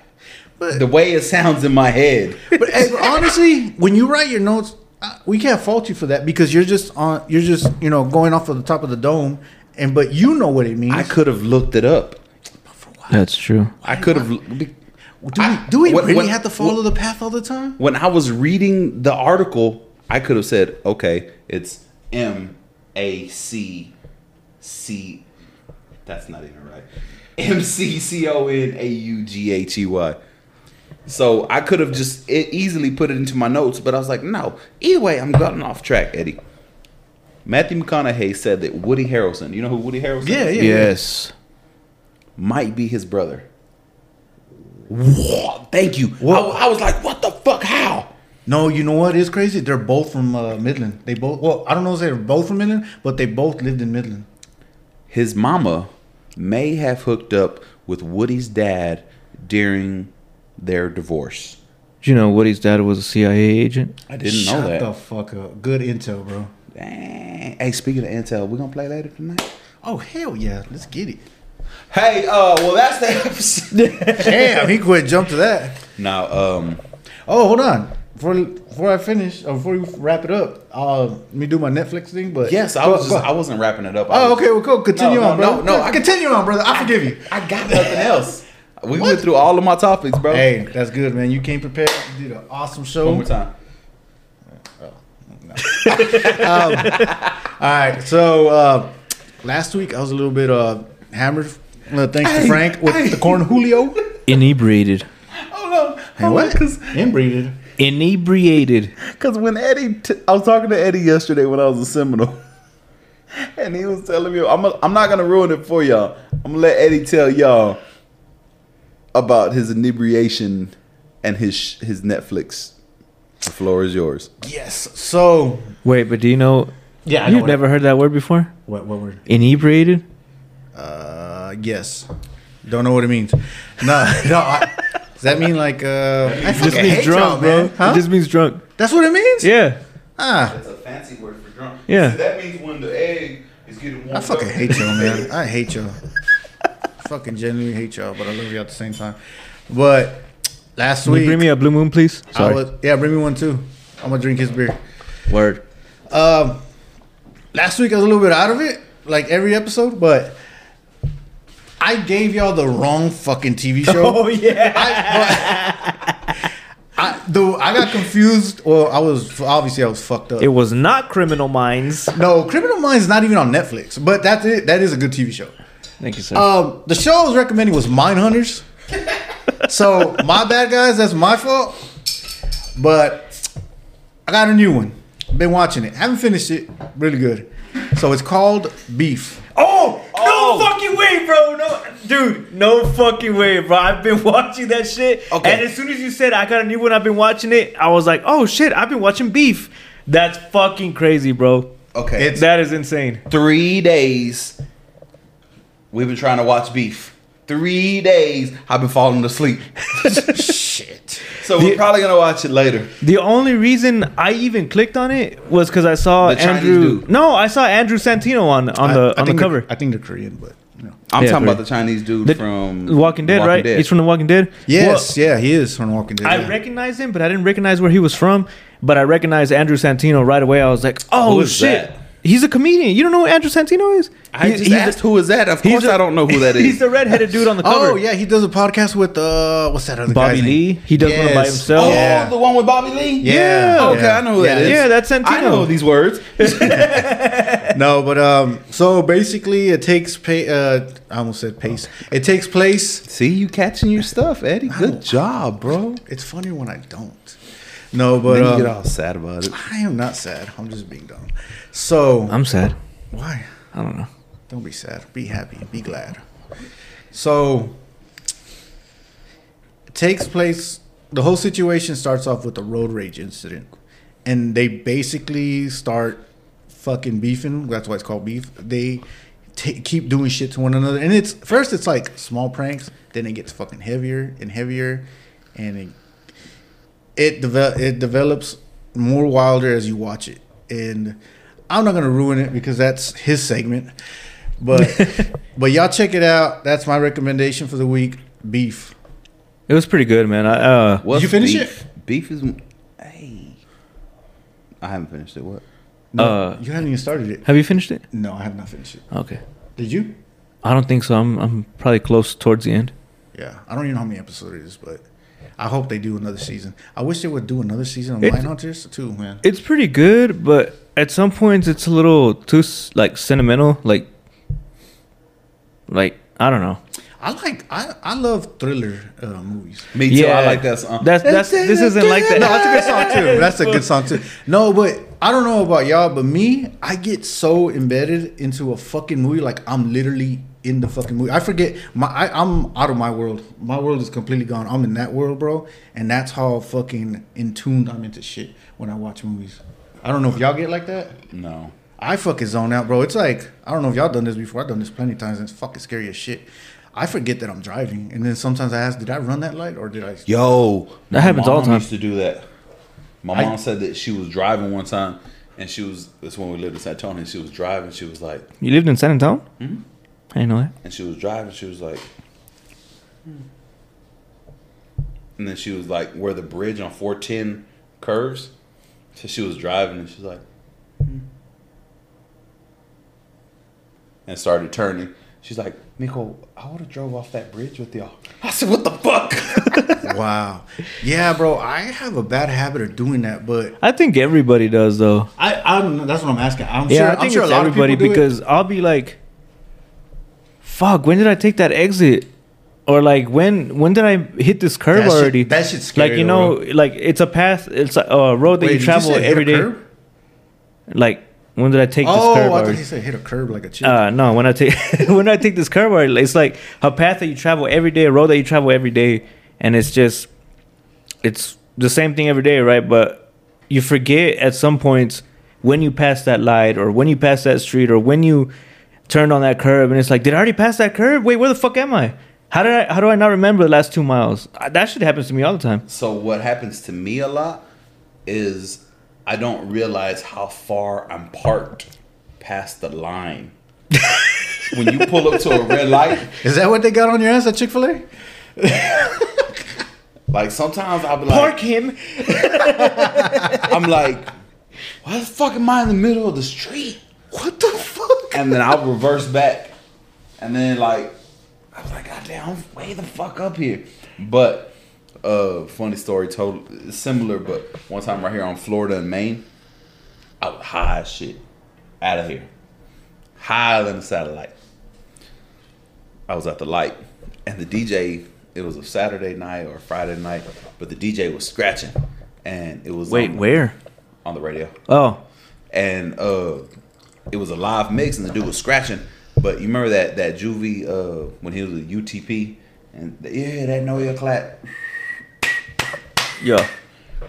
[SPEAKER 4] The way it sounds in my head.
[SPEAKER 3] But hey, honestly, when you write your notes, uh, we can't fault you for that because you're just on. You're just you know going off of the top of the dome, and but you know what it means.
[SPEAKER 4] I could have looked it up.
[SPEAKER 1] That's true.
[SPEAKER 4] I could have.
[SPEAKER 3] Do we,
[SPEAKER 4] I-
[SPEAKER 3] do we
[SPEAKER 4] what-
[SPEAKER 3] really
[SPEAKER 4] what-
[SPEAKER 3] have to follow the path all the time?
[SPEAKER 4] When I was reading the article, I could have said, "Okay, it's M A C C." That's not even right. M C C O N A U G H E Y. So I could have just e- easily put it into my notes, but I was like, "No." Either way, I'm gotten off track, Eddie. Matthew McConaughey said that Woody Harrelson. You know who Woody Harrelson?
[SPEAKER 3] Yeah,
[SPEAKER 4] is?
[SPEAKER 3] yeah.
[SPEAKER 1] Yes.
[SPEAKER 4] might be his brother. Whoa, thank you. I, I was like, what the fuck? How?
[SPEAKER 3] No, you know what is crazy? They're both from uh, Midland. They both well, I don't know if they're both from Midland, but they both lived in Midland.
[SPEAKER 4] His mama may have hooked up with Woody's dad during their divorce.
[SPEAKER 1] Did you know Woody's dad was a CIA agent?
[SPEAKER 4] I didn't
[SPEAKER 3] Shut
[SPEAKER 4] know that.
[SPEAKER 3] the fuck up. Good intel, bro.
[SPEAKER 4] Dang. Hey, speaking of intel, we're gonna play later tonight.
[SPEAKER 3] Oh hell yeah, let's get it.
[SPEAKER 4] Hey, uh, well that's the episode.
[SPEAKER 3] Damn, he quit. Jump to that.
[SPEAKER 4] now, um,
[SPEAKER 3] Oh, hold on. Before before I finish, or before we wrap it up, uh, let me do my Netflix thing. But
[SPEAKER 4] yes, I
[SPEAKER 3] Go-
[SPEAKER 4] was just,
[SPEAKER 3] go-
[SPEAKER 4] I wasn't wrapping it up. I
[SPEAKER 3] oh,
[SPEAKER 4] was-
[SPEAKER 3] okay. Well, cool. Continue
[SPEAKER 4] No, no,
[SPEAKER 3] on, bro.
[SPEAKER 4] no, no, I-
[SPEAKER 3] continue on, brother. I forgive you.
[SPEAKER 4] I got nothing else. We went through all of my topics, bro.
[SPEAKER 3] Hey, that's good, man. You came prepared. You did an awesome show.
[SPEAKER 4] one more time.
[SPEAKER 3] All right, so uh, last week I was a little bit uh, hammered. uh, thanks to Frank with the corn Julio.
[SPEAKER 1] Inebriated.
[SPEAKER 4] Hold on,
[SPEAKER 3] Hey,
[SPEAKER 4] hold on,
[SPEAKER 3] what?
[SPEAKER 4] 'cause-
[SPEAKER 3] Inbreeded.
[SPEAKER 1] Inebriated.
[SPEAKER 4] Because when Eddie, t- I was talking to Eddie yesterday when I was in Seminole, and he was telling me, I'm, i I'm not going to ruin it for y'all. I'm going to let Eddie tell y'all about his inebriation and his sh- his Netflix. The floor is yours.
[SPEAKER 3] Yes. So
[SPEAKER 1] Wait, but do you know?
[SPEAKER 3] yeah,
[SPEAKER 1] You've never heard that word before?
[SPEAKER 3] what what word?
[SPEAKER 1] Inebriated.
[SPEAKER 3] Uh, yes. Don't know what it means. No, no. I, does that mean like uh? I
[SPEAKER 1] It just
[SPEAKER 3] fucking
[SPEAKER 1] means
[SPEAKER 3] hate y'all,
[SPEAKER 1] drunk, bro.
[SPEAKER 3] man. Huh?
[SPEAKER 1] It just means drunk.
[SPEAKER 3] That's what it means.
[SPEAKER 1] Yeah.
[SPEAKER 3] Ah,
[SPEAKER 4] That's a fancy word for drunk.
[SPEAKER 1] Yeah. See,
[SPEAKER 4] that means when the egg is getting warmed
[SPEAKER 3] I fucking hate y'all, man. I hate y'all. fucking genuinely hate y'all, but I love y'all at the same time. But last
[SPEAKER 1] Can
[SPEAKER 3] week,
[SPEAKER 1] you bring me a blue moon, please?
[SPEAKER 3] I was, yeah, bring me one too. I'm gonna drink his beer.
[SPEAKER 1] Word.
[SPEAKER 3] Um, last week I was a little bit out of it, like every episode, but I gave y'all the wrong fucking TV show.
[SPEAKER 1] Oh yeah.
[SPEAKER 3] I, but, I, the, I got confused. Well, I was obviously I was fucked up.
[SPEAKER 1] It was not Criminal Minds.
[SPEAKER 3] no, Criminal Minds is not even on Netflix, but that's it. That is a good TV show.
[SPEAKER 1] Thank you, sir.
[SPEAKER 3] Um, the show I was recommending was Mindhunters. so my bad, guys. That's my fault. But I got a new one. Been watching it. Haven't finished it. Really good. So it's called Beef.
[SPEAKER 1] Oh,
[SPEAKER 2] Oh.
[SPEAKER 1] no fucking way, bro. No, dude, no fucking way, bro. I've been watching that shit.
[SPEAKER 4] Okay.
[SPEAKER 1] And as soon as you said I got a new one, I've been watching it. I was like, oh shit, I've been watching Beef. That's fucking crazy, bro.
[SPEAKER 4] Okay.
[SPEAKER 3] It's-
[SPEAKER 1] That is insane.
[SPEAKER 4] three days we've been trying to watch beef. Three days I've been falling asleep.
[SPEAKER 3] Shit.
[SPEAKER 4] So we're probably gonna watch it later.
[SPEAKER 1] The only reason I even clicked on it was because I saw
[SPEAKER 4] The Chinese
[SPEAKER 1] Andrew.
[SPEAKER 4] dude.
[SPEAKER 1] No, I saw Andrew Santino on on the on the
[SPEAKER 3] think
[SPEAKER 1] cover.
[SPEAKER 3] they're- I think they're Korean, but you know.
[SPEAKER 4] I'm
[SPEAKER 1] Yeah,
[SPEAKER 4] talking
[SPEAKER 1] three.
[SPEAKER 4] about the Chinese dude
[SPEAKER 1] The-
[SPEAKER 4] from
[SPEAKER 1] Walking Dead, right? He's from The Walking Dead.
[SPEAKER 3] Yes, yeah, he is from Walking Dead.
[SPEAKER 1] Well, I
[SPEAKER 3] yeah.
[SPEAKER 1] recognized him, but I didn't recognize where he was from. But I recognized Andrew Santino right away. I was like, oh
[SPEAKER 4] Who is
[SPEAKER 1] shit.
[SPEAKER 4] that?
[SPEAKER 1] He's a comedian. You don't know who Andrew Santino is?
[SPEAKER 4] I
[SPEAKER 1] He-
[SPEAKER 4] just
[SPEAKER 1] he's
[SPEAKER 4] asked
[SPEAKER 1] the-
[SPEAKER 4] who is that. Of
[SPEAKER 1] he's
[SPEAKER 4] course,
[SPEAKER 1] the-
[SPEAKER 4] I don't know who that is.
[SPEAKER 1] He's the redheaded dude on the cover.
[SPEAKER 3] Oh yeah, he does a podcast with uh, what's that other
[SPEAKER 1] Bobby
[SPEAKER 3] guy's
[SPEAKER 1] Lee?
[SPEAKER 3] name?
[SPEAKER 1] He does one by himself?
[SPEAKER 4] oh,
[SPEAKER 3] Yeah.
[SPEAKER 4] the one with Bobby Lee.
[SPEAKER 3] Yeah.
[SPEAKER 1] Yeah.
[SPEAKER 4] Okay, I know who that is.
[SPEAKER 1] Yeah, that's
[SPEAKER 4] I know
[SPEAKER 1] Santino.
[SPEAKER 4] these words.
[SPEAKER 3] No, but um, so basically, it takes pay. Uh, I almost said pace. It takes place.
[SPEAKER 4] See, you catching your stuff, Eddie. Good job, bro.
[SPEAKER 3] It's funnier when I don't. No, but
[SPEAKER 4] then you get
[SPEAKER 3] um,
[SPEAKER 4] all sad about it.
[SPEAKER 3] I am not sad. I'm just being dumb. So
[SPEAKER 1] I'm sad.
[SPEAKER 3] why?
[SPEAKER 1] I don't know.
[SPEAKER 3] Don't be sad. Be happy. Be glad. So it takes place the whole situation starts off with a road rage incident. And they basically start fucking beefing. That's why it's called beef. They ta keep doing shit to one another. And it's first it's like small pranks, then it gets fucking heavier and heavier and it it devel- it develops more wilder as you watch it. And I'm not gonna ruin it because that's his segment. But but y'all check it out. That's my recommendation for the week. Beef.
[SPEAKER 1] It was pretty good, man. I, uh,
[SPEAKER 4] What's
[SPEAKER 3] you finish
[SPEAKER 4] beef? Beef is. Hey, I haven't finished it. What?
[SPEAKER 3] No,
[SPEAKER 1] Uh,
[SPEAKER 3] you haven't even started it.
[SPEAKER 1] have you finished it?
[SPEAKER 3] No, I have not finished it.
[SPEAKER 1] Okay.
[SPEAKER 3] Did you?
[SPEAKER 1] I don't think so. I'm I'm probably close towards the end.
[SPEAKER 3] Yeah. I don't even know how many episodes it is, but I hope they do another season. I wish they would do another season of
[SPEAKER 1] It-
[SPEAKER 3] Mindhunters too, man.
[SPEAKER 1] It's pretty good, but at some points it's a little too s- like sentimental, like like I don't know.
[SPEAKER 3] I like I, I love thriller uh, movies.
[SPEAKER 4] Me too. I like that song.
[SPEAKER 1] That's that's this isn't like that.
[SPEAKER 3] No, that's a good song too. That's a good song too. No, but I don't know about y'all, but me, I get so embedded into a fucking movie, like I'm literally in the fucking movie. I forget my, I, I'm out of my world. My world is completely gone. I'm in that world, bro, and that's how fucking in tuned I'm into shit when I watch movies. I don't know if y'all get like that.
[SPEAKER 4] no.
[SPEAKER 3] I fucking zone out, bro. It's like I don't know if y'all done this before. I've done this plenty of times, and it's fucking scary as shit. I forget that I'm driving, and then sometimes I ask, "Did I run that light, or did I?"
[SPEAKER 4] Yo,
[SPEAKER 1] That happens all the time.
[SPEAKER 4] Used to do that. My
[SPEAKER 3] I-
[SPEAKER 4] mom said that she was driving one time, and she was. That's when we lived in San Antonio. And she was driving. She was like,
[SPEAKER 1] You lived in San Antonio? Mm-hmm. I didn't know that.
[SPEAKER 4] and she was driving. She was like, Hmm. and then she was like, where the bridge on four ten curves. So she was driving, and she's like, Hmm. and started turning. She's like, Miko, I would have drove off that bridge with y'all. I said, what the fuck?
[SPEAKER 3] Wow. Yeah, bro. I have a bad habit of doing that, but
[SPEAKER 1] I think everybody does though.
[SPEAKER 3] I, I'm. That's what I'm asking. I'm
[SPEAKER 1] Yeah,
[SPEAKER 3] sure.
[SPEAKER 1] I think
[SPEAKER 3] I'm sure a
[SPEAKER 1] it's
[SPEAKER 3] lot
[SPEAKER 1] everybody
[SPEAKER 3] of people do
[SPEAKER 1] because I'll be like, "Fuck, when did I take that exit?" Or like, "When when did I hit this curve
[SPEAKER 3] That shit-
[SPEAKER 1] already?"
[SPEAKER 3] that shit's scary
[SPEAKER 1] like you know,
[SPEAKER 3] though,
[SPEAKER 1] like it's a path, it's a a road
[SPEAKER 3] it.
[SPEAKER 1] that
[SPEAKER 3] Wait,
[SPEAKER 1] you
[SPEAKER 3] did
[SPEAKER 1] travel
[SPEAKER 3] say hit a
[SPEAKER 1] every day.
[SPEAKER 3] curb?
[SPEAKER 1] Like when did I take
[SPEAKER 3] Oh,
[SPEAKER 1] this curve?
[SPEAKER 3] I thought
[SPEAKER 1] already?
[SPEAKER 3] he said hit a curb like a chick.
[SPEAKER 1] Uh, no, when I take when I take this curve, or it's like a path that you travel every day, a road that you travel every day, and it's just it's the same thing every day, right? But you forget at some points when you pass that light, or when you pass that street, or when you turned on that curb, and it's like, did I already pass that curb? Wait, where the fuck am I? How did I? How do I not remember the last two miles? Uh, That shit happens to me all the time.
[SPEAKER 4] So what happens to me a lot is I don't realize how far I'm parked past the line. when you pull up to a red light,
[SPEAKER 3] Is that what they got on your ass at Chick Fil A?
[SPEAKER 4] like sometimes I'll be like,
[SPEAKER 1] Park him.
[SPEAKER 4] I'm like, why the fuck am I in the middle of the street?
[SPEAKER 3] What the fuck?
[SPEAKER 4] And then I'll reverse back, and then like, I was like, God damn, I'm way the fuck up here. But uh, funny story, told similar, but one time right here on Florida and Maine, I was high as shit, out of here, higher than a satellite. I was at the light, and the DJ. It was a Saturday night or a Friday night, but the DJ was scratching, and it was
[SPEAKER 1] Wait,
[SPEAKER 4] on-
[SPEAKER 1] where?
[SPEAKER 4] on the radio.
[SPEAKER 1] Oh,
[SPEAKER 4] and uh, it was a live mix, and the dude was scratching. But you remember that that juvie uh, when he was a UTP, and yeah, that know your clap.
[SPEAKER 1] yeah.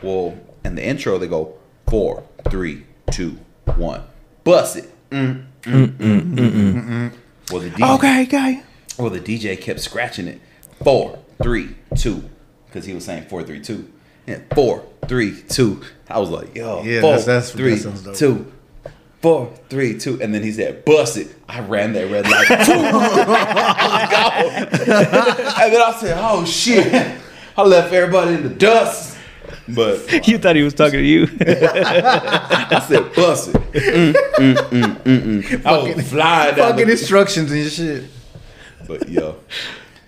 [SPEAKER 4] Well, in the intro they go four, three, two, one, bust it. Mm, mm, mm, mm, mm, mm. Well, the DJ,
[SPEAKER 1] guy.
[SPEAKER 4] well, the DJ kept scratching it. Four, three, two, because he was saying four, three, two. Yeah, four, three, two. I was like, yo,
[SPEAKER 3] Yeah,
[SPEAKER 4] four,
[SPEAKER 3] that's- that's- that
[SPEAKER 4] three,
[SPEAKER 3] sounds dope.
[SPEAKER 4] two, four, three, two. And then he said, bust it. I ran that red light. Two. I was gone. and then I said, oh, shit. I left everybody in the dust. But
[SPEAKER 1] You thought he was talking to you.
[SPEAKER 4] I said, bust it. Mm, mm, mm, mm, mm. I was flying down
[SPEAKER 3] Fucking
[SPEAKER 4] the-
[SPEAKER 3] instructions and shit.
[SPEAKER 4] But, yo.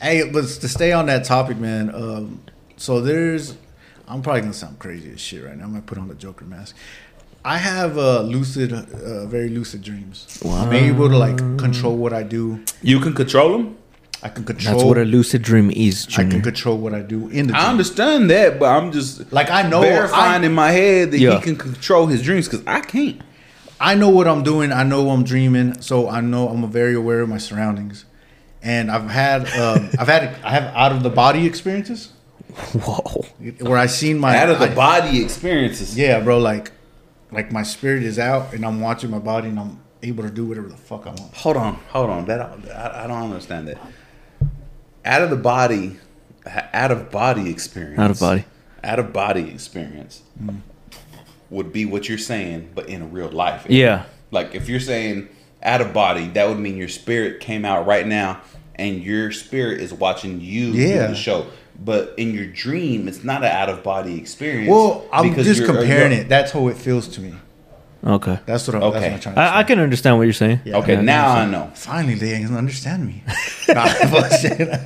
[SPEAKER 3] Hey, but to stay on that topic, man. Um, so there's, I'm probably gonna sound crazy as shit right now. I'm gonna put on the Joker mask. I have uh, lucid, uh, very lucid dreams. I'm able to like control what I do.
[SPEAKER 2] You can control them.
[SPEAKER 3] I can control.
[SPEAKER 1] That's what a lucid dream is,
[SPEAKER 3] I can
[SPEAKER 1] Junior.
[SPEAKER 3] control what I do in the
[SPEAKER 4] I
[SPEAKER 3] dream.
[SPEAKER 4] understand that, but I'm just
[SPEAKER 3] Like, I know-
[SPEAKER 4] verifying
[SPEAKER 3] I-
[SPEAKER 4] in my head that
[SPEAKER 1] Yeah.
[SPEAKER 4] he can control his dreams because I can't.
[SPEAKER 3] I know what I'm doing. I know I'm dreaming. So I know I'm very aware of my surroundings. And I've had, um, I've had, I have out of the body experiences
[SPEAKER 1] Whoa.
[SPEAKER 3] where I seen my
[SPEAKER 4] Out of the
[SPEAKER 3] I-
[SPEAKER 4] body experiences,
[SPEAKER 3] Yeah, bro. Like, like my spirit is out, and I'm watching my body, and I'm able to do whatever the fuck I want.
[SPEAKER 4] hold on, hold on. That I, I don't understand that. Out of the body, h- out of body experience,
[SPEAKER 1] Out of body.
[SPEAKER 4] out of body experience would be what you're saying, but in real life.
[SPEAKER 1] Yeah.
[SPEAKER 4] Like if you're saying out of body, that would mean your spirit came out right now, and your spirit is watching you
[SPEAKER 3] Yeah.
[SPEAKER 4] do the show. But in your dream, it's not an out of body experience.
[SPEAKER 3] Well, I'm
[SPEAKER 4] because
[SPEAKER 3] just
[SPEAKER 4] you're-
[SPEAKER 3] comparing
[SPEAKER 4] you're-
[SPEAKER 3] it. That's how it feels to me.
[SPEAKER 1] Okay.
[SPEAKER 3] That's what I'm.
[SPEAKER 4] Okay.
[SPEAKER 3] That's what I'm trying to say.
[SPEAKER 1] I, I can understand what you're saying.
[SPEAKER 3] Yeah.
[SPEAKER 4] Okay,
[SPEAKER 1] Yeah,
[SPEAKER 4] now I know.
[SPEAKER 3] Finally, they can understand me. Nah, bullshit.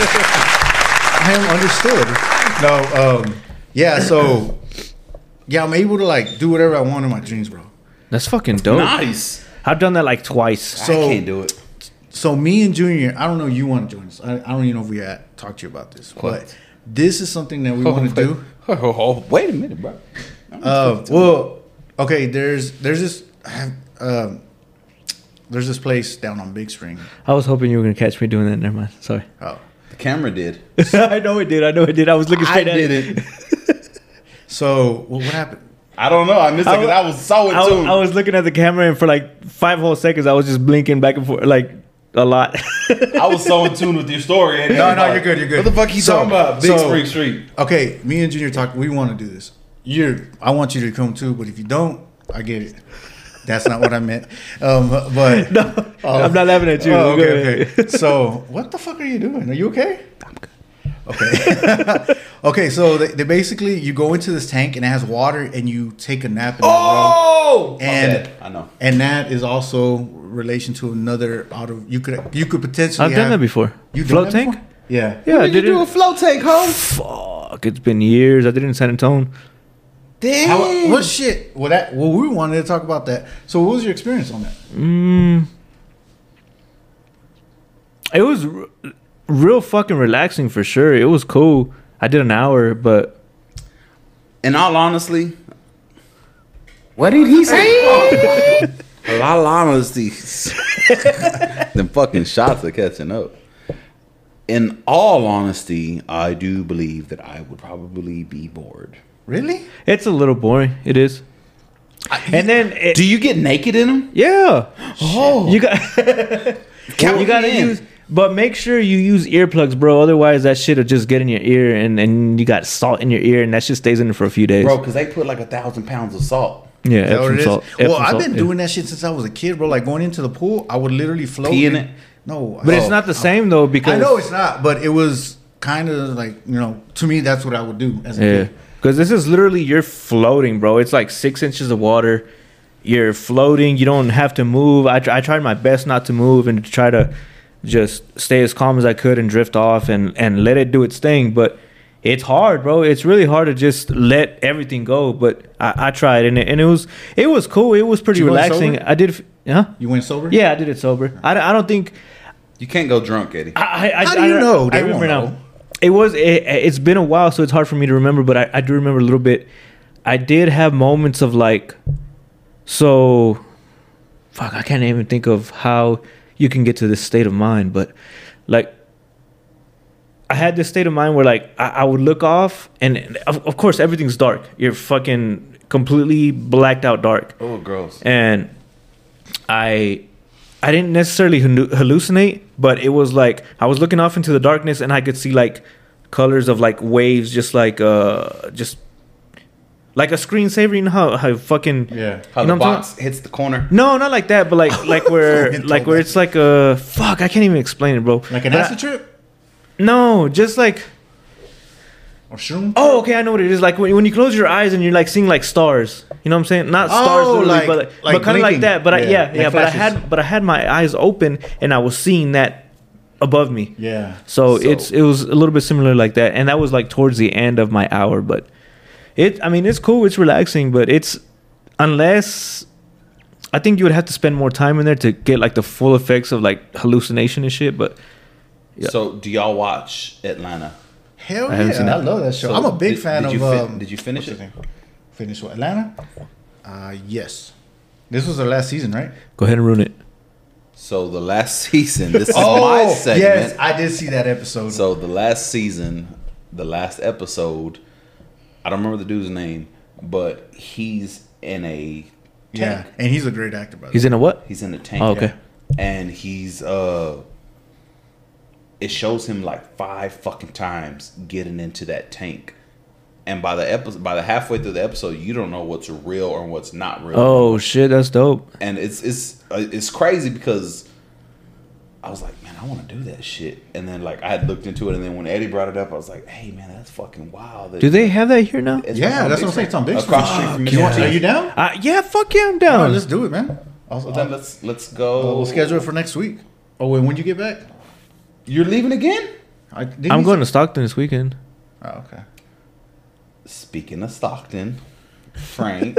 [SPEAKER 3] I am understood. No, um, yeah. So, yeah, I'm able to like do whatever I want in my dreams, bro.
[SPEAKER 1] That's fucking dope.
[SPEAKER 4] Nice.
[SPEAKER 1] I've done that like twice.
[SPEAKER 3] So-
[SPEAKER 4] I can't do it.
[SPEAKER 3] So me and Junior, I don't know. You want to join us? I, I don't even know if we had talked to you about this, but
[SPEAKER 4] What?
[SPEAKER 3] this is something that we want to do.
[SPEAKER 4] Oh, wait a minute, bro.
[SPEAKER 3] Uh, well, okay. There's there's this um, there's this place down on Big Spring.
[SPEAKER 1] I was hoping you were gonna catch me doing that. Never mind. Sorry.
[SPEAKER 3] Oh,
[SPEAKER 4] The camera did.
[SPEAKER 1] I know it did. I know it did. I was looking
[SPEAKER 4] I
[SPEAKER 1] straight at it.
[SPEAKER 4] didn't.
[SPEAKER 3] so well, what happened?
[SPEAKER 4] I don't know. I missed it because I was so in
[SPEAKER 1] I,
[SPEAKER 4] tune.
[SPEAKER 1] I was looking at the camera, and for like five whole seconds, I was just blinking back and forth, like a lot.
[SPEAKER 4] I was so in tune with your story. and
[SPEAKER 3] No, no,
[SPEAKER 4] everything.
[SPEAKER 3] you're good, you're good.
[SPEAKER 4] What the fuck you
[SPEAKER 3] So-
[SPEAKER 4] talking about? Big
[SPEAKER 3] so-
[SPEAKER 4] Spring Street.
[SPEAKER 3] Okay, me and Junior talked. We want to do this. You, I want you to come too. But if you don't, I get it. That's not what I meant. Um, but
[SPEAKER 1] No, I'm not laughing at you.
[SPEAKER 3] Oh,
[SPEAKER 1] Go
[SPEAKER 3] okay,
[SPEAKER 1] ahead.
[SPEAKER 3] okay. So, what the fuck are you doing? Are you okay? I'm good. Okay. okay. So they, they basically you go into this tank and it has water and you take a nap in
[SPEAKER 4] Oh,
[SPEAKER 3] it, bro. And
[SPEAKER 4] bad. I know.
[SPEAKER 3] And that is also relation to another out of you could you could potentially
[SPEAKER 1] I've done
[SPEAKER 3] have-
[SPEAKER 1] that before.
[SPEAKER 3] You done
[SPEAKER 1] float
[SPEAKER 3] that
[SPEAKER 1] tank?
[SPEAKER 3] before? Yeah.
[SPEAKER 1] Yeah, I did
[SPEAKER 4] you do a
[SPEAKER 1] it.
[SPEAKER 4] flow take, home?
[SPEAKER 1] Fuck, it's been years. I did it in San Antonio.
[SPEAKER 4] Damn.
[SPEAKER 3] How, what shit? Well, that well, we wanted to talk about that. So, what was your experience on that?
[SPEAKER 1] Mm. It was r- real fucking relaxing for sure. It was cool. I did an hour, but
[SPEAKER 4] In all honesty,
[SPEAKER 2] What did he say?
[SPEAKER 4] in all honesty, them fucking shots are catching up. In all honesty, I do believe that I would probably be bored.
[SPEAKER 3] Really?
[SPEAKER 1] it's a little boring. It is. and then, it,
[SPEAKER 4] Do you get naked in them?
[SPEAKER 1] yeah,
[SPEAKER 4] Oh,
[SPEAKER 1] you got
[SPEAKER 4] Count
[SPEAKER 1] you gotta
[SPEAKER 4] me in.
[SPEAKER 1] use. But make sure you use earplugs, bro. Otherwise, that shit'll just get in your ear, and and you got salt in your ear, and that shit stays in there for a few days.
[SPEAKER 4] bro, because they put like a thousand pounds of salt.
[SPEAKER 1] Yeah,
[SPEAKER 3] Is that what
[SPEAKER 1] Epsom
[SPEAKER 3] it is?
[SPEAKER 1] salt.
[SPEAKER 3] Well,
[SPEAKER 1] Epsom
[SPEAKER 3] I've
[SPEAKER 1] salt,
[SPEAKER 3] been
[SPEAKER 1] yeah.
[SPEAKER 3] doing that shit since I was a kid, bro. Like going into the pool, I would literally float.
[SPEAKER 4] Pee in
[SPEAKER 3] and-
[SPEAKER 4] it?
[SPEAKER 3] No,
[SPEAKER 1] But
[SPEAKER 3] I-
[SPEAKER 1] it's not the same though because
[SPEAKER 3] I know it's not, but it was kind of like you know, to me, that's what I would do as a
[SPEAKER 1] Yeah,
[SPEAKER 3] kid.
[SPEAKER 1] because this is literally you're floating, bro. It's like six inches of water. You're floating. You don't have to move. I, tr- I tried my best not to move and to try to just stay as calm as I could and drift off and and let it do its thing. But it's hard, bro. It's really hard to just let everything go. But I, I tried and it, and it was it was cool. It was pretty
[SPEAKER 3] You went
[SPEAKER 1] relaxing.
[SPEAKER 3] sober?
[SPEAKER 1] I did, f- huh?
[SPEAKER 3] You went sober?
[SPEAKER 1] Yeah, I did it sober. I, don't- I don't think
[SPEAKER 4] You can't go drunk, Eddie.
[SPEAKER 1] I, I, I-
[SPEAKER 3] How do you
[SPEAKER 1] I-
[SPEAKER 3] know?
[SPEAKER 1] I
[SPEAKER 3] They won't
[SPEAKER 1] remember
[SPEAKER 3] know.
[SPEAKER 1] now. It was. It, it's been a while, so it's hard for me to remember. But I, I do remember a little bit. I did have moments of like, so, fuck, I can't even think of how you can get to this state of mind, but like, I had this state of mind where like I, I would look off, and of, of course everything's dark. You're fucking completely blacked out dark,
[SPEAKER 4] Oh, gross.
[SPEAKER 1] and I. I didn't necessarily hallu- hallucinate, but it was like I was looking off into the darkness and I could see like colors of like waves, just like uh, just like a screensaver. You know how how fucking
[SPEAKER 3] Yeah.
[SPEAKER 4] How
[SPEAKER 1] You
[SPEAKER 4] the
[SPEAKER 1] know what I'm
[SPEAKER 4] box hits the corner.
[SPEAKER 1] no, not like that, but like like where like where it's like a fuck. I can't even explain it, bro.
[SPEAKER 3] Like an
[SPEAKER 1] But I-
[SPEAKER 3] acid trip
[SPEAKER 1] No, just like
[SPEAKER 3] or shroom?
[SPEAKER 1] Oh, okay, I know what it is. Like when, when you close your eyes and you're like seeing like stars. You know what I'm saying? Not stars,
[SPEAKER 3] Oh,
[SPEAKER 1] literally,
[SPEAKER 3] like-
[SPEAKER 1] but like,
[SPEAKER 3] like
[SPEAKER 1] but kind of like
[SPEAKER 3] blinking.
[SPEAKER 1] that. But I,
[SPEAKER 3] Yeah,
[SPEAKER 1] yeah,
[SPEAKER 3] like
[SPEAKER 1] yeah. but I
[SPEAKER 3] flashes.
[SPEAKER 1] had but I had my eyes open and I was seeing that above me.
[SPEAKER 3] Yeah.
[SPEAKER 1] So,
[SPEAKER 4] So-
[SPEAKER 1] it's it was a little bit similar like that, and that was like towards the end of my hour. But it, I mean, it's cool, it's relaxing, but it's unless I think you would have to spend more time in there to get like the full effects of like hallucination and shit. But Yeah.
[SPEAKER 4] So, do y'all watch Atlanta?
[SPEAKER 3] Hell
[SPEAKER 1] I haven't
[SPEAKER 3] yeah.
[SPEAKER 1] seen
[SPEAKER 3] I
[SPEAKER 1] that.
[SPEAKER 3] love that show.
[SPEAKER 4] So
[SPEAKER 3] I'm a big
[SPEAKER 4] did-
[SPEAKER 3] fan
[SPEAKER 4] did you
[SPEAKER 3] of.
[SPEAKER 4] fin-
[SPEAKER 3] um,
[SPEAKER 4] did you finish
[SPEAKER 3] what's
[SPEAKER 4] it?
[SPEAKER 3] the thing? Finish what? Atlanta? Uh, yes. This was the last season, right?
[SPEAKER 1] go ahead and ruin it.
[SPEAKER 4] So the last season, this is my segment.
[SPEAKER 3] Oh, yes. I did see that episode.
[SPEAKER 4] So the last season, the last episode, I don't remember the dude's name, but he's in a
[SPEAKER 3] yeah.
[SPEAKER 4] tank.
[SPEAKER 3] And he's a great actor, by the
[SPEAKER 1] He's in a what?
[SPEAKER 4] He's in a tank.
[SPEAKER 1] Oh, okay.
[SPEAKER 4] And he's uh it shows him like five fucking times getting into that tank. And by the episode by the halfway through the episode, you don't know what's real or what's not real.
[SPEAKER 1] Oh shit, that's dope.
[SPEAKER 4] and it's it's uh, it's crazy because I was like, man, I want to do that shit. And then like I had looked into it, and then when Eddie brought it up, I was like, hey, man, that's fucking wild. that-
[SPEAKER 1] Do they have that here now?
[SPEAKER 4] It's
[SPEAKER 3] Yeah,
[SPEAKER 4] on
[SPEAKER 3] that's
[SPEAKER 4] Big
[SPEAKER 3] what I'm saying. It's on Big Screen.
[SPEAKER 4] Across the street from
[SPEAKER 3] You
[SPEAKER 4] Mission
[SPEAKER 3] want- Are
[SPEAKER 4] T.
[SPEAKER 3] you down?
[SPEAKER 1] Uh, yeah, fuck yeah, I'm
[SPEAKER 3] All right,
[SPEAKER 1] down.
[SPEAKER 3] let's do it, man.
[SPEAKER 4] Well, then let's let's go.
[SPEAKER 3] We'll schedule it for next week. Oh, and when you get back?
[SPEAKER 4] You're leaving again?
[SPEAKER 3] I, didn't
[SPEAKER 1] I'm
[SPEAKER 3] you
[SPEAKER 1] going
[SPEAKER 3] say-
[SPEAKER 1] to Stockton this weekend.
[SPEAKER 3] Oh, okay.
[SPEAKER 4] Speaking of Stockton, Frank,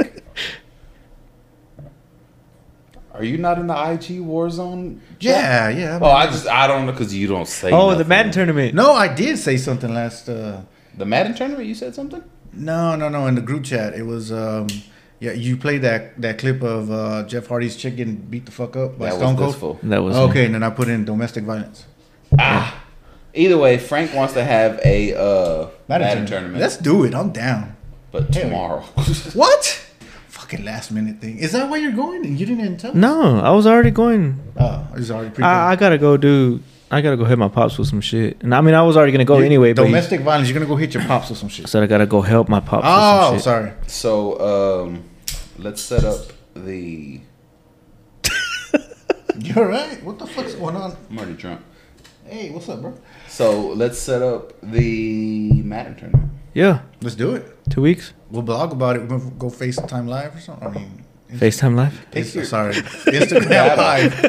[SPEAKER 4] are you not in the IG war zone?
[SPEAKER 3] Yeah, yeah.
[SPEAKER 4] Oh, I just I don't know because you don't say.
[SPEAKER 1] Oh, the
[SPEAKER 4] nothing.
[SPEAKER 1] Madden tournament.
[SPEAKER 3] no, I did say something last. Uh,
[SPEAKER 4] The Madden tournament. You said something.
[SPEAKER 3] no, no, no. In the group chat, it was. Um, yeah, you played that that clip of uh, Jeff Hardy's chick getting beat the fuck up by
[SPEAKER 4] That
[SPEAKER 3] Stone
[SPEAKER 4] was
[SPEAKER 3] Cold.
[SPEAKER 4] this fool.
[SPEAKER 1] That was
[SPEAKER 3] okay, and then I put in domestic violence.
[SPEAKER 4] Ah. Either way, Frank wants to have a uh, Madden,
[SPEAKER 3] Madden
[SPEAKER 4] tournament,
[SPEAKER 3] Let's do it. I'm down.
[SPEAKER 4] but tomorrow.
[SPEAKER 3] What? Fucking last minute thing. Is that why you're going? And you didn't even tell me.
[SPEAKER 1] No, I was already going.
[SPEAKER 3] Oh, it was already pre.
[SPEAKER 1] I, I gotta go do. I gotta go hit my pops with some shit. And I mean, I was already gonna go anyway, but he
[SPEAKER 3] domestic violence. You're gonna go hit your pops or some shit.
[SPEAKER 1] said I gotta go help my pops.
[SPEAKER 3] Oh,
[SPEAKER 1] with some shit.
[SPEAKER 3] sorry.
[SPEAKER 4] so um, let's set up the.
[SPEAKER 3] You're right. What the fuck's going on?
[SPEAKER 4] I'm already drunk.
[SPEAKER 3] Hey, what's up, bro?
[SPEAKER 4] So let's set up the Madden tournament.
[SPEAKER 1] Yeah,
[SPEAKER 3] Let's do it.
[SPEAKER 1] two weeks.
[SPEAKER 3] We'll blog about it. We'll go FaceTime live or something. I mean,
[SPEAKER 1] Facetime live.
[SPEAKER 3] Inst-
[SPEAKER 4] Take your-
[SPEAKER 3] sorry, Instagram live.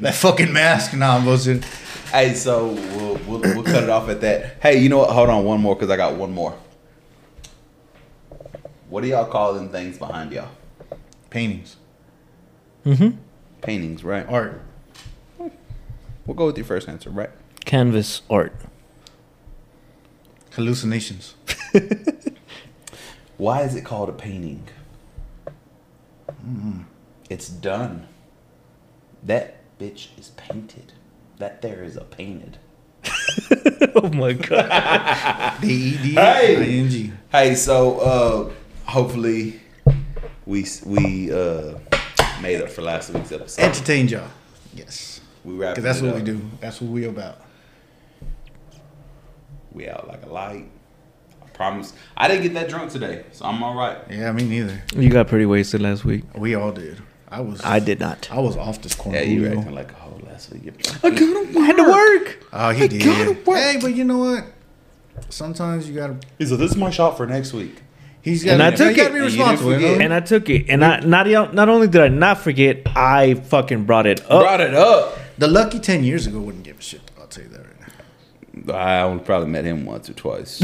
[SPEAKER 3] that fucking mask. Nah, I'm bullshit.
[SPEAKER 4] Hey, so we'll, we'll we'll cut it off at that. Hey, you know what? Hold on, one more because I got one more. What do y'all call them things behind y'all?
[SPEAKER 3] Paintings,
[SPEAKER 4] Paintings, right?
[SPEAKER 3] art.
[SPEAKER 4] We'll go with your first answer, right?
[SPEAKER 1] Canvas art.
[SPEAKER 3] Hallucinations.
[SPEAKER 4] Why is it called a painting? It's done. That bitch is painted. That there is a painted.
[SPEAKER 1] oh my god.
[SPEAKER 3] D E D
[SPEAKER 4] Hey!
[SPEAKER 3] I N G.
[SPEAKER 4] Hey, so uh, hopefully we s- we uh, made up for last week's episode.
[SPEAKER 3] Entertain y'all. Yes,
[SPEAKER 4] We wrapped
[SPEAKER 3] because that's what we do. That's what we about.
[SPEAKER 4] We out like a light. I promise. I didn't get that drunk today, so I'm all right.
[SPEAKER 3] Yeah, me neither.
[SPEAKER 1] You got pretty wasted last week.
[SPEAKER 3] We all did. I was.
[SPEAKER 1] did not.
[SPEAKER 3] I was off this corner.
[SPEAKER 4] Yeah, you
[SPEAKER 3] Julio.
[SPEAKER 4] acting like a hoe last week.
[SPEAKER 1] I had to work.
[SPEAKER 3] Oh, he did. Hey, but you know what? Sometimes you gotta.
[SPEAKER 4] He said, "This is my shot for next week."
[SPEAKER 3] He's
[SPEAKER 1] And
[SPEAKER 3] gotta.
[SPEAKER 1] I
[SPEAKER 3] you
[SPEAKER 1] took
[SPEAKER 3] gotta
[SPEAKER 1] it.
[SPEAKER 3] be
[SPEAKER 4] And you didn't
[SPEAKER 3] responsible. you know?
[SPEAKER 4] forget.
[SPEAKER 1] And I took it, and I not not only did I not forget, I fucking brought it up.
[SPEAKER 4] Brought it up.
[SPEAKER 3] The lucky ten years ago wouldn't give a shit. I'll tell you that right now.
[SPEAKER 4] I only probably met him once or twice.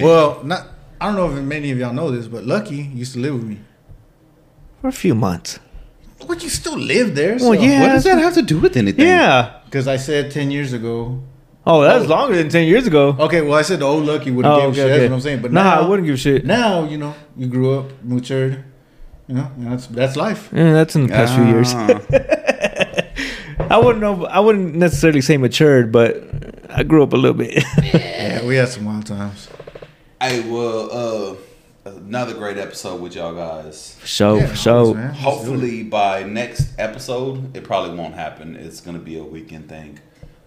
[SPEAKER 3] Well, not. I don't know if many of y'all know this, but Lucky used to live with me.
[SPEAKER 1] for a few months.
[SPEAKER 3] But you still live there.
[SPEAKER 1] Well,
[SPEAKER 3] so-
[SPEAKER 1] yeah.
[SPEAKER 4] What does that have to do with anything?
[SPEAKER 1] Yeah.
[SPEAKER 3] Because I said 10 years ago,
[SPEAKER 1] Oh, that's longer than ten years ago.
[SPEAKER 3] Okay, well, I said the old Lucky would have
[SPEAKER 1] Oh,
[SPEAKER 3] given
[SPEAKER 1] okay,
[SPEAKER 3] shit. That's
[SPEAKER 1] okay.
[SPEAKER 3] what I'm saying. But
[SPEAKER 1] nah,
[SPEAKER 3] now,
[SPEAKER 1] I wouldn't give a shit.
[SPEAKER 3] Now you know you grew up, matured. You know and that's that's life.
[SPEAKER 1] Yeah, that's in the past few years.
[SPEAKER 4] Ah,
[SPEAKER 1] I wouldn't know. I wouldn't necessarily say matured, but I grew up a little bit.
[SPEAKER 3] Yeah, we had some wild times.
[SPEAKER 4] hey, well, uh, another great episode with y'all guys.
[SPEAKER 1] show,
[SPEAKER 3] Yeah,
[SPEAKER 1] show.
[SPEAKER 3] man. Let's do it.
[SPEAKER 4] Hopefully by next episode, it probably won't happen. It's gonna be a weekend thing.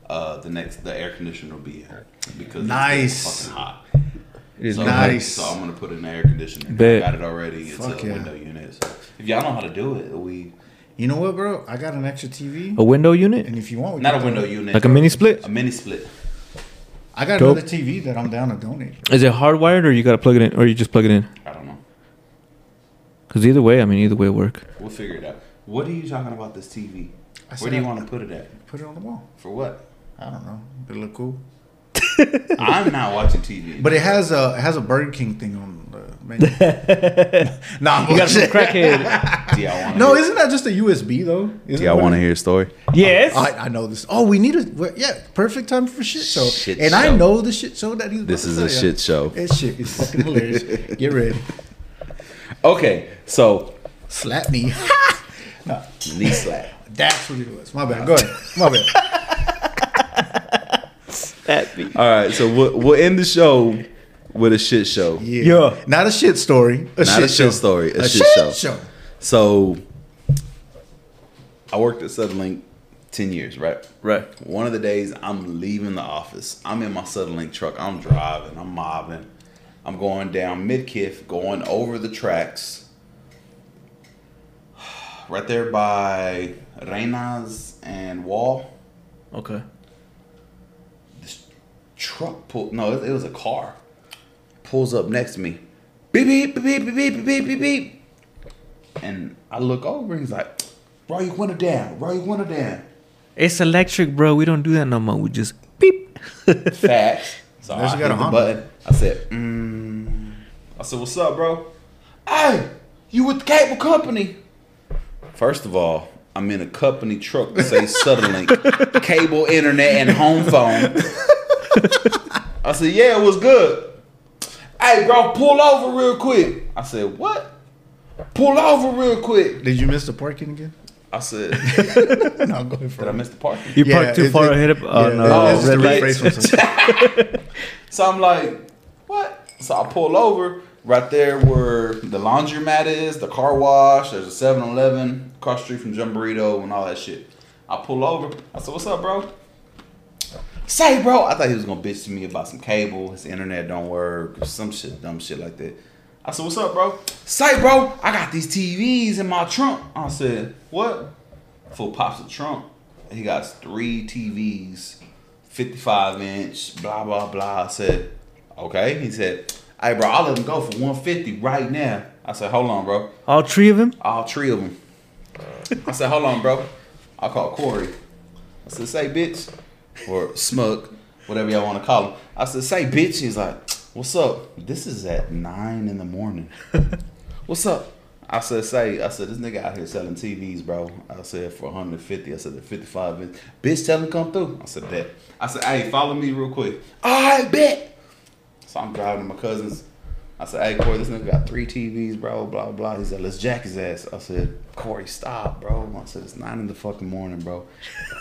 [SPEAKER 4] Uh, the next, the air conditioner will be here because it's
[SPEAKER 3] Nice.
[SPEAKER 4] fucking hot.
[SPEAKER 1] It is
[SPEAKER 4] So,
[SPEAKER 1] not-
[SPEAKER 3] nice.
[SPEAKER 4] So I'm gonna put in the air conditioner.
[SPEAKER 1] Bet.
[SPEAKER 4] I got it already. It's
[SPEAKER 3] Fuck
[SPEAKER 4] a
[SPEAKER 3] yeah.
[SPEAKER 4] window unit. So if y'all know how to do it, we
[SPEAKER 3] You know what, bro? I got an extra TV,
[SPEAKER 4] Oh.
[SPEAKER 1] a window
[SPEAKER 3] and
[SPEAKER 1] unit,
[SPEAKER 3] if you want, we
[SPEAKER 4] not
[SPEAKER 3] can
[SPEAKER 4] a window
[SPEAKER 3] donate.
[SPEAKER 4] unit,
[SPEAKER 1] like a mini split.
[SPEAKER 4] a mini split.
[SPEAKER 3] I got
[SPEAKER 1] Dope.
[SPEAKER 3] another TV that I'm down to donate.
[SPEAKER 1] Is it hardwired or you gotta plug it in, or you just plug it in?
[SPEAKER 4] I don't know.
[SPEAKER 1] Because either way, I mean, either way work.
[SPEAKER 4] We'll figure it out. What are you talking about this TV?
[SPEAKER 3] I
[SPEAKER 4] Where
[SPEAKER 3] said
[SPEAKER 4] do you
[SPEAKER 3] I-
[SPEAKER 4] want to put it at?
[SPEAKER 3] Put it on the wall.
[SPEAKER 4] For what?
[SPEAKER 3] I don't know. It look cool,
[SPEAKER 4] I'm not watching TV.
[SPEAKER 3] but it has a it has a Burger King thing on the menu. nah,
[SPEAKER 1] You got some
[SPEAKER 3] bullshit.
[SPEAKER 1] crackhead.
[SPEAKER 4] do y'all want?
[SPEAKER 3] No,
[SPEAKER 4] hear,
[SPEAKER 3] isn't that just a USB though? Isn't
[SPEAKER 4] do y'all
[SPEAKER 3] what
[SPEAKER 4] want
[SPEAKER 3] it-
[SPEAKER 4] to hear a story?
[SPEAKER 1] yes.
[SPEAKER 3] I, I know this. Oh, we need a well, yeah, perfect time for shit show.
[SPEAKER 4] Shit
[SPEAKER 3] and I
[SPEAKER 4] show.
[SPEAKER 3] know the shit show that he's. about
[SPEAKER 4] This
[SPEAKER 3] to
[SPEAKER 4] is a
[SPEAKER 3] tell ya.
[SPEAKER 4] shit show.
[SPEAKER 3] That shit is fucking hilarious. Get ready,
[SPEAKER 4] Okay, so
[SPEAKER 3] slap me. no,
[SPEAKER 4] knee slap.
[SPEAKER 3] that's what it was. My bad. Go ahead. My bad.
[SPEAKER 4] All right, so we'll, we'll end the show with a shit show.
[SPEAKER 3] Yeah.
[SPEAKER 1] Yeah.
[SPEAKER 3] Not a shit story. A
[SPEAKER 4] Not
[SPEAKER 3] shit
[SPEAKER 4] a
[SPEAKER 3] show.
[SPEAKER 4] shit story, a, shit, show. So I worked at Suddenlink 10 years, right?
[SPEAKER 1] Right.
[SPEAKER 4] One of the days I'm leaving the office. I'm in my Suddenlink truck. I'm driving, I'm mobbing. I'm going down Midkiff, going over the tracks. Right there by Reina's and Wall.
[SPEAKER 1] Okay.
[SPEAKER 4] this truck pull no it, it was a car pulls up next to me beep beep beep beep beep beep beep beep beep and i look over and he's like roll your window down roll your window down
[SPEAKER 1] It's electric, bro. We don't do that no more. We just beep.
[SPEAKER 4] facts so i
[SPEAKER 3] Unless
[SPEAKER 4] hit
[SPEAKER 3] you got
[SPEAKER 4] the
[SPEAKER 3] a Honda.
[SPEAKER 4] button i said mm. i said what's up bro hey you with the cable company first of all I'm in a company truck that says Sutherland, cable, internet, and home phone. I said, yeah, it was good. Hey, bro, pull over real quick. I said, what? Pull over real quick.
[SPEAKER 3] Did you miss the parking again?
[SPEAKER 4] I said,
[SPEAKER 3] no, go ahead.
[SPEAKER 4] did I miss the parking?
[SPEAKER 1] You parked too far ahead of. Oh
[SPEAKER 3] yeah,
[SPEAKER 1] no.
[SPEAKER 3] it-
[SPEAKER 4] Oh,
[SPEAKER 3] it's just a
[SPEAKER 4] red
[SPEAKER 3] rephrase
[SPEAKER 4] lights.
[SPEAKER 3] from something.
[SPEAKER 4] So I'm like, what? So I pull over right there where the laundromat is, the car wash, there's a 7 Eleven across the street from Jumburrito and all that shit. I pull over. I said, what's up, bro? Say, bro. I thought he was going to bitch to me about some cable, his internet don't work, or some shit, dumb shit like that. I said, what's up, bro? Say, bro, I got these TVs in my trunk. I said, what? Full pops the trunk. He got three TVs, 55 inch, blah, blah, blah. I said, okay. He said, hey, bro, I'll let him go for 150 right now. I said, hold on, bro.
[SPEAKER 1] All three of them.
[SPEAKER 4] All three of them. I said, hold on, bro. I called Corey. I said, say, bitch. Or smug, whatever y'all want to call him. I said, say, bitch. He's like, what's up? This is at nine in the morning. what's up? I said, say, I said, this nigga out here selling TVs, bro. I said, for 150. I said, they're 55 inch. Bitch, tell him come through. I said, that. I said, hey, follow me real quick. All right, bet. So I'm driving to my cousin's. I said, hey, Corey, this nigga got three TVs, bro, blah, blah. He said, let's jack his ass. I said, Corey, stop, bro. I said, it's nine in the fucking morning, bro.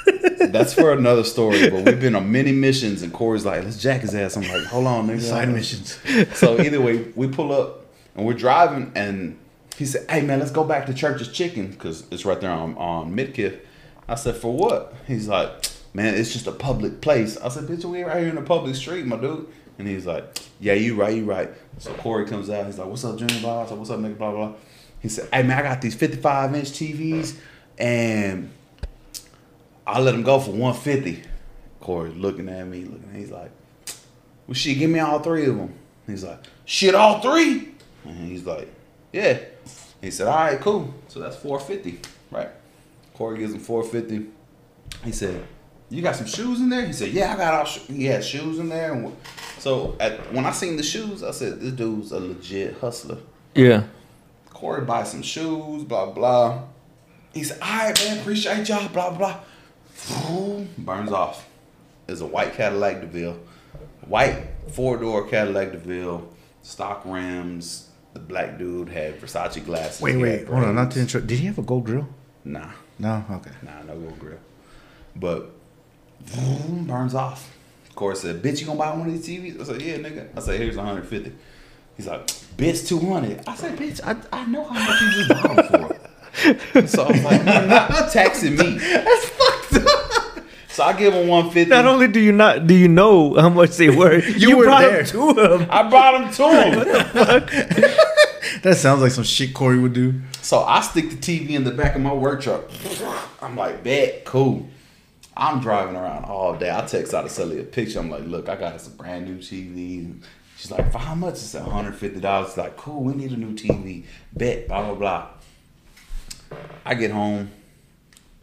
[SPEAKER 4] That's for another story, but we've been on many missions, and Corey's like, let's jack his ass. I'm like, hold on, nigga.
[SPEAKER 3] Side missions.
[SPEAKER 4] So either way, we pull up and we're driving, and he said, "Hey man, let's go back to Church's Chicken because it's right there on on Midkiff." I said, "For what?" He's like, "Man, it's just a public place." I said, "Bitch, we right here in a public street, my dude." And he's like, "Yeah, you right, you right." So Corey comes out. He's like, "What's up, Junior?" Blah. I said, "What's up, nigga?" Blah blah. blah. He said, "Hey man, I got these fifty-five inch TVs, and I let him go for one fifty. Corey's looking at me, looking. at He's like, well, shit, give me all three of them. He's like, shit, all three? And he's like, yeah. He said, all right, cool. So that's 450, right? Corey gives him 450. He said, you got some shoes in there? He said, yeah, I got all, sho-. he had shoes in there. And wh- so at, when I seen the shoes, I said, this dude's a legit hustler.
[SPEAKER 1] Yeah.
[SPEAKER 4] Corey buys some shoes, blah blah. He said, "All right, man, appreciate y'all, blah blah." Boom, burns off. is a white Cadillac DeVille, white four door Cadillac DeVille, stock rims. The black dude had Versace glasses.
[SPEAKER 3] Wait,
[SPEAKER 4] he
[SPEAKER 3] wait,
[SPEAKER 4] had
[SPEAKER 3] hold on. Not to
[SPEAKER 4] braids.
[SPEAKER 3] intro. Did he have a gold grill?
[SPEAKER 4] Nah,
[SPEAKER 3] No. Okay.
[SPEAKER 4] nah, no gold grill. But vroom, burns off. Of course, said, "Bitch, you gonna buy one of these TVs?" I said, "Yeah, nigga." I said, "Here's 150." He's like, "Bitch, 200." I said, "Bitch, I, I know how much you just bought them for." So I'm like, you're not taxing me. That's fucked up. So I give him 150.
[SPEAKER 1] Not only do you not do you know how much they were, Mm. you,
[SPEAKER 3] were
[SPEAKER 1] brought
[SPEAKER 3] there.
[SPEAKER 1] up to them.
[SPEAKER 4] I brought him to him.
[SPEAKER 3] That sounds like some shit Corey would do.
[SPEAKER 4] so I stick the TV in the back of my work truck. I'm like, bet, cool. I'm driving around all day. I text out to Sully a picture. I'm like, look, I got us a brand new TV. She's like, for how much? It's $150. It's like, cool, we need a new TV. Bet, blah, blah, blah. I get home.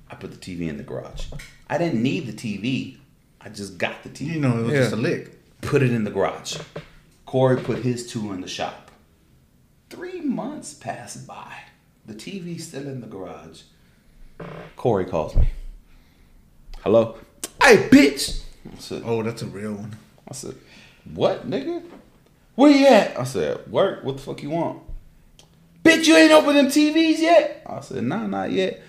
[SPEAKER 4] I put the TV in the garage. I didn't need the TV. I just got the TV.
[SPEAKER 3] You know, it was
[SPEAKER 1] Yeah.
[SPEAKER 3] just a lick.
[SPEAKER 4] put it in the garage. Corey put his two in the shop. Three months passed by. The TV's still in the garage. Corey calls me. Hello? Hey, bitch! I said,
[SPEAKER 3] Oh, that's a real one.
[SPEAKER 4] I said what, nigga? Where you at? I said, work. What the fuck you want? Bitch, you ain't open them TVs yet? I said, nah, not yet.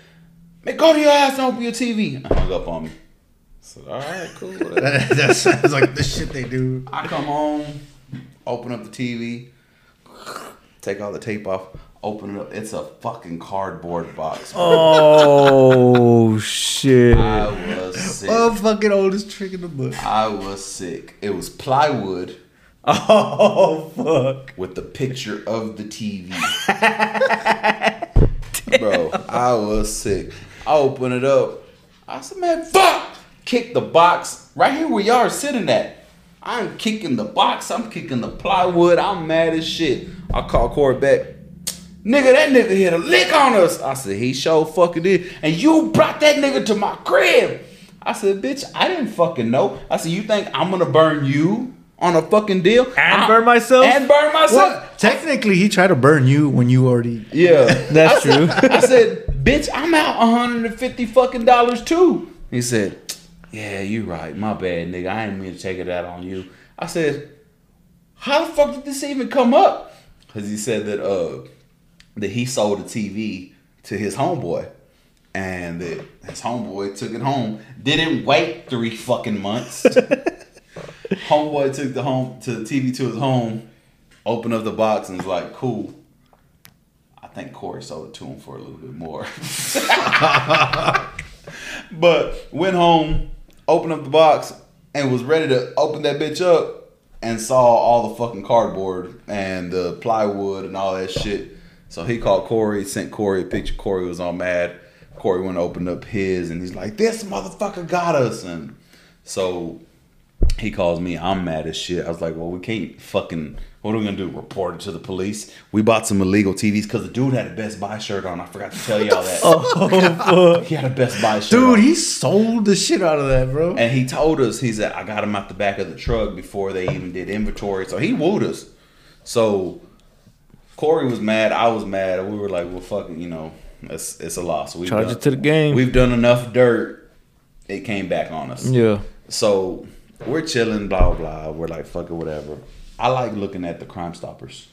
[SPEAKER 4] Man, go to your ass and open your TV. I hung up on me. I said, all right, cool. whatever."
[SPEAKER 3] That, that sounds like the shit they do.
[SPEAKER 4] I come home, open up the TV, take all the tape off, open it up. It's a fucking cardboard box. bro.
[SPEAKER 1] Oh shit.
[SPEAKER 4] I was sick.
[SPEAKER 3] Oh, fucking oldest trick in the book.
[SPEAKER 4] I was sick. It was plywood
[SPEAKER 1] Oh fuck.
[SPEAKER 4] with the picture of the TV. Bro, I was sick. I open it up. I said, man, fuck! Kick the box right here where y'all are sitting at. I'm kicking the box. I'm kicking the plywood. I'm mad as shit. I call Corey back. Nigga, that nigga hit a lick on us. I said, he sure fucking did. And you brought that nigga to my crib. I said, bitch, I didn't fucking know. I said, you think I'm gonna burn you on a fucking deal?
[SPEAKER 1] And
[SPEAKER 4] I-
[SPEAKER 1] burn myself?
[SPEAKER 4] And burn myself?
[SPEAKER 3] Well, technically, he tried to burn you when you already.
[SPEAKER 4] Yeah.
[SPEAKER 1] That's true.
[SPEAKER 4] I said, bitch, I'm out 150 fucking dollars too. He said, yeah, you right. My bad, nigga. I ain't mean to take it out on you. I said, how the fuck did this even come up? Because he said that uh that he sold a TV to his homeboy, and that his homeboy took it home. Didn't wait three fucking months. homeboy took the home to the TV to his home, opened up the box and was like, "Cool." I think Corey sold it to him for a little bit more. but went home, opened up the box, and was ready to open that bitch up and saw all the fucking cardboard and the plywood and all that shit. So he called Corey, sent Corey a picture. Corey was all mad. Corey went and opened up his and he's like, This motherfucker got us and so he calls me. I'm mad as shit. I was like, well, we can't fucking. What are we gonna do? Report it to the police? We bought some illegal TVs because the dude had a Best Buy shirt on. I forgot to tell y'all that.
[SPEAKER 1] Oh.
[SPEAKER 4] he had a Best Buy shirt,
[SPEAKER 3] Dude,
[SPEAKER 4] on.
[SPEAKER 3] he sold the shit out of that, bro.
[SPEAKER 4] and he told us he said I got him out the back of the truck before they even did inventory. So he wooed us. So Corey was mad. I was mad. and We were like, well, fucking, you know, it's it's a loss. We've
[SPEAKER 1] Charge
[SPEAKER 4] done-
[SPEAKER 1] it to the game.
[SPEAKER 4] We've done enough dirt. It came back on us.
[SPEAKER 1] yeah.
[SPEAKER 4] So we're chilling, blah blah. We're like, fuck it, whatever. I like looking at the Crime Stoppers.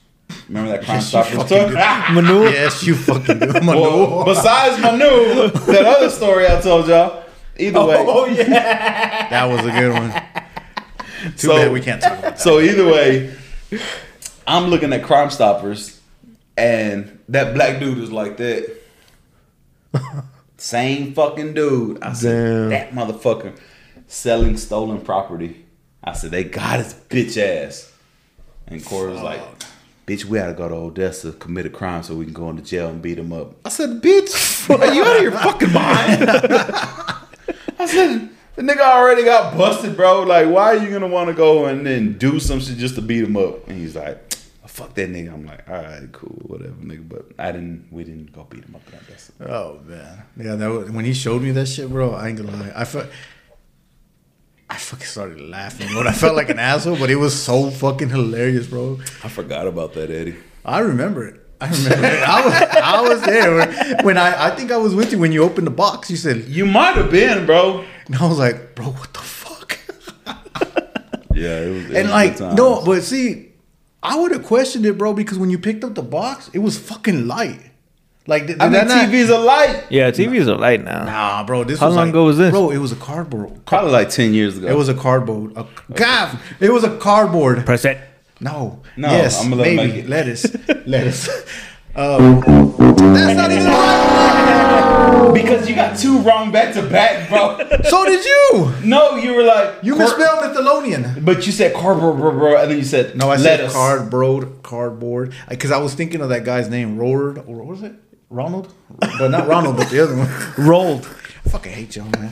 [SPEAKER 4] Remember that Crime Stoppers took?
[SPEAKER 1] Manu
[SPEAKER 3] Yes, you fucking do. I'm a
[SPEAKER 4] well, besides Manu, that other story I told y'all.
[SPEAKER 3] Oh,
[SPEAKER 4] Either way,
[SPEAKER 3] That was a good one. Too
[SPEAKER 4] So-
[SPEAKER 3] bad we can't talk about that.
[SPEAKER 4] so either way, I'm looking at Crime Stoppers, and that black dude is like that. Same fucking dude. I said that motherfucker selling stolen property. I said they got his bitch ass. And Corey was like, "Bitch, we gotta go to Odessa, commit a crime, so we can go into jail and beat him up." I said, "Bitch, are you out of your fucking mind?" I said, the nigga already got busted, bro. Like, why are you gonna want to go and then do some shit just to beat him up? And he's like, "Oh, fuck that nigga. I'm like, all right, cool, whatever, nigga. But I didn't, we didn't go beat him up. I guess.
[SPEAKER 3] Oh man, yeah. That was, when he showed me that shit, bro. I ain't gonna lie. I felt, I fucking started laughing, bro. I felt like an asshole, but it was so fucking hilarious, bro.
[SPEAKER 4] I forgot about that, Eddie.
[SPEAKER 3] I remember it. I remember it. I was, I was there when, when I, I think I was with you when you opened the box. You said,
[SPEAKER 4] You might have been, bro.
[SPEAKER 3] and I was like, bro, what the fuck?
[SPEAKER 4] Yeah, it was, it
[SPEAKER 3] and
[SPEAKER 4] was
[SPEAKER 3] like
[SPEAKER 4] good times.
[SPEAKER 3] no, but see, I would have questioned it, bro, because when you picked up the box, it was fucking light. Like did,
[SPEAKER 4] I
[SPEAKER 3] did
[SPEAKER 4] mean,
[SPEAKER 3] that not-
[SPEAKER 4] TV's a light.
[SPEAKER 1] Yeah, TVs are light now.
[SPEAKER 3] Nah, bro. This
[SPEAKER 1] How
[SPEAKER 3] was
[SPEAKER 1] long
[SPEAKER 3] like-
[SPEAKER 1] ago was this?
[SPEAKER 3] Bro, it was a cardboard.
[SPEAKER 4] Probably like ten years ago.
[SPEAKER 3] It was a cardboard. A, God, it was a cardboard.
[SPEAKER 1] Press it.
[SPEAKER 3] No.
[SPEAKER 4] No,
[SPEAKER 3] Yes.
[SPEAKER 4] I'ma let him make
[SPEAKER 3] maybe.
[SPEAKER 4] it.
[SPEAKER 3] Lettuce. Lettuce. Um, that's not even right.
[SPEAKER 4] because you got two wrong back to back, bro.
[SPEAKER 3] So did you?
[SPEAKER 4] no, you were like
[SPEAKER 3] You
[SPEAKER 4] cor-
[SPEAKER 3] misspelled Nickelodeon.
[SPEAKER 4] But you said cardboard, bro, bro, and then you said
[SPEAKER 3] No, I said
[SPEAKER 4] lettuce.
[SPEAKER 3] cardboard. Cardboard. Because I was thinking of that guy's name, Roard. Or what was it? Ronald? But not Ronald, but the other one.
[SPEAKER 1] Rolled.
[SPEAKER 3] I fucking hate y'all, man.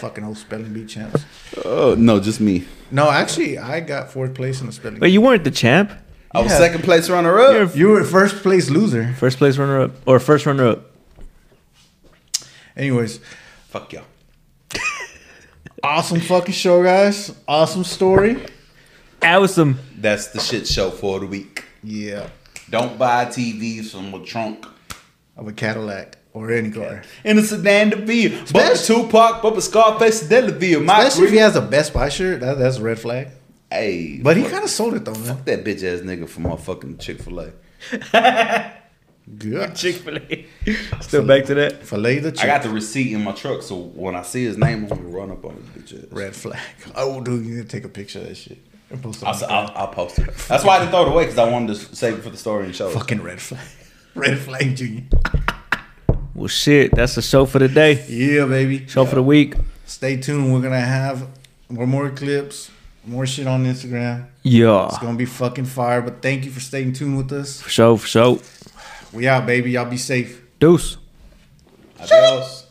[SPEAKER 3] fucking old spelling bee champs.
[SPEAKER 4] Oh no, just me.
[SPEAKER 3] No, actually, I got fourth place in the spelling
[SPEAKER 1] Wait,
[SPEAKER 3] bee.
[SPEAKER 1] you weren't the champ.
[SPEAKER 4] I was
[SPEAKER 3] Yeah.
[SPEAKER 4] second place runner up.
[SPEAKER 1] You're-
[SPEAKER 3] You were first place loser.
[SPEAKER 1] First place runner up or first runner up.
[SPEAKER 3] Anyways,
[SPEAKER 4] Fuck y'all.
[SPEAKER 3] awesome fucking show, guys. Awesome story.
[SPEAKER 1] Awesome.
[SPEAKER 4] That's the shit show for the week.
[SPEAKER 3] Yeah,
[SPEAKER 4] Don't buy TVs from a trunk.
[SPEAKER 3] of a Cadillac or any car.
[SPEAKER 4] In a sedan to be. Bump
[SPEAKER 3] Especially-
[SPEAKER 4] Tupac, bump a Scarface, to Delaville. My
[SPEAKER 3] Especially if
[SPEAKER 4] green.
[SPEAKER 3] he has a Best Buy shirt, that, that's a red flag.
[SPEAKER 4] Hey,
[SPEAKER 3] But he kind of sold it though, man.
[SPEAKER 4] that bitch ass nigga from my fucking Chick Fil A.
[SPEAKER 3] Good.
[SPEAKER 1] Chick Fil A. Still back to that.
[SPEAKER 3] Fillet the chick.
[SPEAKER 4] I got the receipt in my truck, so when I see his name, I'm gonna run up on his bitch ass.
[SPEAKER 3] red flag. Oh, dude, you need to take a picture of that shit and post it.
[SPEAKER 4] I'll,
[SPEAKER 3] on the
[SPEAKER 4] I'll, I'll post it. That's why I didn't throw it away because I wanted to save it for the story and show. it.
[SPEAKER 3] fucking red flag. Red flag, Junior.
[SPEAKER 1] Well, shit. That's the show for the day.
[SPEAKER 3] Yeah, baby.
[SPEAKER 1] Show for the week.
[SPEAKER 3] Stay tuned. We're gonna have more more clips, more shit on Instagram.
[SPEAKER 1] Yeah.
[SPEAKER 3] It's gonna be fucking fire. But thank you for staying tuned with us.
[SPEAKER 1] For sure. For sure.
[SPEAKER 3] We out, baby. Y'all be safe.
[SPEAKER 1] Deuce.
[SPEAKER 4] Adios.